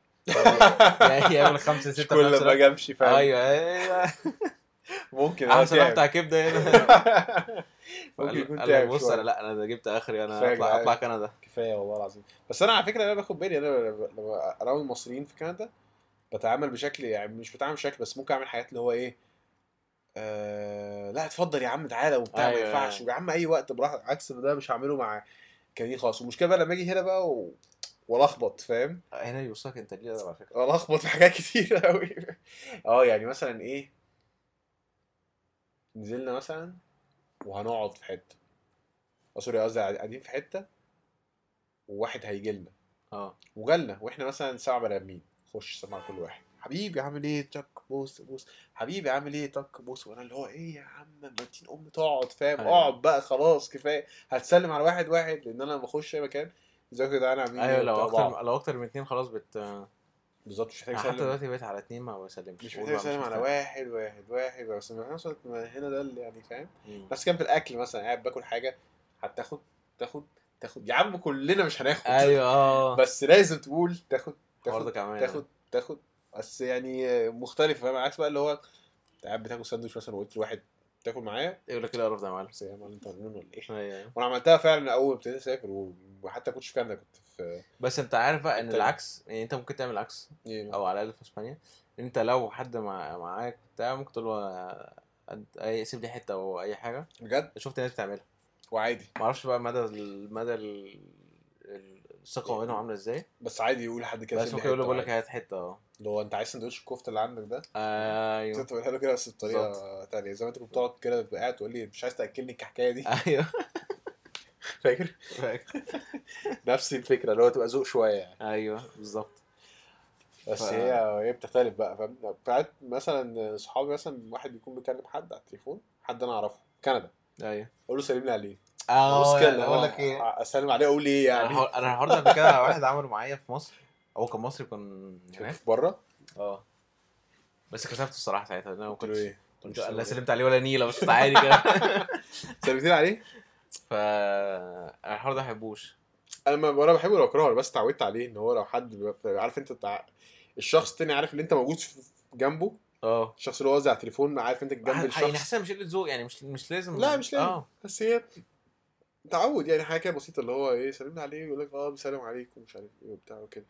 A: يعني يعمل خمسة ستة
B: مش
A: في نفس
B: كل ما
A: الوقت.
B: اجي امشي فاهم
A: ايوه ايوه
B: ممكن
A: انا
B: اه
A: سمعت
B: تعب.
A: بتاع كبده هنا
B: [laughs] ممكن يكون
A: قال لك
B: تعب
A: بص
B: شوية.
A: انا لا انا ده جبت اخري انا
B: كفاية
A: اطلع
B: جدعان.
A: اطلع كندا
B: كفايه والله العظيم بس انا على فكره انا باخد بالي انا لما- لما اراوي المصريين في كندا بتعامل بشكل يعني مش بتعامل بشكل بس ممكن اعمل حاجات اللي هو ايه آه لا اتفضل يا عم تعالى وبتاع ما
A: أيوة.
B: ينفعش يا عم اي وقت براحتك عكس ده مش هعمله مع كريم خالص والمشكله بقى لما اجي هنا بقى و... والخبط فاهم
A: هنا يوصلك انت ليه ده على فكره
B: بلخبط في حاجات [laughs] كتير قوي اه يعني مثلا ايه نزلنا مثلا وهنقعد في حته اه سوري قصدي قاعدين في حته وواحد هيجي لنا
A: اه
B: وجالنا واحنا مثلا سبعة بني ادمين خش سمع كل واحد حبيبي عامل ايه تك بوس بوس حبيبي عامل ايه تك بوس وانا اللي هو ايه يا عم ما تين ام تقعد فاهم
A: أيوة.
B: اقعد بقى خلاص كفايه هتسلم على واحد واحد لان انا لما بخش اي مكان ازيكم يا جدعان عاملين
A: ايوه
B: ايه
A: لو
B: وبتاع
A: اكتر
B: بعض.
A: لو اكتر من اتنين خلاص بت
B: بالظبط مش محتاج
A: أنا حتى
B: اسلم
A: دلوقتي بقيت على اتنين ما بسلمش
B: مش
A: بقول
B: محتاج
A: بقى
B: اسلم
A: مستاهل.
B: على واحد واحد واحد بس في نفس الوقت ما هنا ده اللي يعني فاهم
A: مم.
B: بس كان في الاكل مثلا قاعد باكل حاجه هتاخد تاخد تاخد يا عم كلنا مش هناخد
A: ايوه اه
B: بس لازم تقول تاخد
A: الحوار ده
B: تاخد
A: كمان
B: تاخد تاخد بس يعني مختلف فاهم عكس بقى اللي هو أنت قاعد بتاكل ساندوتش مثلا وقلت لواحد تاكل معايا
A: يقول لك ايه القرف ده يا معلم
B: بس يا معلم انت مجنون ولا ايه؟
A: ايوه
B: وانا عملتها فعلا اول ما ابتديت اسافر و- وحتى كنتش في كندا كنت في
A: بس انت عارف بقى ان
B: طيب.
A: العكس يعني انت ممكن تعمل العكس
B: ايه
A: او على الاقل في اسبانيا انت لو حد مع... معاك بتاع ممكن تقول له أنت- أي- سيب لي حته او اي حاجه
B: بجد
A: شفت ناس بتعملها
B: وعادي
A: معرفش بقى مدى ال- مدى ال-
B: يعني
A: الثقه هنا عامله ازاي
B: بس عادي يقول لحد كده
A: بس
B: سيب لي
A: ممكن يقول له بقول لك
B: حتة وعادي.
A: هات حته اه
B: اللي هو انت عايز سندوتش الكفته اللي عندك ده
A: ايوه
B: كنت بقولها له كده
A: [laughs]
B: بس بطريقه تانية زي ما انت كنت بتقعد كده تبقى قاعد تقول لي مش عايز تاكلني
A: [laughs]
B: الكحكايه دي
A: ايوه
B: فاكر نفس الفكره اللي هو تبقى ذوق شويه يعني
A: ايوه بالظبط
B: بس
A: ف-
B: هي هي بتختلف بقى فاهم ساعات مثلا صحابي مثلا واحد بيكون بيكلم حد على التليفون حد انا اعرفه في كندا
A: ايوه
B: اقول له سلم لي عليه
A: اه
B: بص كده،
A: اقول لك آه، ايه
B: اه، اسلم عليه اقول ايه
A: انا
B: يعني
A: الحوار- انا الحوار ده قبل كده واحد عمله معايا في مصر هو كان مصري كان هناك
B: في بره
A: اه بس كسفته الصراحه ساعتها لأن انا ما
B: قلت له
A: كنتش
B: ايه؟
A: كنت لا سلمت عليه ولا نيله بس كنت عادي كده [laughs]
B: سلمتني عليه؟
A: ف انا الحوار ده ما بحبوش
B: انا ما انا بحبه لو اكرهه بس اتعودت عليه ان هو لو حد بيبقى- عارف انت بتاع الشخص التاني عارف ان انت موجود في- جنبه
A: اه
B: الشخص اللي هو قصدي على التليفون عارف انت آه. جنب
A: يعني
B: الشخص
A: حاسسها مش قله ذوق يعني مش مش لازم
B: لا، مش لازم.
A: اه
B: بس هي تعود يعني حاجه كده بسيطه اللي هو ايه سلمنا عليه يقول لك اه بسلم عليك ومش عارف ايه وبتاع وكده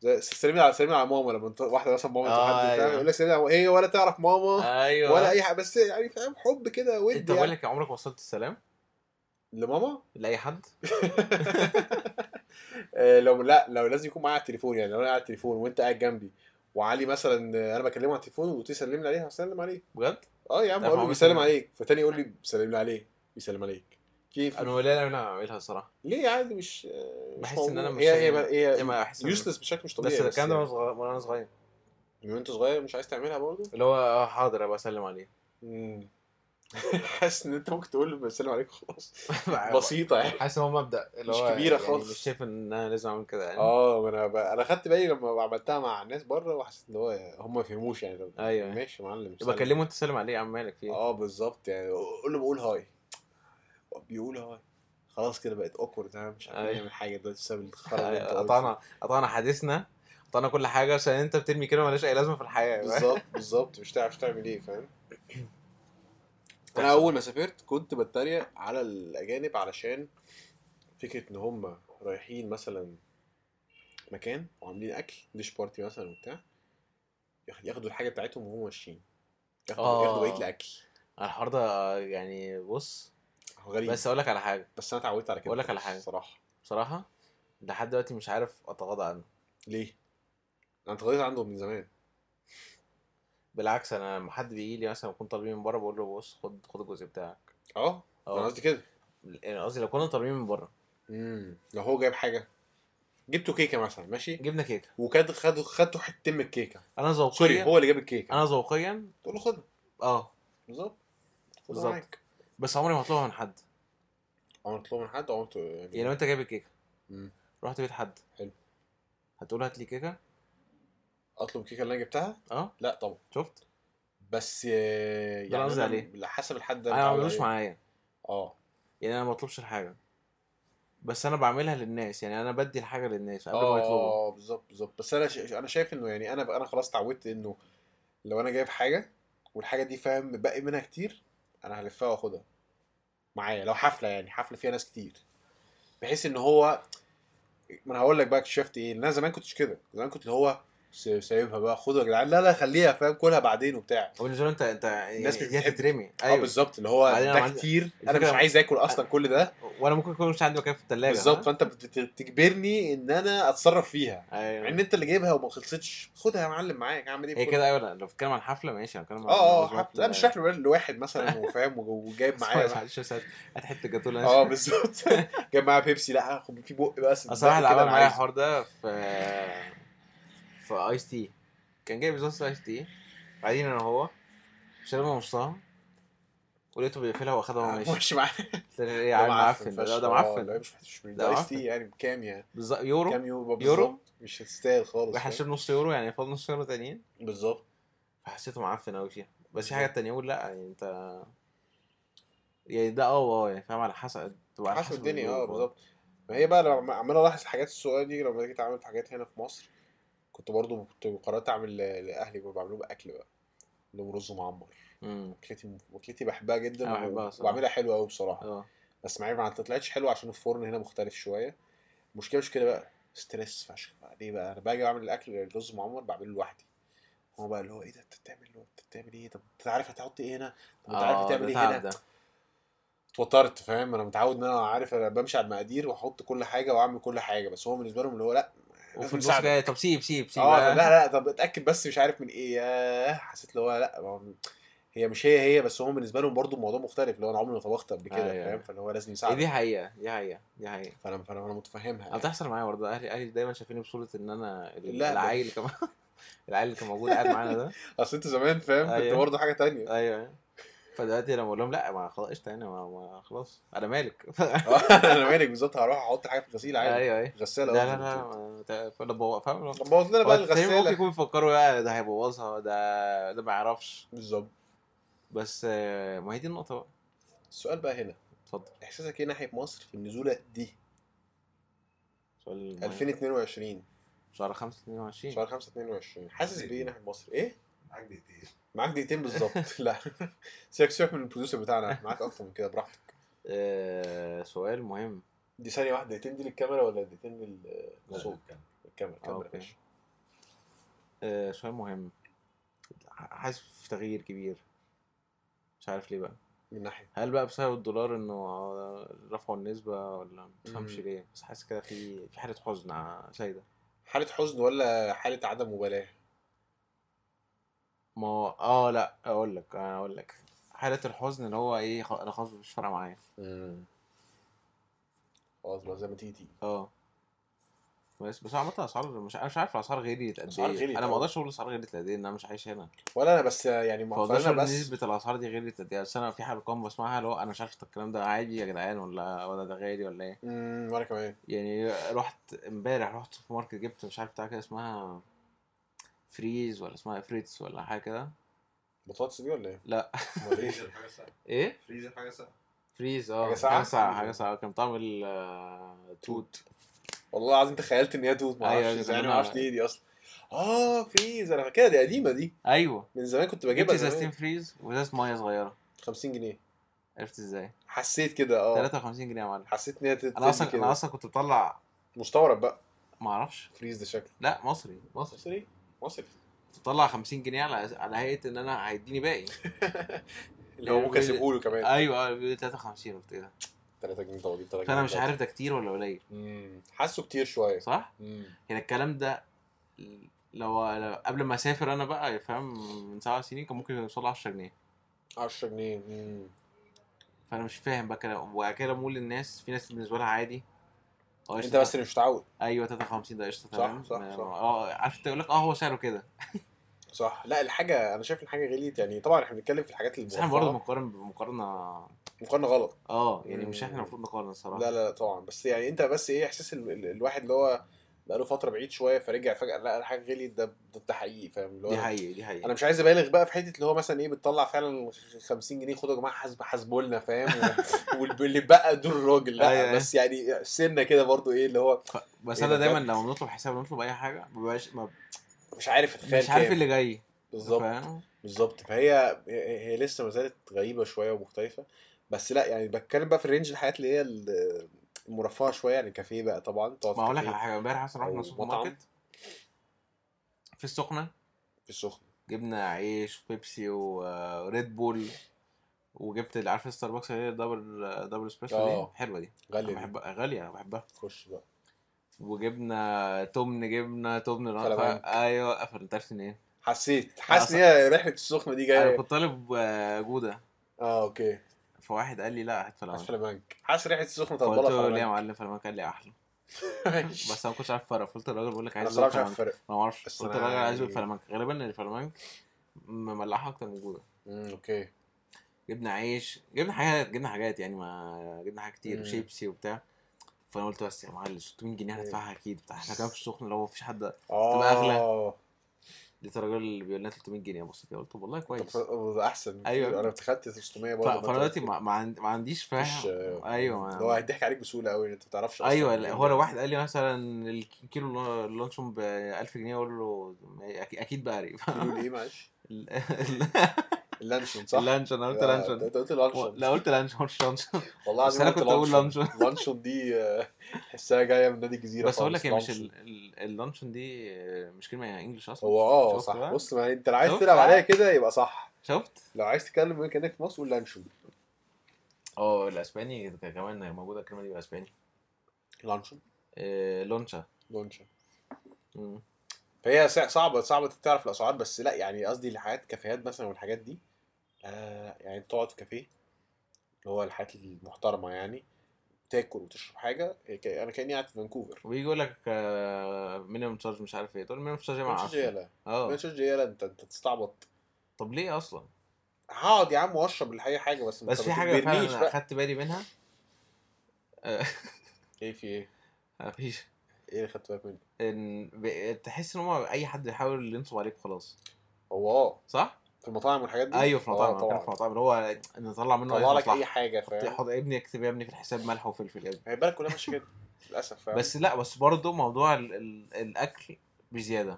B: زي سلمي على سلمي على ماما لما انت واحده مثلا ماما
A: آه،
B: آه
A: أيوة.
B: يقول لك سلمي على هي ولا تعرف ماما
A: ايوه
B: ولا اي حاجه بس يعني فاهم حب كده ود
A: انت بقول
B: يعني
A: لك عمرك ما وصلت السلام
B: لماما
A: لاي حد
B: آه، لو لا لو لازم يكون معايا على التليفون يعني لو انا قاعد على التليفون وانت قاعد جنبي وعلي مثلا آه، انا بكلمه على التليفون وتسلم لي عليه هسلم عليه
A: بجد
B: اه يا عم
A: طب
B: اقول له
A: هو
B: بيسلم
A: بيسلم
B: عليك فتاني يقول لي بيسلم لي عليه بيسلم عليك في في-
A: انا لا لا انا بعملها الصراحه
B: ليه عادي مش آه، مش
A: بحس ان انا
B: موضوع.
A: مش
B: هي هي
A: يا
B: هي
A: ما احس إن-
B: يوسلس بشكل مش
A: بس
B: طبيعي
A: الكلام ده
B: يعني
A: وانا صغير وانا صغير
B: من وانت صغير مش عايز تعملها برضه
A: اللي هو آه، حاضر ابقى اسلم عليه [laughs]
B: Hmm. [laughs] حاسس ان انت ممكن تقول له بسلم عليك خلاص بسيطة يعني
A: حاسس ان هو مبدا اللي
B: مش
A: هو
B: كبيرة
A: يعني
B: خالص.
A: مش شايف ان انا لازم اعمل كده يعني
B: اه ما انا ب... انا خدت بالي لما عملتها مع الناس بره وحسيت ان هو هم ما فهموش يعني طب
A: ايوه.
B: ماشي يا معلم
A: يبقى
B: سلم.
A: كلمه انت سلم عليه يا عم مالك في ايه
B: اه بالظبط يعني قول له بقول هاي بيقول هاي خلاص كده بقت اوكورد انا مش عارف
A: أيوة.
B: نعمل حاجه دلوقتي بسبب الخرا اللي انت قلته.
A: قطعنا قطعنا يعني حديثنا قطعنا كل حاجه عشان انت بترمي كلمه مالهاش اي لازمه في الحياه [laughs]
B: بالظبط بالظبط مش تعرف تعمل ايه فاهم انا اول ما سافرت كنت بتريق على الاجانب علشان فكره ان هم رايحين مثلا مكان وعاملين اكل ديش بارتي مثلا وبتاع ياخ- ياخدوا الحاجه بتاعتهم وهم ماشيين ياخدوا
A: آه.
B: ياخدوا بقيه الاكل
A: الحوار ده يعني بص
B: غريب
A: بس
B: بس,
A: اقول لك على حاجه
B: بس انا اتعودت على كده
A: أقول لك على حاجة.
B: الصراحه
A: بصراحه لحد دلوقتي مش عارف اتغاضى عنه
B: ليه؟ انا اتغيرت عندهم من زمان
A: بالعكس انا لما حد بيجي لي مثلا بكون طالبين من بره بقول له بص خد خد الجزء بتاعك
B: اه انا
A: اه
B: قصدي كده
A: يعني قصدي لو كنا طالبين من بره
B: امم لو هو جايب حاجه جبته كيكه مثلا ماشي
A: جبنا كيكه
B: وكاد خدوا خدته حتتين من الكيكه
A: انا
B: سوري
A: ذوقيا
B: هو اللي جاب الكيكه
A: انا ذوقيا
B: تقول له خدها
A: اه
B: بالظبط خدها
A: بالظبط.
B: معاك
A: بس عمري ما هطلبها من حد
B: عمرك تطلب من حد عمرك
A: يعني لو
B: يعني
A: انت جايب الكيكه
B: مم.
A: رحت بيت حد
B: حلو.
A: هتقول هات لي كيكه
B: اطلب الكيكه اللي انا جبتها
A: اه
B: لا طبعا
A: شفت
B: بس آه،
A: ده أنا قصدي
B: أنا
A: عليه.
B: لا، حسب الحد ده
A: انا ما بعملوش معايا
B: اه
A: يعني انا ما بطلبش الحاجه بس انا بعملها للناس يعني انا بدي الحاجه للناس قبل ما يطلبوا
B: اه بالظبط بالظبط بس انا ش... انا شايف انه يعني انا انا خلاص اتعودت انه لو انا جايب حاجه والحاجه دي فاهم باقي منها كتير انا هلفها واخدها معايا لو حفله يعني حفله فيها ناس كتير بحيث ان هو ما انا هقول لك بقى اكتشفت ايه ان انا زمان كنتش كده زمان كنت اللي هو س- سايبها بقى خدها يا جدعان لا لا خليها فاهم كلها بعدين وبتاع
A: وبالنسبه له انت انت
B: الناس مش
A: دي
B: بتحب.
A: هتترمي
B: اه
A: ايوه
B: بالظبط اللي هو
A: بعدين أنا
B: ده
A: عندي-
B: كتير انا مش
A: الفكرة-
B: عايز اكل اصلا كل ده
A: وانا ممكن يكون مش عندي مكان في الثلاجه
B: بالظبط فانت بت- بتجبرني ان انا اتصرف فيها مع ان
A: ايوه
B: انت اللي جايبها وما خلصتش خدها يا معلم معاك اعمل ايه
A: هي
B: بكل-
A: كده ايوه لا، لو بتتكلم عن حفله ماشي لو بتتكلم عن
B: اه اه
A: عزومات،
B: حفله لا مش رايح لواحد مثلا وفاهم وج-
A: [laughs]
B: وجايب معايا
A: معلش بس هات- هات حته جاتوه لانش.
B: اه بالظبط [laughs] جايب معايا بيبسي لا خد في بق بس
A: أنا الصراحه اللي
B: كده
A: عمل
B: انا
A: معايا
B: عايزه.
A: الحوار ده في في ايس تي كان جايب ازازه ايس تي قاعدين انا وهو شربنا نصها ولقيته بيقفلها واخدها
B: آه، [laughs]
A: وماشي
B: مش معايا
A: قلت له ايه [laughs] يا عم معفن
B: فشخ.
A: ده ده
B: آه،
A: معفن
B: لا مش مش
A: ده
B: ده ايس
A: معفن.
B: تي يعني بكام يعني
A: بالظبط يورو
B: كام يورو
A: يورو؟
B: بالظبط مش هتستاهل خالص
A: واحد
B: فاهم؟
A: شرب نص يورو يعني فاضل نص يورو تانيين
B: بالظبط
A: فحسيته معفن قوي فيها بس في حاجات تانية اقول لا يعني انت يعني ده اه واه يعني فاهم على حسب تبقى على
B: حسب الدنيا اه
A: الظروف.
B: بالظبط ما هي بقى لما عمال الاحظ الحاجات السؤال دي لما جيت اعمل في حاجات هنا في مصر كنت برضو كنت قررت اعمل ل- لاهلي بعملهم اكل بقى لهم رز معمر
A: امم
B: اكلتي اكلتي بحبها جدا
A: أنا بحبها صراحة.
B: وبعملها حلوه قوي بصراحه
A: اه
B: بس معايا ما طلعتش حلوه عشان الفرن هنا مختلف شويه المشكله مش كده بقى ستريس فشخ بقى ليه بقى انا باجي اعمل الاكل الرز معمر بعمله لوحدي هو بقى اللي هو ايه ده انت بتعمل ايه انت بتعمل ايه طب انت عارف هتحط ايه هنا طب انت عارف
A: آه،
B: هتعمل
A: ده
B: ايه
A: تعب
B: هنا
A: ده
B: اتوترت فاهم انا متعود ان انا عارف انا بمشي على المقادير واحط كل حاجه واعمل كل حاجه بس هو بالنسبه لهم اللي هو لا
A: وفي
B: لازم
A: النص
B: نساعدك.
A: جاي طب سيب سيب سيب
B: اه
A: آه.
B: لا لا طب اتاكد بس مش عارف من ايه ياه حسيت اللي هو لا ما هو- هي مش هي هي بس هم بالنسبه لهم برضو الموضوع مختلف اللي هو انا عمري ما طبخت قبل كده
A: أيوة.
B: فاهم فاللي هو لازم
A: إيه
B: يساعدك
A: دي حقيقة دي حقيقة دي حقيقة
B: فانا فانا انا متفهمها
A: انا
B: يعني.
A: بتحصل معايا برضه اهلي اهلي دايما شايفيني بصورة ان انا ال-
B: لا، لا.
A: العيل كمان [laughs] العيل اللي كان موجود قاعد معانا ده
B: اصل انت يعني. زمان فاهم كنت
A: أيوة.
B: برضه حاجه
A: [laughs]
B: تانية
A: ايوه فدلوقتي لما اقول لهم لا ما خلاص قشطة يعني ما, ما خلاص انا مالك [laughs]
B: آه، انا مالك بالظبط هروح احط حاجه في الغسيل عادي آه،
A: ايوه ايوه
B: غساله
A: لا
B: قصدي.
A: لا لا ما- تع- فانا بوق- فاهم
B: طب بوظ لنا
A: هو
B: بقى
A: التانيين ممكن
B: الغساله
A: يكونوا بيفكروا بقى ده هيبوظها ده ده ما يعرفش
B: بالظبط
A: بس آه، ما هي دي النقطة بقى
B: السؤال بقى هنا
A: اتفضل
B: احساسك ايه ناحيه مصر في النزوله دي
A: سؤال مهم.
B: 2022
A: شهر 5 22
B: شهر 5 22 حاسس
A: إيه؟
B: بايه ناحيه مصر ايه
C: معاك دقيقتين
B: [laughs] معاك دقيقتين بالظبط لا سيبك سيبك من البروديوسر بتاعنا معاك اكتر من كده براحتك
A: آه سؤال مهم
B: دي ثانيه واحده دقيقتين دي للكاميرا ولا دقيقتين لل-
C: لا،
B: للصوت
C: كان-
B: الكاميرا الكاميرا
A: أوكي.
B: ماشي
A: آه سؤال مهم ح- حاسس في تغيير كبير مش عارف ليه بقى
B: من ناحيه
A: هل بقى بسبب الدولار انه رفعوا النسبة ولا مفهمش
B: مم.
A: ليه بس حاسس كده في في حالة حزن آه، ع- سايدة
B: حاله حزن ولا حاله عدم مبالاه
A: ما هو اه لا اقول لك انا اقول لك حالة الحزن اللي هو ايه خ- انا خلاص مش فارقة معايا
B: خلاص بقى زي ما تيجي تيجي
A: اه بس بس عامة الاسعار مش انا مش عارف الاسعار غليت قد
B: الأسعار غليت آه.
A: ايه انا ما
B: أوي.
A: اقدرش اقول الاسعار غليت قد ايه ان انا مش عايش هنا
B: ولا انا بس يعني مؤخرا
A: فاقدرش
B: أنا
A: بس
B: بس
A: نسبة الاسعار دي غليت قد ايه بس انا في ارقام بسمعها اللي هو انا مش عارف الكلام ده عادي يا جدعان ولا ولا ده غالي ولا ايه
B: امم وانا كمان
A: يعني رحت امبارح رحت سوبر ماركت جبت مش عارف بتاع كده اسمها فريز ولا اسمها فريتز ولا حاجه كده
B: بطاطس دي ولا ايه؟
A: لا.
B: امال ايه؟
C: فريزر حاجه ساعه
A: ايه
C: فريزر حاجه ساعه
A: فريز اه
B: حاجة ساقعة؟
A: حاجه ساقعه حاجه ساقعه كان طعم ال- آه، [laughs] توت
B: والله العظيم تخيلت ان هي توت ما
A: أيوة،
B: اعرفش
A: دي
B: ازاي انا
A: كمان
B: ما اعرفش
A: أنا-
B: دي دي اصلا اه فريز انا فاكرها دي قديمه دي
A: ايوه
B: من زمان كنت
A: جبت
B: أيوه. بجيبها
A: ازازتين
B: زمان
A: فريز وازازه ميه صغيره
B: 50 جنيه
A: عرفت ازاي
B: حسيت كده اه
A: 53 جنيه يا معلم
B: حسيت ان هي تت-
A: انا
B: تدي
A: اصلا انا
B: كده
A: اصلا كنت بطلع
B: مستغرب بقى
A: ما اعرفش
B: فريز ده شكل
A: لا مصري مصري
B: مصري مصري
A: كنت بطلع 50 جنيه على على هيئه ان انا هيديني باقي
B: اللي هو ممكن
A: الفريز-
B: اسيبه له كمان
A: ايوه آه، بيقول لي 53 قلت ايه ده
B: 3 جنيه طوالي 3 جنيه
A: فانا مش
B: طوالي.
A: عارف ده كتير ولا قليل
B: مم. حاسه كتير شويه
A: صح
B: مم.
A: يعني الكلام ده لو, لو قبل ما اسافر انا بقى فاهم من سبع سنين كان ممكن يوصل 10 جنيه
B: 10 جنيه مم.
A: فانا مش فاهم بقى كده وبعد كده بقول للناس في ناس بالنسبه لها عادي اه
B: انت
A: قشطة.
B: بس اللي مش متعود
A: ايوه 53 ده قشطه
B: صح،
A: تمام
B: صح، صح.
A: اه عارف انت يقول لك اه هو سعره كده
B: صح لا الحاجه انا شايف ان الحاجه غليت يعني طبعا احنا بنتكلم في الحاجات اللي
A: بس احنا
B: موفرة.
A: برضه بنقارن بمقارنه
B: مقارنه غلط
A: اه يعني مش احنا
B: مم.
A: المفروض نقارن الصراحه
B: لا لا لا طبعا بس يعني انت بس ايه احساس ال... ال... الواحد اللي هو بقاله فتره بعيد شويه فرجع فجاه لقى الحاجه غليت ده ده ده حقيقي فاهم اللي هو
A: دي
B: أنا-
A: حقيقه دي حقيقه
B: انا مش عايز ابالغ بقى في حته اللي هو مثلا ايه بتطلع فعلا 50 جنيه خدوا يا جماعه حاسب حاسبوا لنا فاهم [laughs] واللي بقى دول الراجل
A: أيوة، أيوة.
B: لا بس يعني سنه كده برضو ايه اللي هو
A: بس
B: إيه
A: انا
B: ده
A: دايما
B: بجد؟
A: لما بنطلب حساب نطلب اي حاجه ما ببقاش ما-
B: مش عارف اتخيل
A: مش عارف إيه
B: كام
A: اللي جاي
B: بالظبط
A: فاهم
B: بالظبط فهي هي هي لسه ما زالت غريبه شويه ومختلفه بس لا يعني بتكلم بقى في الرينج الحاجات اللي هي ال- المرفهه شويه يعني كافيه بقى طبعا تقعد في
A: ما اقول لك
B: كافيه
A: على حاجه امبارح اصلا
B: أو
A: رحنا سوبر
B: مطعم.
A: ماركت في السخنه
B: في السخن
A: جبنا عيش وبيبسي و- وريد بول وجبت اللي عارف ستاربكس اللي هي دبل دبل اسبريسو
B: آه.
A: دي حلوه دي
B: غالي
A: انا
B: دي.
A: بحبها غاليه انا بحبها
B: خش بقى
A: وجبنا تمن جبنا تمن رقفة.
B: فلامنك.
A: ايوه قفل انت عرفت منين؟
B: حسيت حاسس ان هي رحله السخنه دي
A: انا
B: جايه
A: كنت طالب آه، جوده
B: اه اوكي
A: فواحد قال لي لا هات
B: حاسس
A: فلامنك
B: فلامنك حاسس ريحه السخنه
A: فقلت له ليه يا
B: طبلها
A: معلم فلامنك قال لي احلى
B: ماشي
A: بس انا ما كنتش عارف الفرق فقلت للراجل بقول لك
B: انا
A: عايز
B: صراحه
A: أذوق
B: مش عارف
A: فلامنك
B: الفرق
A: انا ما اعرفش
B: بس
A: قلت
B: أنا
A: للراجل عايز أذوق
B: يعني-
A: فلامنك غالبا ان الفلامنك مملحه اكتر من جوده
B: امم اوكي
A: جبنا عيش جبنا حاجات جبنا حاجات يعني ما جبنا حاجات كتير
B: مم.
A: وشيبسي وبتاع فانا قلت بس يا معلم 600 جنيه هندفعها اكيد بتاع احنا كمان في السخنه لو مفيش حد
B: اه
A: أغلى. لقيت الراجل اللي بيقول لنا 300 جنيه بص كده قلت طب والله
B: طب
A: كويس ف-
B: ده احسن
A: أيوة.
B: ايوه انا اتخدت 600 برضه
A: فانا دلوقتي ما, ما عند- ما عنديش
B: مش
A: فاهم ايوه ما-
B: هو يعني. هيضحك عليك بسهوله قوي انت ما تعرفش
A: ايوه لا، هو لو واحد قال لي مثلا الكيلو لا- اللانشون ب 1000 جنيه اقول له أكي- اكيد بقري
B: كيلو ليه معلش
A: [laughs] ال-
B: إيه، اللانشون صح؟
A: اللانشون انا قلت
B: لا،
A: لانشون
B: انت قلت لانشون
A: لا قلت لانشون مش لانشون
B: والله
A: بس
B: العظيم
A: أنا كنت أقول
B: لانشون دي آه، تحسها جايه من نادي الجزيره
A: بس اقول لك هي
B: خالص،
A: مش
B: لانشون.
A: ال- ال- اللانشون دي مش كلمه انجلش اصلا
B: هو اه
A: شفت
B: صح
A: بقى؟
B: بص ما انت لو عايز
A: شفت
B: تلعب
A: بقى؟
B: عليها كده يبقى صح
A: شفت؟
B: لو عايز تتكلم كانك في مصر قول لانشون
A: اه الاسباني ك- كمان موجوده الكلمه دي بالاسباني
B: لانشون
A: إيه لونشا
B: لانشون
A: مم.
B: فهي سع- صعبه صعبه تعرف الاسعار بس لا يعني قصدي الحاجات كافيهات مثلا والحاجات دي آه يعني تقعد في كافيه اللي هو الحاجات المحترمه يعني تاكل وتشرب حاجه ك- انا كاني قاعد في فانكوفر
A: ويجي يقول لك مينيمم تشارج مش عارف ايه تقول مينيمم تشارج ما
B: مش
A: اعرفش
B: جيالة
A: اه
B: مش جيالة انت انت تستعبط
A: طب ليه اصلا؟
B: هقعد يا عم واشرب الحقيقه حاجه بس ما
A: بس
B: انت
A: في
B: ما
A: حاجه
B: تجبرنيش
A: فعلا
B: بقى
A: اخدت بالي منها [laughs]
B: ايه في ايه؟
A: مفيش
B: ايه اللي خدت بالك منه؟
A: ان ب- تحس ان هو اي حد يحاول ينصب عليك خلاص
B: هو اه
A: صح؟
B: في المطاعم والحاجات دي
A: ايوه في مطعم
B: آه،
A: أنا بتكلم في
B: طبعا
A: مطعم اللي هو نطلع منه
B: طلع لك اي
A: مصلحة.
B: حاجه فاهم؟
A: حط ابني اكتب يا ابني في الحساب ملح وفلفل يا ابني
B: هي بالك كلها ماشيه كده للاسف فاهم؟
A: بس لا بس برضه موضوع ال- ال- الاكل بزياده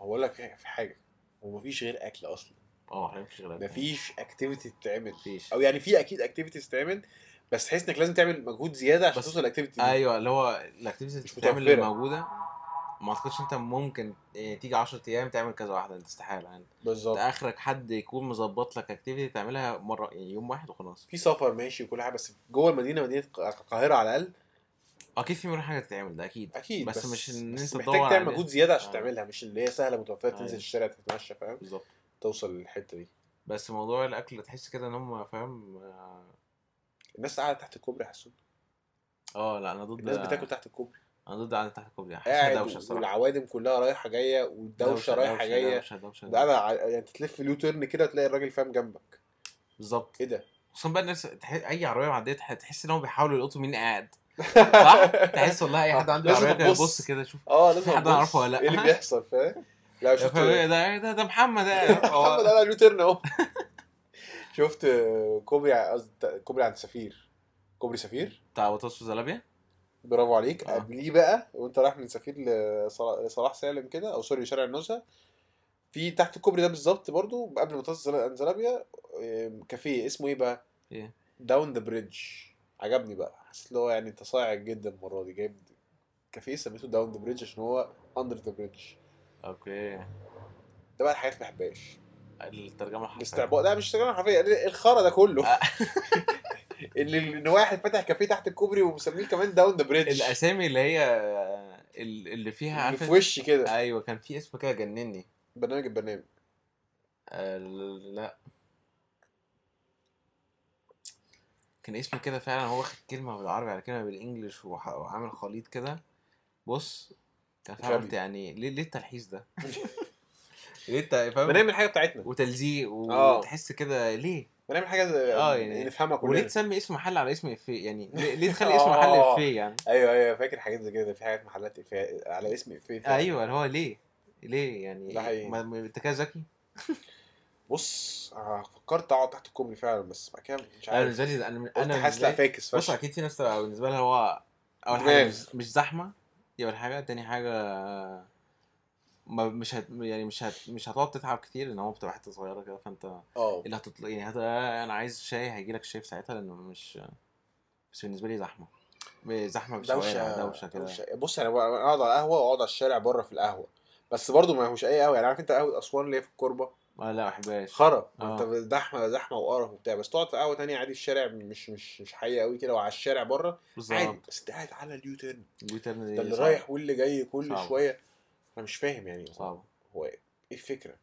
B: هو بقول لك في حاجه هو مفيش غير اكل اصلا
A: اه احنا مفيش غير أكل.
B: مفيش اكتيفيتي تتعمل
A: مفيش
B: او يعني في اكيد اكتيفيتيز تتعمل بس تحس انك لازم تعمل مجهود زياده عشان
A: بس-
B: توصل الاكتيفيتي دي
A: ايوه اللي هو الاكتيفيتيز
B: مش
A: اللي بتعمل
B: متوفرة.
A: اللي موجوده ما اعتقدش انت ممكن إيه، تيجي 10 ايام تعمل كذا واحده انت استحاله يعني
B: بالظبط
A: انت اخرك حد يكون مظبط لك اكتيفيتي تعملها مره يعني يوم واحد وخلاص
B: في سفر ماشي وكل حاجه بس جوه المدينه مدينه الق- القاهره على الاقل
A: اكيد في مليون حاجه تتعمل ده اكيد
B: اكيد
A: بس مش إن
B: بس
A: أنت
B: محتاج
A: تدور
B: تعمل
A: عليها.
B: مجهود زياده عشان
A: آه.
B: تعملها مش اللي هي سهله متوفره تنزل
A: أيوة.
B: الشارع تتمشى فاهم
A: بالظبط
B: توصل للحته دي
A: بس موضوع الاكل تحس كده ان هم فاهم آه،
B: الناس قاعده تحت الكوبري حسون
A: اه لا انا ضد
B: الناس بتاكل تحت الكوبري
A: انا ضد قعده تحت الكوبري حاسسها دوشه
B: قاعد
A: الصراحه
B: والعوادم كلها رايحه جايه والدوشه
A: دوشة-
B: رايحه
A: دوشة-
B: جايه
A: دوشة- دوشة-
B: ده انا ع- يعني تلف اليو تيرن كده تلاقي الراجل فاهم جنبك
A: بالظبط
B: ايه ده
A: خصوصا بقى الناس تح... اي عربيه معديه تح... تحس ان هم بيحاولوا يلقطوا مين قاعد صح؟
B: [laughs]
A: تحس والله اي حد عنده
B: لازم
A: عربيه كده
B: تبص.
A: يبص كده شوف
B: اه لازم
A: في حد
B: أبص.
A: أعرفه ولا لأ؟
B: ايه اللي بيحصل فاهم لا شفت
A: فاهم إيه ده ده ده
B: [laughs]
A: محمد آه. قاعد.
B: محمد
A: هو
B: قال اليو تيرن اهو [laughs] شفت كوبري ع- قصدي كوبري عند سفير كوبري سفير
A: بتاع بطاطس وزلابيا
B: برافو عليك
A: آه.
B: قبليه بقى وانت رايح من سفير لصلا- لصلاح سالم كده او سوري شارع النزهه في تحت الكوبري ده بالظبط برضو قبل ما توصل عند زلابيا آم، كافيه اسمه ايه بقى؟
A: إيه؟
B: داون ذا بريدج عجبني بقى حسيت اللي هو يعني انت صاعد جدا المره دي جايب كافيه سميته داون ذا بريدج عشان هو اندر ذا بريدج
A: اوكي
B: ده بقى الحاجات اللي ما بحبهاش
A: الترجمه الحرفية.
B: الاستعباط لا مش استعباط حرفيا الخرا ده كله [laughs]
A: آه.
B: اللي ان واحد فتح كافيه تحت الكوبري ومسميه كمان داون ذا بريدج
A: الاسامي اللي هي ال- اللي فيها
B: اللي في
A: عارف
B: وشي كده
A: ايوه كان في اسم كده جنني
B: برنامج البرنامج
A: آه، لا كان اسمه كده فعلا هو واخد كلمة بالعربي على كلمة بالانجلش وح- وعامل خليط كده بص كان فعلا
B: غبي.
A: قلت يعني ليه ليه التلحيس ده؟ [laughs] ليه انت فاهم؟
B: بنعمل الحاجه بتاعتنا
A: وتلزيق
B: آه.
A: وتحس كده ليه؟
B: بنعمل حاجه زي-
A: آه، يعني-
B: نفهمها
A: وليه
B: كلنا
A: تسمي اسم محل على اسم افيه يعني؟ ليه ليه تخلي اسم محل
B: [laughs] آه.
A: افيه يعني؟
B: ايوه ايوه فاكر حاجات زي كده في حاجات محلات إفيه- على اسم افيه
A: ايوه اللي هو ليه؟ ليه
B: طيب. ده
A: يعني؟
B: حقيقي.
A: ما- ما- انت كده ذكي؟
B: بص آه، فكرت اقعد تحت الكوبري فعلا بس بعد كده مش
A: انا
B: عارف
A: بالنسبة لي انا
B: قلت
A: أنا
B: حاسس
A: بالنسبة
B: لا
A: لي- بص
B: فاكس فشخ
A: اكيد في ناس تبقى بالنسبه لها هو اول
B: دماغ.
A: حاجه مش, مش زحمه دي اول حاجه تاني حاجه ما مش هت يعني مش هت مش هتقعد تتعب كتير ان هو بتبقى حته صغيره كده فانت إيه
B: اه
A: اللي هتطلع يعني هت... آه، انا عايز شاي هيجي لك شاي في ساعتها لانه مش بس بالنسبه لي زحمه زحمه بالشوارع
B: دوشه
A: دوشه يعني كده
B: دوشه بص انا بقى- أنا اقعد على القهوه واقعد على الشارع بره في القهوه بس برضو ما هوش اي قهوه يعني عارف انت قهوه اسوان اللي هي في الكوربه
A: آه، لا ما بحبهاش
B: خرا
A: آه.
B: انت زحمه زحمه وقرف وبتاع بس تقعد في قهوه تانية عادي في الشارع مش مش مش حقيقه قوي كده وعلى الشارع بره عادي
A: بالظبط
B: بس انت قاعد على اليوتيرن
A: اليوتيرن دي
B: ده اللي
A: صعبة.
B: رايح واللي جاي كل
A: صعبة.
B: شويه انا مش فاهم يعني هو-
A: صعبه
B: هو ايه الفكره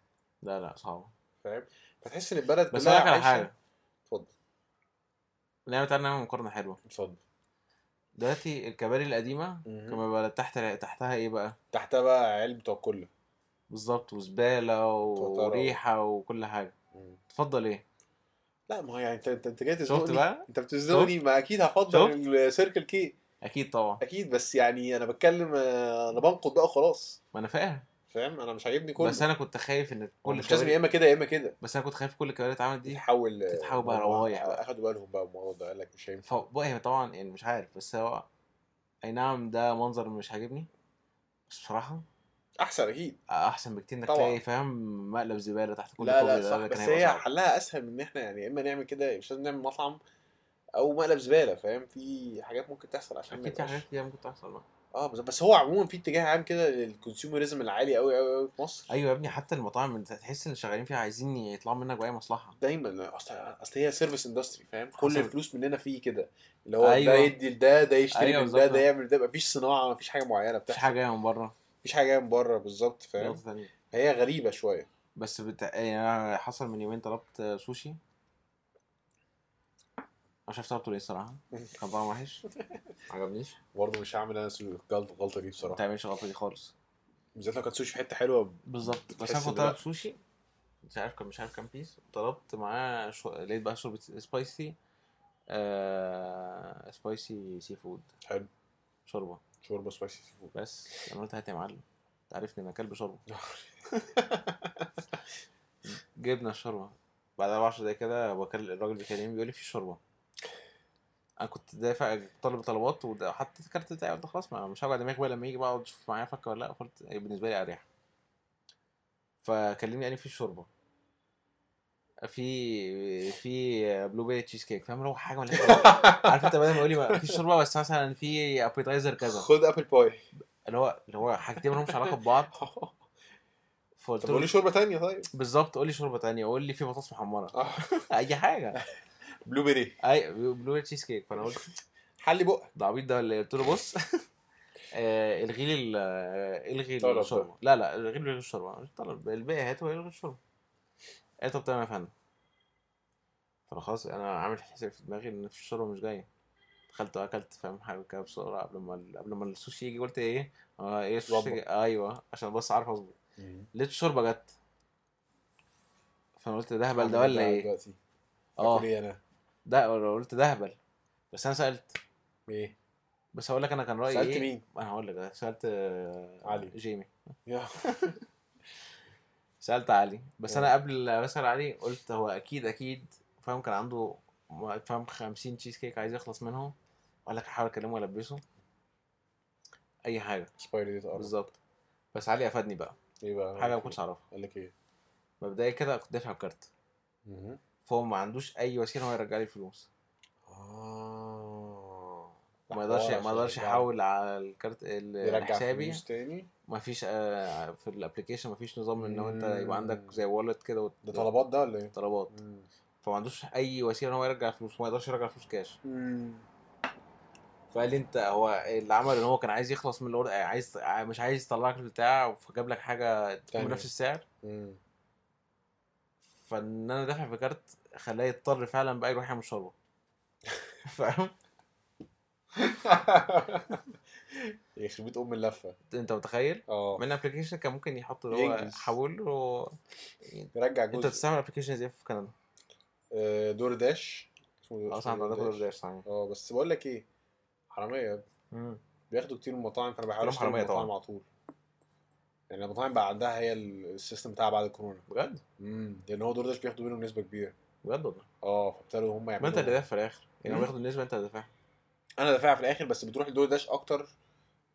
A: لا لا صعبه
B: فاهم فتحس ان البلد
A: بس
B: كلها
A: اقول لك على
B: عايشة-
A: حاجه
B: اتفضل
A: لا تعالى نعمل مقارنه حلوه
B: اتفضل
A: دلوقتي الكباري القديمه
B: مهم.
A: كان بيبقى تحت تحتها ايه بقى؟
B: تحتها بقى علب بتوع كله
A: بالظبط وزبالة
B: وطرا.
A: وريحة وكل حاجة تفضل ايه؟
B: لا ما هو يعني انت انت انت جاي
A: شفت
B: تزنقني
A: بقى؟
B: انت بتزنقني ما اكيد هفضل السيركل كي
A: أكيد طبعا
B: اكيد بس يعني انا بتكلم آه، انا بنقد بقى خلاص
A: ما أنا فاهم
B: فاهم انا مش عاجبني كله
A: بس أنا كنت خايف إن كل
B: مش لازم
A: الكباري-
B: يا اما كده يا اما كده آه،
A: بس أنا كنت خايف كل الكباري اتعملت دي
B: تتحول
A: تتحول بقى
B: هم
A: روايح بقى.
B: اخدوا بالهم بقى من الموضوع ده قال لك مش هينفع
A: فبقى طبعا يعني مش عارف بس هو أي نعم ده منظر مش عاجبني بس بصراحة
B: احسن اكيد
A: أحسن بكتير إنك
B: طبعا.
A: تلاقي فاهم مقلب زبالة تحت كل
B: لا
A: كوبري
B: لا
A: ده،
B: صح
A: ده كان
B: بس
A: هيبقى
B: هي
A: صعب.
B: حلها اسهل من ان احنا يعني يا اما نعمل كده مش لازم نعمل مطعم او مقلب زباله فاهم في حاجات ممكن تحصل عشان ما
A: أكيد في
B: يبقاش
A: حاجات كتير ممكن تحصل بقى
B: اه بس, بس هو عموما في اتجاه عام كده للكونسيومرزم العالي قوي قوي قوي في مصر
A: أيوة يا ابني حتى المطاعم أنت تحس إن شغالين فيها عايزين يطلعوا منك بأي مصلحة
B: دايما اصل اصل هي سيرفيس اندستري فاهم كل
A: حصل.
B: الفلوس مننا فيه كده اللي هو
A: أيوة.
B: ده يدي لده ده يشتري
A: أيوة
B: من ده
A: بالظبط.
B: ده يعمل ده مفيش صناعه مفيش حاجه معينه
A: مفيش
B: بتحصل
A: حاجة جاية من بره
B: مفيش حاجه من بره بالظبط فاهم
A: نقطة تانية
B: هي غريبه شويه
A: بس بت... يعني انا حصل من يومين طلبت سوشي مش عارف طلبته ليه [laughs] الصراحه كان طعمه وحش ما عجبنيش
B: برضه مش هعمل انا سو- غلطه غلطه دي
A: ما
B: بصراحه
A: تعملش الغلطه دي خالص
B: بالذات لو كانت سوشي في حته حلوه
A: بالظبط بس
B: تحس
A: انا كنت
B: إن لأ.
A: طالب سوشي مش عارف كان مش عارف كام بيس طلبت معاه شو... لقيت بقى شوربه سبايسي آه... سبايسي سي فود
B: حلو.
A: شوربه
B: شوربه سبايسي سي فود
A: بس انا قلت هات يا معلم انت عارفني انا كلب شوربه جبنا الشوربه بعدها ب 10 دقايق كده بكلم الراجل بيكلمني بيقول لي في شوربه انا كنت دافع طالب طلبات وحطيت الكارت بتاعي قلت خلاص ما مش هوجع دماغي بقى لما يجي بقى اقعد اشوف معايا فكه ولا لا قلت بالنسبه لي اريح فكلمني قال لي في شوربه في في بلو بيري تشيز كيك فاهم اللي هو حاجه ولا عارف انت بدل ما يقول لي ما فيش شوربه بس مثلا في ابيتايزر كذا
B: خد ابل باي
A: [laughs] اللي هو اللي هو حاجتين مالهمش علاقه ببعض فقلت
B: طب قول
A: له
B: لي آه. شوربه تانية طيب
A: بالظبط قول لي شوربه تانية قول لي في بطاطس محمره [laughs] اي حاجه
B: بلو بيري
A: اي بلو بيري تشيز كيك فانا قلت
B: حلي بقى
A: ده عبيط ده اللي قلت له بص [laughs] آه، الغي لي ال- آه، الغي
B: طلب ده.
A: الشوربه لا لا الغي لي الشوربه مش طلب الباقي هاته والغي الشوربه قال طب تمام يا فندم فانا خلاص انا عامل حساب في دماغي ان في الشوربه مش جايه دخلت واكلت فاهم حاجه كده بسرعه قبل ما ال- قبل ما السوشي يجي قلت ايه اه ايه السوشي
B: ظبط.
A: جاي؟ ايوه عشان بس عارف اظبط لقيت الشوربه جت فانا قلت ده هبل ده ولا ايه؟
B: دلوقتي
A: اه
B: آكل ايه انا
A: ده قلت ده هبل بس انا سالت
B: ايه
A: بس هقول لك انا كان رايي
B: سالت
A: إيه.
B: مين
A: انا هقول لك أنا سالت آه،
B: علي.
A: جيمي
B: يا
A: سالت علي بس
B: آه.
A: انا قبل ما اسال علي قلت هو اكيد اكيد فاهم كان عنده م- فاهم 50 تشيز كيك عايز يخلص منهم قال لك احاول اكلمه والبسه اي حاجه
B: سبايدر دي تقرب
A: بالظبط بس علي افادني بقى
B: ايه بقى
A: حاجه ما كنتش اعرفها
B: قال لك ايه
A: مبدئيا كده كنت دافع بكارت
B: مهم.
A: فهو ما عندوش اي وسيله هو يرجع لي الفلوس
B: اه
A: ما يقدرش
B: حوار
A: ما يقدرش
B: عشان
A: يحول على الكارت ال-
B: يرجع
A: حسابي
B: فلوس تاني
A: ما فيش آه، في الابلكيشن ما فيش نظام ان هو انت
B: مم.
A: يبقى عندك زي والlet كده وت-
B: ده طلبات ده ولا ايه؟
A: طلبات فما عندوش اي وسيله ان هو يرجع فلوس ما يقدرش يرجع فلوس كاش فقال لي انت هو اللي عمل ان هو كان عايز يخلص من الاوردر عايز مش عايز يطلعك من البتاع فجاب لك حاجه تكون
B: تاني.
A: بنفس السعر
B: مم. [laughs]
A: فان انا دافع بكارت خلاه يضطر فعلا بقى يروح يعمل [laughs] شربه فاهم
B: يخرب بيت ام اللفه
A: انت متخيل
B: اه
A: من الابلكيشن كان ممكن يحط اللي هو
B: ينجز.
A: حول له
B: نرجع
A: انت
B: جزء
A: بتستعمل ابلكيشن زي في كندا
B: آه، دور داش اسمه دور-
A: اصلا
B: اسمه
A: عندك
B: دور
A: دور
B: داش.
A: آه، داش صحيح
B: اه بس بقول لك ايه حراميه يا ابني.
A: مم.
B: بياخدوا كتير من المطاعم فانا بحاول
A: كلهم
B: اشتري من
A: حرامية طبعا.
B: المطاعم على طول يعني المطاعم بقى عندها هي ال- السيستم بتاع بعد الكورونا
A: بجد
B: امم لان هو دور داش بياخدوا منهم نسبه كبيره
A: بجد والله
B: اه فابتدوا هم
A: ما
B: يعملوا
A: انت اللي دافع في الاخر يعني هو
B: مم.
A: بياخد النسبه انت اللي دافعها
B: انا دافعها في الاخر بس بتروح لدور داش اكتر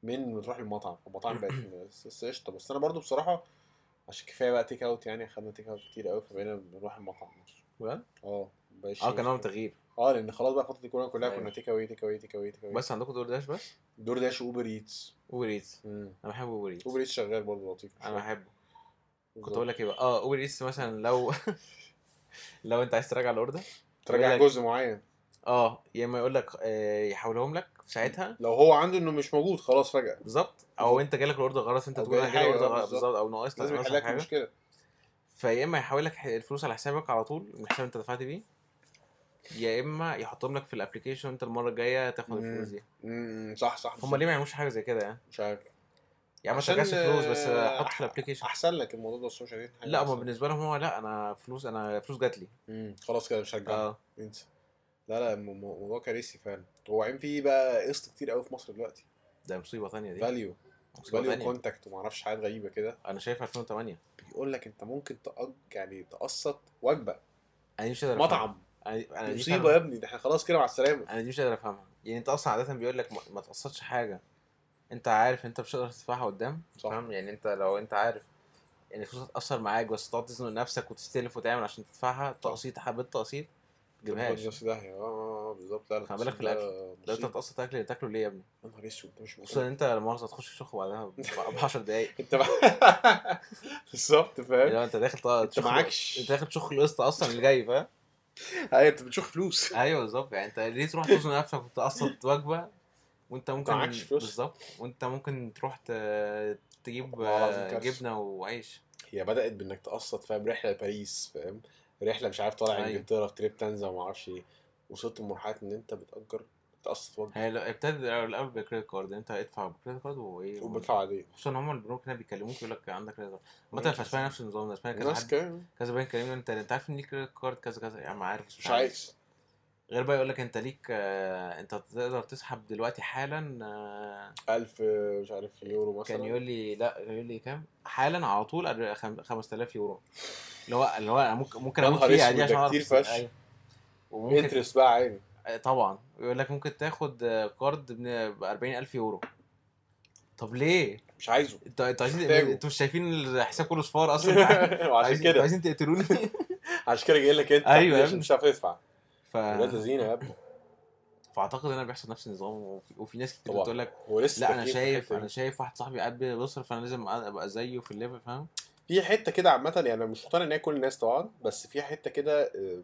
B: من بتروح للمطعم المطاعم بقت
A: [coughs]
B: بس- بس قشطه بس انا برضو بصراحه عشان كفايه بقى تيك اوت يعني خدنا تيك اوت كتير قوي فبقينا بنروح المطعم
A: بجد
B: اه بقاش
A: اه كان عامل تغيير
B: اه لان خلاص بقى فتره الكورونا كلها
A: أيوة.
B: كنا تيك اوي تيك اوي تيك اوي تيك اوي
A: بس عندكم دور داش بس
B: دور داش اوبر ايتس
A: اوبر ايتس
B: امم
A: انا بحب اوبر ايتس
B: اوبر ايتس شغال برضه لطيف
A: انا بحبه كنت
B: بالظبط.
A: اقول لك ايه بقى اه اوبر ايتس مثلا لو [laughs] لو انت عايز تراجع الاوردر
B: تراجع
A: بيقولك-
B: جزء معين
A: اه يا اما يقول لك آه يحولهم لك في ساعتها
B: لو هو عنده انه مش موجود خلاص فجاه
A: بالظبط او انت جالك الاوردر غلط انت
B: أو
A: تقول انا
B: جالي
A: جالي
B: حاجة،
A: اوردر
B: آه،
A: غلط
B: بالظبط.
A: بالظبط او ناقص
B: لازم يحل لك المشكله
A: فيا اما يحول لك الفلوس على حسابك على طول من الحساب اللي انت دفعت بيه يا اما يحطهم لك في الابلكيشن انت المره الجايه تاخد
B: مم.
A: الفلوس دي
B: امم صح صح
A: هم ليه ما يعملوش حاجه زي كده يعني
B: مش عارف
A: يعني ما
B: عشان،
A: ترجعش فلوس بس
B: آه،
A: حط في
B: أح-
A: الابلكيشن
B: احسن لك الموضوع ده بس هو مش عارفين حاجه
A: لا هم
B: أحسن.
A: بالنسبه لهم هو لا انا فلوس انا فلوس جات لي
B: مم، خلاص كده مش هرجع
A: اه
B: انسى لا لا الم- الم- الموضوع كارثي فعلا هو عين فيه بقى قسط كتير قوي في مصر دلوقتي
A: ده مصيبه ثانيه دي
B: فاليو
A: مصيبه
B: فاليو
A: ثانيه
B: كونتاكت وما اعرفش حاجات غريبه كده
A: انا شايف 2008
B: بيقول لك انت ممكن تأج يعني تقسط وجبه
A: انا دي مش قادر أفهمها.
B: مطعم
A: انا أنا دي
B: مصيبه يا
A: فعلاً-
B: ابني ده احنا خلاص كده مع السلامه
A: انا دي مش قادر افهمها يعني انت اصلا عاده بيقول لك ما, ما تقسطش حاجه انت عارف انت مش هتقدر تدفعها قدام
B: صح.
A: فاهم يعني انت لو انت عارف ان الفلوس هتاثر معاك بس تقعد تزنق نفسك وتستلف وتعمل عشان تدفعها تقسيط حبيت تقسيط ما تجيبهاش
B: نفس ده اه آه، آه، بالظبط لا لا،
A: خلي بالك في
B: ده
A: لو انت
B: مصيبة.
A: هتقسط اكل تاكله ليه يا ابني
B: يا نهار اسود ده مش
A: خصوصا
B: ممكن
A: ان انت لا مؤاخذه تخش الشخ بعدها ب 10 دقايق
B: انت بقى [laughs] بالظبط فاهم
A: لو انت داخل طبعا
B: انت معكش
A: انت داخل تشخ القسط اصلا اللي جاي فاهم
B: ايوه انت بتشوف فلوس
A: ايوه بالظبط يعني انت ليه تروح توزن نفسك وتقسط وجبه وانت ممكن
B: معكش فلوس.
A: بالظبط وانت ممكن تروح ت- تجيب
B: والله العظيم كارثة.
A: جبنه وعيش
B: هي بدأت بانك تقسط فاهم رحله لباريس فاهم رحله مش عارف طالع
A: أيوة.
B: انجلترا في تريب تنزا وما اعرفش ايه وصلت لمرحله ان انت بتأجر تقسط وجبه
A: هي لو ابتدت الاول بالكريدت كارد انت ادفع بالكريدت كارد وايه
B: وبدفع عادي
A: خصوصا هم البنوك هنا بيكلموك يقول لك عندك كريدت كارد مثلا في اسبانيا نفس النظام ده اسبانيا كذا
B: الناس
A: حد
B: كام
A: كذا بنك كلمني انت انت عارف ان ليك كريدت كارد كذا كذا يا عم عارف بس
B: مش عايز
A: غير بقى يقول لك انت ليك آه، انت تقدر تسحب دلوقتي حالا آه،
B: 1000 مش عارف يورو مثلا
A: كان يقول لي لا كان يقول لي كام حالا على طول أر- خم- 5000 يورو اللي هو اللي هو انا ممكن ممكن
B: يا
A: اموت
B: نهار
A: فيها
B: اسود،
A: دي
B: ده
A: عشان
B: كتير
A: اعرف
B: فشخ.
A: أيوة. وممكن
B: انترست بقى عادي
A: آه، طبعا يقول لك ممكن تاخد آه، كارد ب 40000 يورو طب ليه؟
B: مش عايزه
A: انتوا انتوا عايزين
B: محتاجه. [laughs]
A: انتوا مش شايفين الحساب كله صفار اصلا
B: وعشان
A: عايزين انتوا
B: كده [laughs]
A: عايزين تقتلوني
B: عشان كده جاي لك انت
A: أيوة يا
B: عشان
A: ابني. آه.
B: مش عارف تدفع
A: ف...
B: ولاد زينه يا ابني
A: فاعتقد هنا بيحصل نفس النظام وفي, وفي ناس كتير
B: طبعاً.
A: بتقول لك
B: هو لسه
A: لا انا
B: في
A: شايف
B: حتة-
A: انا شايف واحد صاحبي قاعد بيصرف فانا لازم ابقى زيه في الليفل فاهم
B: في حته كده عامه يعني انا مش مقتنع ان هي كل الناس طبعا بس في حته كده آه،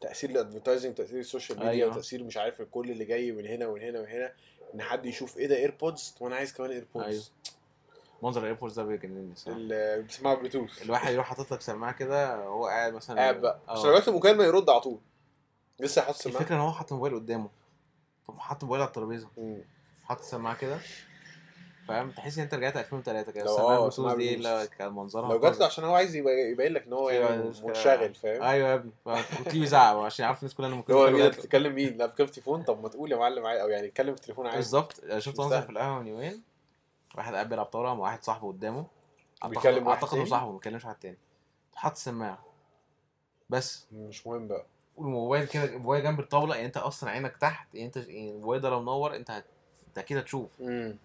B: تاثير الادفرتايزنج تاثير السوشيال ميديا
A: أيوة.
B: وتاثير مش عارف الكل اللي جاي من هنا ومن هنا ومن هنا ان حد يشوف ايه ده ايربودز وانا عايز كمان
A: أيوة.
B: ايربودز
A: منظر الايربورتس ده بيجنني الصراحه
B: اللي بتسمعها بلوتوث
A: الواحد يروح حاطط لك سماعه كده وهو قاعد مثلا
B: قاعد بقى
A: آه.
B: عشان لو جات مكالمه يرد على طول لسه حاطط سماعه
A: الفكره ان هو حاطط الموبايل قدامه طب حاطط الموبايل على الترابيزه
B: مم.
A: حاطط السماعه كده فاهم تحس ان انت رجعت 2003 كده
B: لو
A: السماعه
B: آه،
A: البلوتوث
B: سماعة
A: دي
B: بلوتوث.
A: اللي كان منظرها
B: لو جات له عشان هو عايز يبقى- يبين لك ان هو
A: أيوة،
B: يعني
A: الناس كده-
B: منشغل فاهم
A: ايوه يا ابني فاهم؟ كنت ليه بيزعق عشان عارف الناس كلها انا ممكن
B: هو مين انت بتتكلم مين لا بكام تليفون طب ما تقول يا معلم عايز او يعني اتكلم في التليفون عايز
A: بالظبط أنا شفت منظر
B: مستاهل.
A: في القهوه من يومين واحد قاعد بيلعب طاوله مع واحد صاحبه قدامه اعتقد
B: بيكلم واحد
A: اعتقد انه
B: تاني؟
A: صاحبه ما بيكلمش واحد تاني حاطط سماعه بس
B: مش مهم بقى
A: والموبايل كده الموبايل جنب الطاوله يعني انت اصلا عينك تحت يعني انت يعني الموبايل ده لو منور انت هت... انت اكيد هتشوف
B: مم.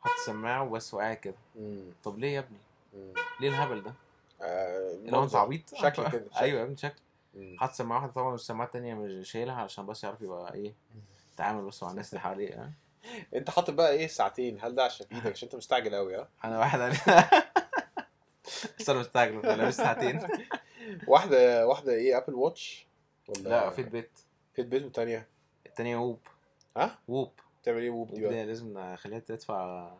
A: حاطط سماعه وبس وقاعد كده
B: مم.
A: طب ليه يا ابني؟
B: مم.
A: ليه الهبل ده؟ يعني
B: آه،
A: لو انت
B: منظر.
A: عبيط
B: شكل
A: [laughs]
B: كده شكل.
A: ايوه يا ابني شكل
B: مم.
A: حاطط سماعه واحده طبعا والسماعه التانيه مش شايلها علشان بس يعرف يبقى ايه تعامل بس مع الناس اللي حواليه اه.
B: انت حاطط بقى ايه ساعتين هل ده عشان
A: [laughs]
B: ايدك عشان انت مستعجل قوي ها
A: انا واحد انا [laughs] بس انا مستعجل انا لابس
B: [laughs]
A: ساعتين
B: واحده واحده ايه ابل واتش ولا
A: لا فيت بيت
B: فيت بيت والتانيه
A: التانيه ووب
B: ها
A: ووب
B: بتعمل ايه ووب
A: ووب
B: دي بقى
A: دي لازم نخليها تدفع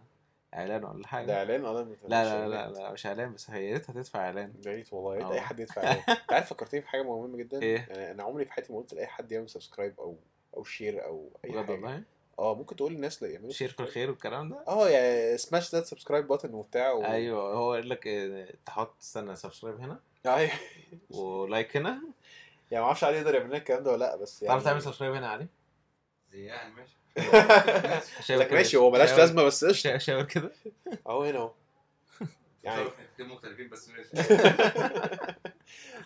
A: اعلان ولا
B: ده
A: حاجه
B: اعلان انا ما
A: لا
B: بتعملش
A: لا
B: إعلان.
A: لا, لا مش اعلان بس هي يا ريت هتدفع اعلان
B: يا ريت والله يا ريت
A: اه.
B: اي حد
A: [laughs]
B: يدفع اعلان انت عارف فكرتني في حاجه مهمه جدا
A: ايه؟
B: يعني انا عمري في حياتي ما قلت لاي حد يعمل سبسكرايب او او شير او اي
A: بجد
B: حاجه
A: والله
B: اه ممكن تقول للناس لا يعملوا
A: شير في
B: subscribe.
A: الخير والكلام ده
B: اه يا سماش ذات سبسكرايب بutton وبتاع و...
A: ايوه هو قال لك اه، تحط استنى سبسكرايب هنا
B: ايوه
A: ولايك هنا
B: يعني ما اعرفش علي يقدر يعمل لنا الكلام ده ولا لا بس يعني
A: تعرف تعمل سبسكرايب هنا علي
C: يعني ماشي
A: شاور
B: لك
A: كده.
B: ماشي هو ملهاش
A: شاور-
B: لازمه
A: [laughs]
B: بس قشطه
A: شا- شاور كده
B: اهو هنا اهو يعني
C: يعني حاجتين مختلفين
B: [laughs]
C: بس ماشي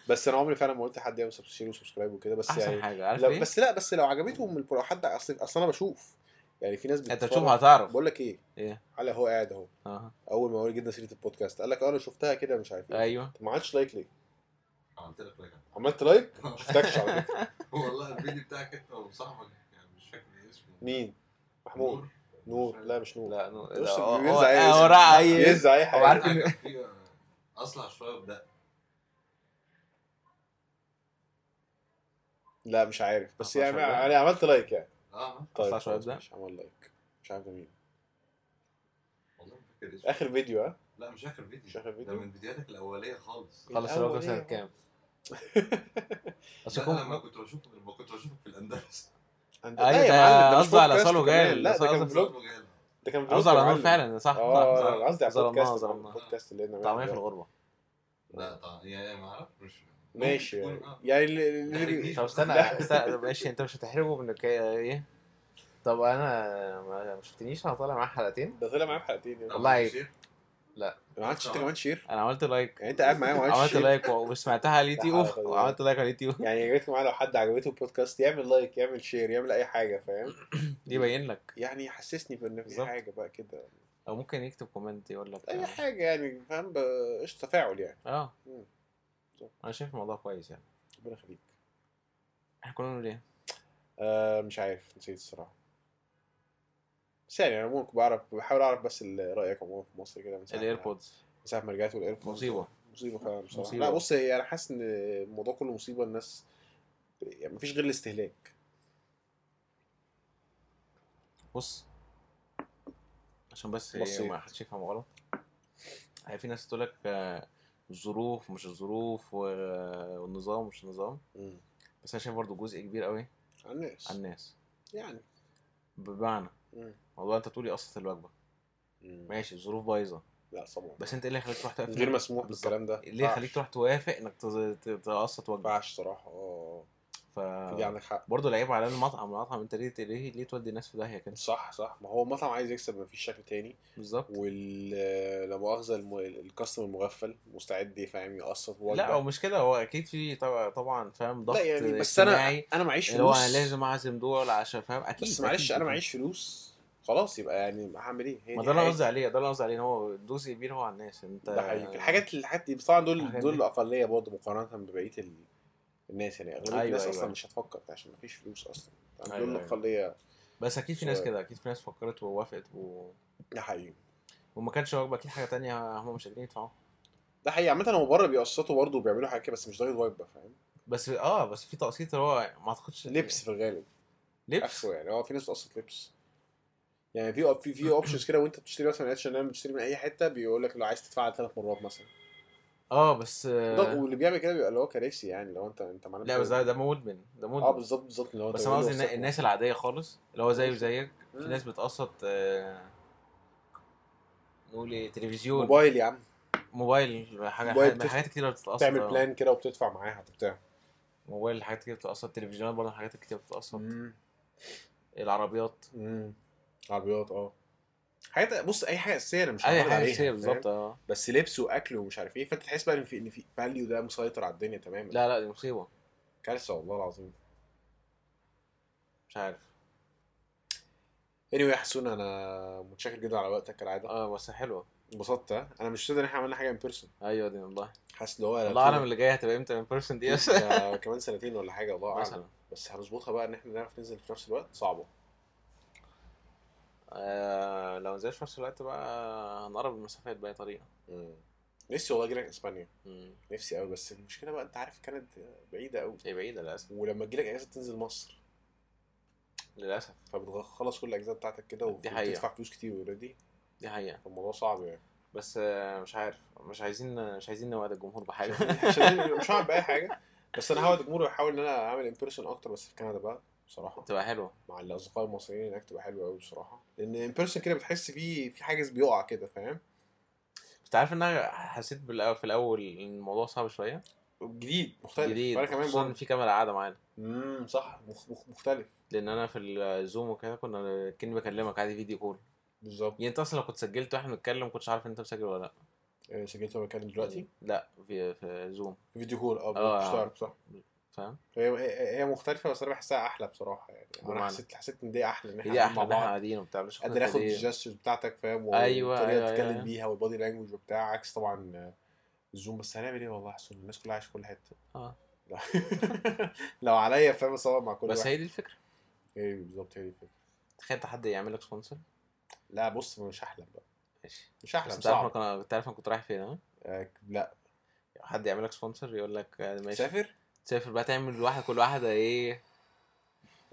B: بس انا عمري فعلا ما قلت حد يعمل سبسكرايب وسبسكرايب وكده بس
A: احسن
B: يعني
A: حاجه عارف
B: لو
A: ايه
B: بس لا بس لو عجبتهم البرو حد اصل اصل انا بشوف يعني في ناس
A: انت
B: بتتفرج-
A: تشوف هتعرف
B: بقول لك ايه
A: ايه
B: على هو قاعد اهو
A: اه
B: اول ما اول جدا سيره البودكاست قال لك اه انا شفتها كده مش عارف ايه
A: ايوه
B: طب ما عملتش لايك ليه؟
C: عملت لك رقم
B: عملت لايك؟ ما شفتكش على فكره
C: [laughs] والله الفيديو بتاعك انت وصاحبك يعني مش فاكر اسمه
B: [laughs] مين؟ محمود نور لا مش نور
A: لا نو-
B: بص،
A: لا، هو-
B: بيرزع
A: هو-
B: أي
A: آه،
B: اسم.
A: هو راح اي
B: يزع اي
A: هو
B: حاجه
A: عارف إيه؟
C: عارف
A: ان-
C: ان اصلع شويه بدقه
B: لا مش عارف بس
A: أصلاً
B: يعني
A: شغال.
B: انا عملت لايك يعني
C: اه
B: طيب
A: أصلاً
B: خلاص
A: شغال.
B: ماشي، عمل لايك مش عارف ده مين
C: والله ما فاكر اسمه
B: اخر فيديو ها
C: لا مش اخر فيديو
B: مش آخر فيديو؟
C: ده من فيديوهاتك الاوليه خالص
A: خلص الراجل
B: الأول
A: سنه
B: إيه؟ [laughs]
A: كام؟
C: لا
A: اصل
C: أنا لما
A: كوم-
C: كنت بشوفه لما كنت بشوفه في الاندلس
B: عند-
A: أيوة،
B: لا يا
A: ده
B: معلم ده مش
A: قصده على
B: بودكاست
A: صالو
B: كمان.
A: جاهل،
B: لا
A: قصده
B: ده كان
A: على
B: فلوج
C: صوته جاله.
B: ده كان
A: عاوز
B: فلوج
A: على
B: يا
A: نور
B: معلم.
A: فعلا صح
B: اه
A: صح
B: انا قصدي على
A: ظلمناه،
B: البودكاست
A: ظلمناه.
B: البودكاست اللي انا
A: طعميه في
B: بنعمله.
A: الغربه
C: لا طبعا يعني ما اعرفش
B: ماشي
C: ممكن
B: يعني
C: تكون- آه.
B: يعني اللي-
C: ده
B: اللي-
C: رجليك.
A: طب
B: [laughs]
A: استنى
B: لا.
A: استنى طب ماشي انت مش هتحرجه من ايه؟ طب انا ما ما شفتنيش انا طالع معاه حلقتين
B: ده طلع معايا بحلقتين يعني
C: طب
A: والله
C: عملت
A: يك-
C: [laughs] شير؟
B: ما عملتش انت كمان شير
A: انا عملت لايك
B: يعني انت قاعد معايا وما عملتش
A: عملت
B: شير
A: لايك وسمعتها
B: [laughs]
A: على اليوتيوب
B: حلقة.
A: وعملت لايك على اليوتيوب [laughs]
B: يعني يا جماعه لو حد عجبته البودكاست يعمل لايك يعمل شير يعمل اي حاجه فاهم
A: يبين لك
B: يعني يحسسني بان في
A: بالظبط.
B: حاجه بقى كده
A: او ممكن يكتب كومنت يقول لك
B: اي حاجه يعني فاهم ب- قشطه تفاعل يعني
A: اه
B: مم.
A: انا شايف الموضوع كويس يعني
B: ربنا يخليك
A: احنا كنا بنقول ايه؟
B: آه مش عارف نسيت الصراحه بس يعني انا ممكن بعرف بحاول اعرف بس ال- رايك عموما في مصر كده من ساعه ما-
A: الايربودز
B: من ساعه ما رجعت والايربودز
A: مصيبه
B: مصيبه فعلا بصراحه
A: مصيبة.
B: لا بص هي انا حاسس ان الموضوع كله مصيبه الناس يعني مفيش غير الاستهلاك
A: بص عشان بس
B: بص
A: إيه،
B: إيه؟
A: ما حدش يفهم غلط هي في ناس تقول لك آه، الظروف مش الظروف و- والنظام مش النظام
B: امم
A: بس انا شايف برضو جزء كبير قوي
B: على الناس
A: على الناس
B: يعني
A: بمعنى
B: مم.
A: موضوع انت تقولي قصه الوجبه
B: مم.
A: ماشي الظروف بايظه
B: لا طبعا
A: بس انت ايه اللي خليك تروح توافق
B: غير مسموح
A: بالظبط.
B: بالكلام ده
A: ليه خليك
B: ما
A: إيه تروح توافق انك تز- ت- تقسط وجبه
B: ينفعش صراحه اه
A: ف
B: في دي عندك حق
A: برضه العيب على المطعم المطعم انت ليه ليه ليه تودي الناس في داهيه كده
B: صح صح ما هو المطعم عايز يكسب مفيش شكل تاني
A: بالظبط
B: وال لا مؤاخذه الم- الكاستمر المغفل مستعد فاهم يقسط وجبه
A: لا هو مش كده هو اكيد في طبعا طبعا فاهم ضغط
B: لا يعني بس انا
A: اجتماعي
B: انا معيش
A: اللي هو
B: فلوس
A: انا لازم اعزم دول عشان فاهم اكيد
B: بس معلش
A: أكيد.
B: انا معيش فلوس خلاص يبقى يعني هعمل ايه؟ هي
A: ما
B: دي
A: ده اللي انا
B: حياتي.
A: قصدي عليه ده اللي انا قصدي عليه ان هو دوس يمين هو على الناس انت
B: ده حقيقي الحاجات الحاجات دي بس طبعا دول
A: الحاجات
B: دول
A: دي.
B: الاقليه برضه مقارنه ببقيه ال... الناس يعني اغلبيه
A: أيوة،
B: الناس
A: أيوة،
B: اصلا
A: أيوة.
B: مش هتفكر عشان مفيش فلوس اصلا
A: أيوة،
B: يعني دول
A: أيوة.
B: الاقليه
A: بس اكيد في ناس
B: شوية.
A: كده اكيد في ناس فكرت ووافقت و...
B: ده حقيقي
A: وما كانش واجبه اكيد حاجه تانية هم مش قادرين يدفعوها
B: ده حقيقي عامه هو بره بيقسطوا برضه وبيعملوا حاجات كده، بس مش درجه واجبه فاهم
A: بس اه بس في تقسيط اللي هو ما اعتقدش
B: لبس في الغالب
A: لبس
B: عفوا يعني هو في ناس بتقسط لبس يعني في في في اوبشنز كده وانت بتشتري مثلا اتش ان ام بتشتري من اي حته بيقول لك لو عايز تدفع ثلاث مرات مثلا
A: اه بس آه،
B: ده واللي بيعمل كده بيبقى اللي هو كارثي يعني لو انت انت معانا
A: لا بس ده ده مدمن ده
B: اه
A: مدمن
B: بالظبط بالظبط اللي هو
A: بس
B: انت
A: انا
B: بيقول
A: قصدي
B: له
A: النا-
B: وسط-
A: الناس العاديه خالص اللي هو زيي وزيك في
B: مم.
A: ناس بتقسط آه، نقول ايه تلفزيون
B: موبايل يا عم
A: موبايل حاجه
B: موبايل
A: حاجات
B: بتف-
A: حاجات كتير بتتقسط
B: تعمل
A: آه.
B: بلان كده وبتدفع معاها بتاع
A: موبايل حاجات كتير بتتقسط تلفزيونات برضه حاجات كتير بتتقسط العربيات
B: امم عربيات اه حاجات بص اي حاجه اساسيه انا مش
A: اي
B: هعترض
A: حاجه
B: عليها،
A: اساسيه
B: فاهم؟
A: بالظبط اه
B: بس لبس واكل ومش عارف ايه فانت تحس بقى ان في ان في فاليو ده مسيطر على الدنيا تماما
A: لا لا دي مصيبه
B: كارثه والله العظيم
A: مش عارف
B: anyway يا حسون انا متشكر جدا على وقتك كالعاده
A: اه بس حلوه
B: انبسطت ها؟ انا مش مصدق ان احنا عملنا حاجه ان بيرسون
A: ايوه دي والله
B: حاسس ان هو
A: الله اعلم اللي جاي هتبقى امتى من بيرسون دي [laughs] بس.
B: [laughs] ده كمان سنتين ولا حاجه الله اعلم
A: مثلا
B: بس هنظبطها بقى ان احنا نعرف ننزل في نفس الوقت صعبه
A: آه لو نزلش في نفس الوقت بقى هنقرب المسافات باي طريقه
B: مم. نفسي والله اجي لك اسبانيا
A: مم.
B: نفسي قوي بس المشكله بقى انت عارف كانت بعيده قوي
A: هي بعيده للاسف
B: ولما تجيلك اجازه تنزل مصر
A: للاسف
B: فبتخلص كل الاجزاء بتاعتك كده
A: دي حقيقة.
B: وبتدفع فلوس كتير اوريدي
A: دي حقيقه
B: فالموضوع صعب
A: [laughs]
B: يعني
A: بس آه مش عارف مش عايزين مش عايزين نوعد الجمهور بحاجه
B: مش عايزين- مش هعمل باي حاجه بس انا هقعد الجمهور واحاول ان انا اعمل ان بيرسون اكتر بس في كندا بقى بصراحه
A: [laughs] تبقى حلوه
B: مع الاصدقاء المصريين هناك تبقى حلوه قوي بصراحه لان ان بيرسون كده بتحس فيه في حاجز بيقع كده فاهم
A: بس عارف ان انا حسيت بالأ- في الاول ان الموضوع صعب شويه
B: جديد مختلف
A: جديد
B: وانا طيب. كمان
A: خصوصا إن
B: برضه
A: في كاميرا قاعده معانا
B: امم صح مخ- مخ- مختلف
A: لان انا في الزوم وكده كنا كني بكلمك عادي فيديو كول
B: بالظبط
A: يعني انت اصلا لو كنت سجلت واحنا بنتكلم ما كنتش عارف انت مسجل ولا لا
B: آه، سجلت وانا بتكلم دلوقتي
A: لا في في زوم
B: فيديو كول
A: آه.
B: اه مش تعرف صح
A: فاهم
B: هي هي- هي مختلفه بس انا بحسها احلى بصراحه يعني انا
A: بمعنى.
B: حسيت حسيت ان دي احلى ان
A: هي دي
B: احنا
A: احلى
B: مع
A: ان احنا
B: بعض
A: قاعدين وبتاع مش
B: قادر اخد الجستشز بتاعتك فاهم
A: أيوة،
B: والطريقه
A: أيوة،
B: اللي بتتكلم
A: أيوة.
B: بيها والبادي لانجوج وبتاع عكس طبعا آه، الزوم بس هنعمل ايه والله احسن الناس كلها عايشه في كل حته
A: آه.
B: لا. [laughs] لو عليا فاهم اصور مع كل
A: بس
B: واحد
A: هي دي الفكره
B: ايه بالظبط هي دي الفكرة.
A: تخيل حد يعمل لك سبونسر
B: لا بص مش هحلم بقى
A: ماشي
B: مش هحلم
A: بس انت عارف انا
B: صعب
A: كنا- انت عارف انا كنت رايح فين ها
B: آه، لا
A: حد يعمل لك سبونسر يقول لك آه، ماشي
B: سافر
A: تسافر بقى تعمل واحده كل واحده ايه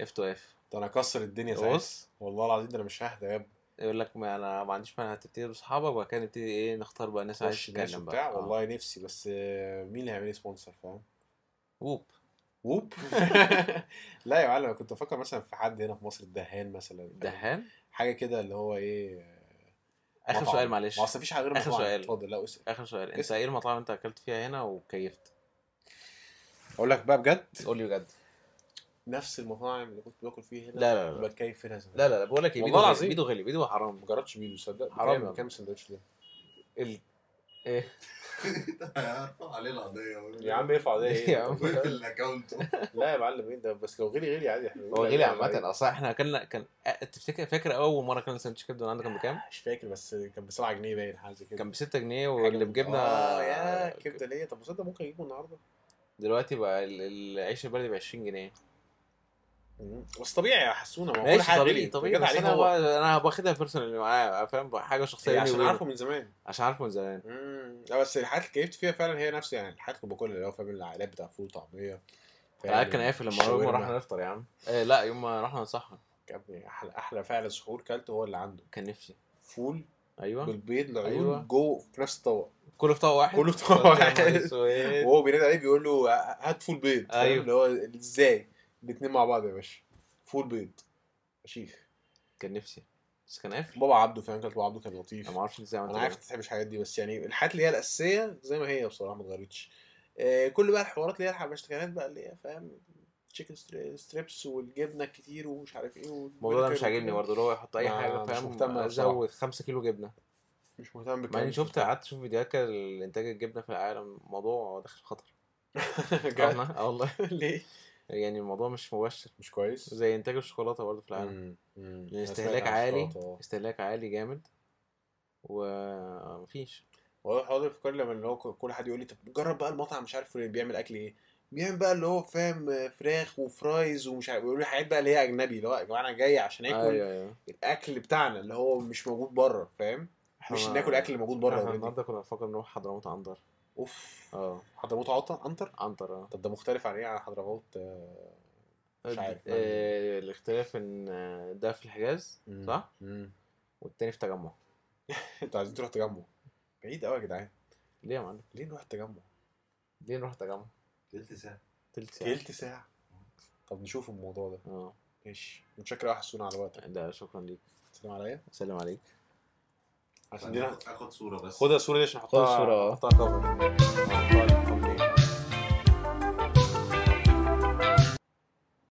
A: اف تو اف
B: ده انا اكسر الدنيا ساعتها
A: بص
B: والله العظيم ده انا مش ههدى يا ابني
A: يقول لك ما انا ما عنديش مانع هتبتدي باصحابك وبعد كده نبتدي ايه نختار بقى ناس عايز
B: خش ناس
A: تتكلم
B: وبتاع
A: بقى آه.
B: والله نفسي بس آه، مين اللي هيعمل لي سبونسر فاهم
A: ووب
B: ووب [laughs] لا يا معلم انا كنت بفكر مثلا في حد هنا في مصر الدهان مثلا
A: دهان
B: حاجه كده اللي هو ايه
A: اخر
B: مطعم.
A: سؤال
B: ما هو
A: معلش
B: اصل مفيش حاجه غير
A: آخر
B: مطاعم.
A: سؤال.
B: اتفضل لا اسال
A: اخر سؤال انت
B: اسأل.
A: ايه المطاعم اللي انت اكلت فيها هنا وكيفت
B: اقول لك بقى بجد
A: قول لي بجد
B: نفس المطاعم اللي كنت باكل فيها هنا
A: لا لا لا.
B: بتكيف فيها زمان
A: لا لا لا بقول لك ايه
B: والله
A: بيدو غالي
B: العظيم.
A: بيدو غالي بيدو حرام
B: ما جربتش بيدو تصدق
A: حرام يا
B: بكام
A: عم.
B: بكام
A: [laughs]
B: سندوتش ده
A: ال... ايه
C: هيرفع عليه القضيه
B: يا
C: [laughs]
B: عم ارفع ده
A: إيه [laughs] يا
B: ايه
A: عم؟
C: ويقفل الاكونت
B: [laughs] لا يا معلم ايه ده بس لو غلي غلي عادي احنا
A: هو غالي عامة اصلا احنا اكلنا كان أ- تفتكر فاكر اول مرة كان سندوتش كبدة من عندك كان بكام؟
B: مش فاكر بس كان ب 7 جنيه باين حاجه زي كده
A: كان ب 6 جنيه
B: حاجة
A: واللي
B: من-
A: بجبنة
B: اه يا كبده ليه طب وصدق ممكن اجيبه النهارده
A: دلوقتي بقى ال- العيش البلدي ب 20 جنيه
B: مم. بس طبيعي يا حسونه ما هو كل
A: ماشي
B: حاجه
A: طبيعي
B: غلي
A: طبيعي بس
B: علينا
A: انا
B: هو
A: بقى انا باخدها بيرسونال اللي معايا فاهم بقى حاجة شخصية بيني
B: هي عشان
A: وبينه.
B: عارفه من زمان
A: عشان عارفه من زمان
B: امم لا بس الحاجات اللي كيفت فيها فعلا هي نفس يعني الحاجات اللي باكلها اللي هو فاهم العائلات بتاع فول طعميه
A: العيال كان قافل لما يوم ما رحنا نفطر يا عم ايه لا يوم ما رحنا نسحر
B: كابني احلى احلى فعلا سحور كلته هو اللي عنده
A: كان نفسي
B: فول
A: ايوه
B: بالبيض العيون
A: أيوة.
B: أيوة. جوه في نفس الطبق
A: كله في طبق واحد
B: كله في طبق
A: يا نهار
B: واحد.
A: أسود.
B: [laughs] وهو بينادي عليه بيقول له هات فول بيض فاهم؟
A: أيوة.
B: اللي هو ازاي الاتنين مع بعض يا باشا فول بيض شيخ
A: كان نفسي بس كان قافل
B: بابا عبده فاهم كانت بابا عبده كان لطيف
A: انا ما اعرفش ازاي عملت
B: انا عارف
A: كده.
B: انت بتحبش الحاجات دي بس يعني الحاجات اللي هي الاساسيه زي ما هي بصراحه ما اتغيرتش آه، كل بقى الحوارات اللي هي الحبشتكنات بقى اللي هي فاهم تشيكن ستريبس والجبنه الكتير ومش عارف ايه
A: الموضوع ده مش عاجبني برضه اللي هو يحط اي
B: ما-
A: حاجه
B: مش
A: فاهم
B: مهتم أنا
A: ازود 5 كيلو جبنه
B: مش مهتم
A: مع
B: بالكلام
A: اني
B: [laughs]
A: شفت قعدت اشوف فيديوهات كده لانتاج الجبنه في العالم موضوع داخل خطر
B: بجد؟
A: اه والله
B: [laughs]
A: [laughs]
B: ليه؟
A: يعني الموضوع مش مباشر
B: مش كويس
A: زي انتاج الشوكولاته برضه في العالم
B: مم. مم.
A: يعني
B: أنا سمعت
A: استهلاك
B: عن
A: عالي.
B: الشوكولاتة، آه.
A: استهلاك عالي جامد ومفيش
B: والله حاضر في كل لما اللي هو كل حد يقول لي طب جرب بقى المطعم مش عارف فلان بيعمل اكل ايه بيعمل بقى اللي هو فاهم آه، فراخ وفرايز ومش عارف ويقول لي حاجات بقى اللي هي اجنبي اللي هو يا جماعه انا جاي عشان اكل
A: ايوه ايوه
B: الاكل بتاعنا اللي هو مش موجود بره فاهم مش ناكل اكل اللي موجود بره
A: احنا
B: already.
A: النهارده كنا بنفكر نروح حضرموت عنتر
B: اوف
A: اه
B: حضرموت عطا عنتر
A: عنتر اه
B: طب ده مختلف عن ايه عن حضرموت آه، مش عارف.
A: آه، الاختلاف ان آه، ده في الحجاز صح؟
B: مم.
A: والتاني في تجمع
B: انتوا عايزين تروح تجمع بعيد قوي يا جدعان
A: ليه يا معلم؟
B: ليه نروح تجمع
A: ليه نروح تجمع؟
C: تلت ساعة
A: تلت ساعة
B: تلت ساعه طب نشوف الموضوع ده
A: اه
B: ماشي متشكر يا حسون على وقتك
A: ده شكرا ليك
B: سلام عليا
A: سلام عليك
B: عشان دي
C: آخد- آخد صورة بس
B: خد الصوره دي عشان
A: خد الصورة، اه.
B: احطها احطها كفر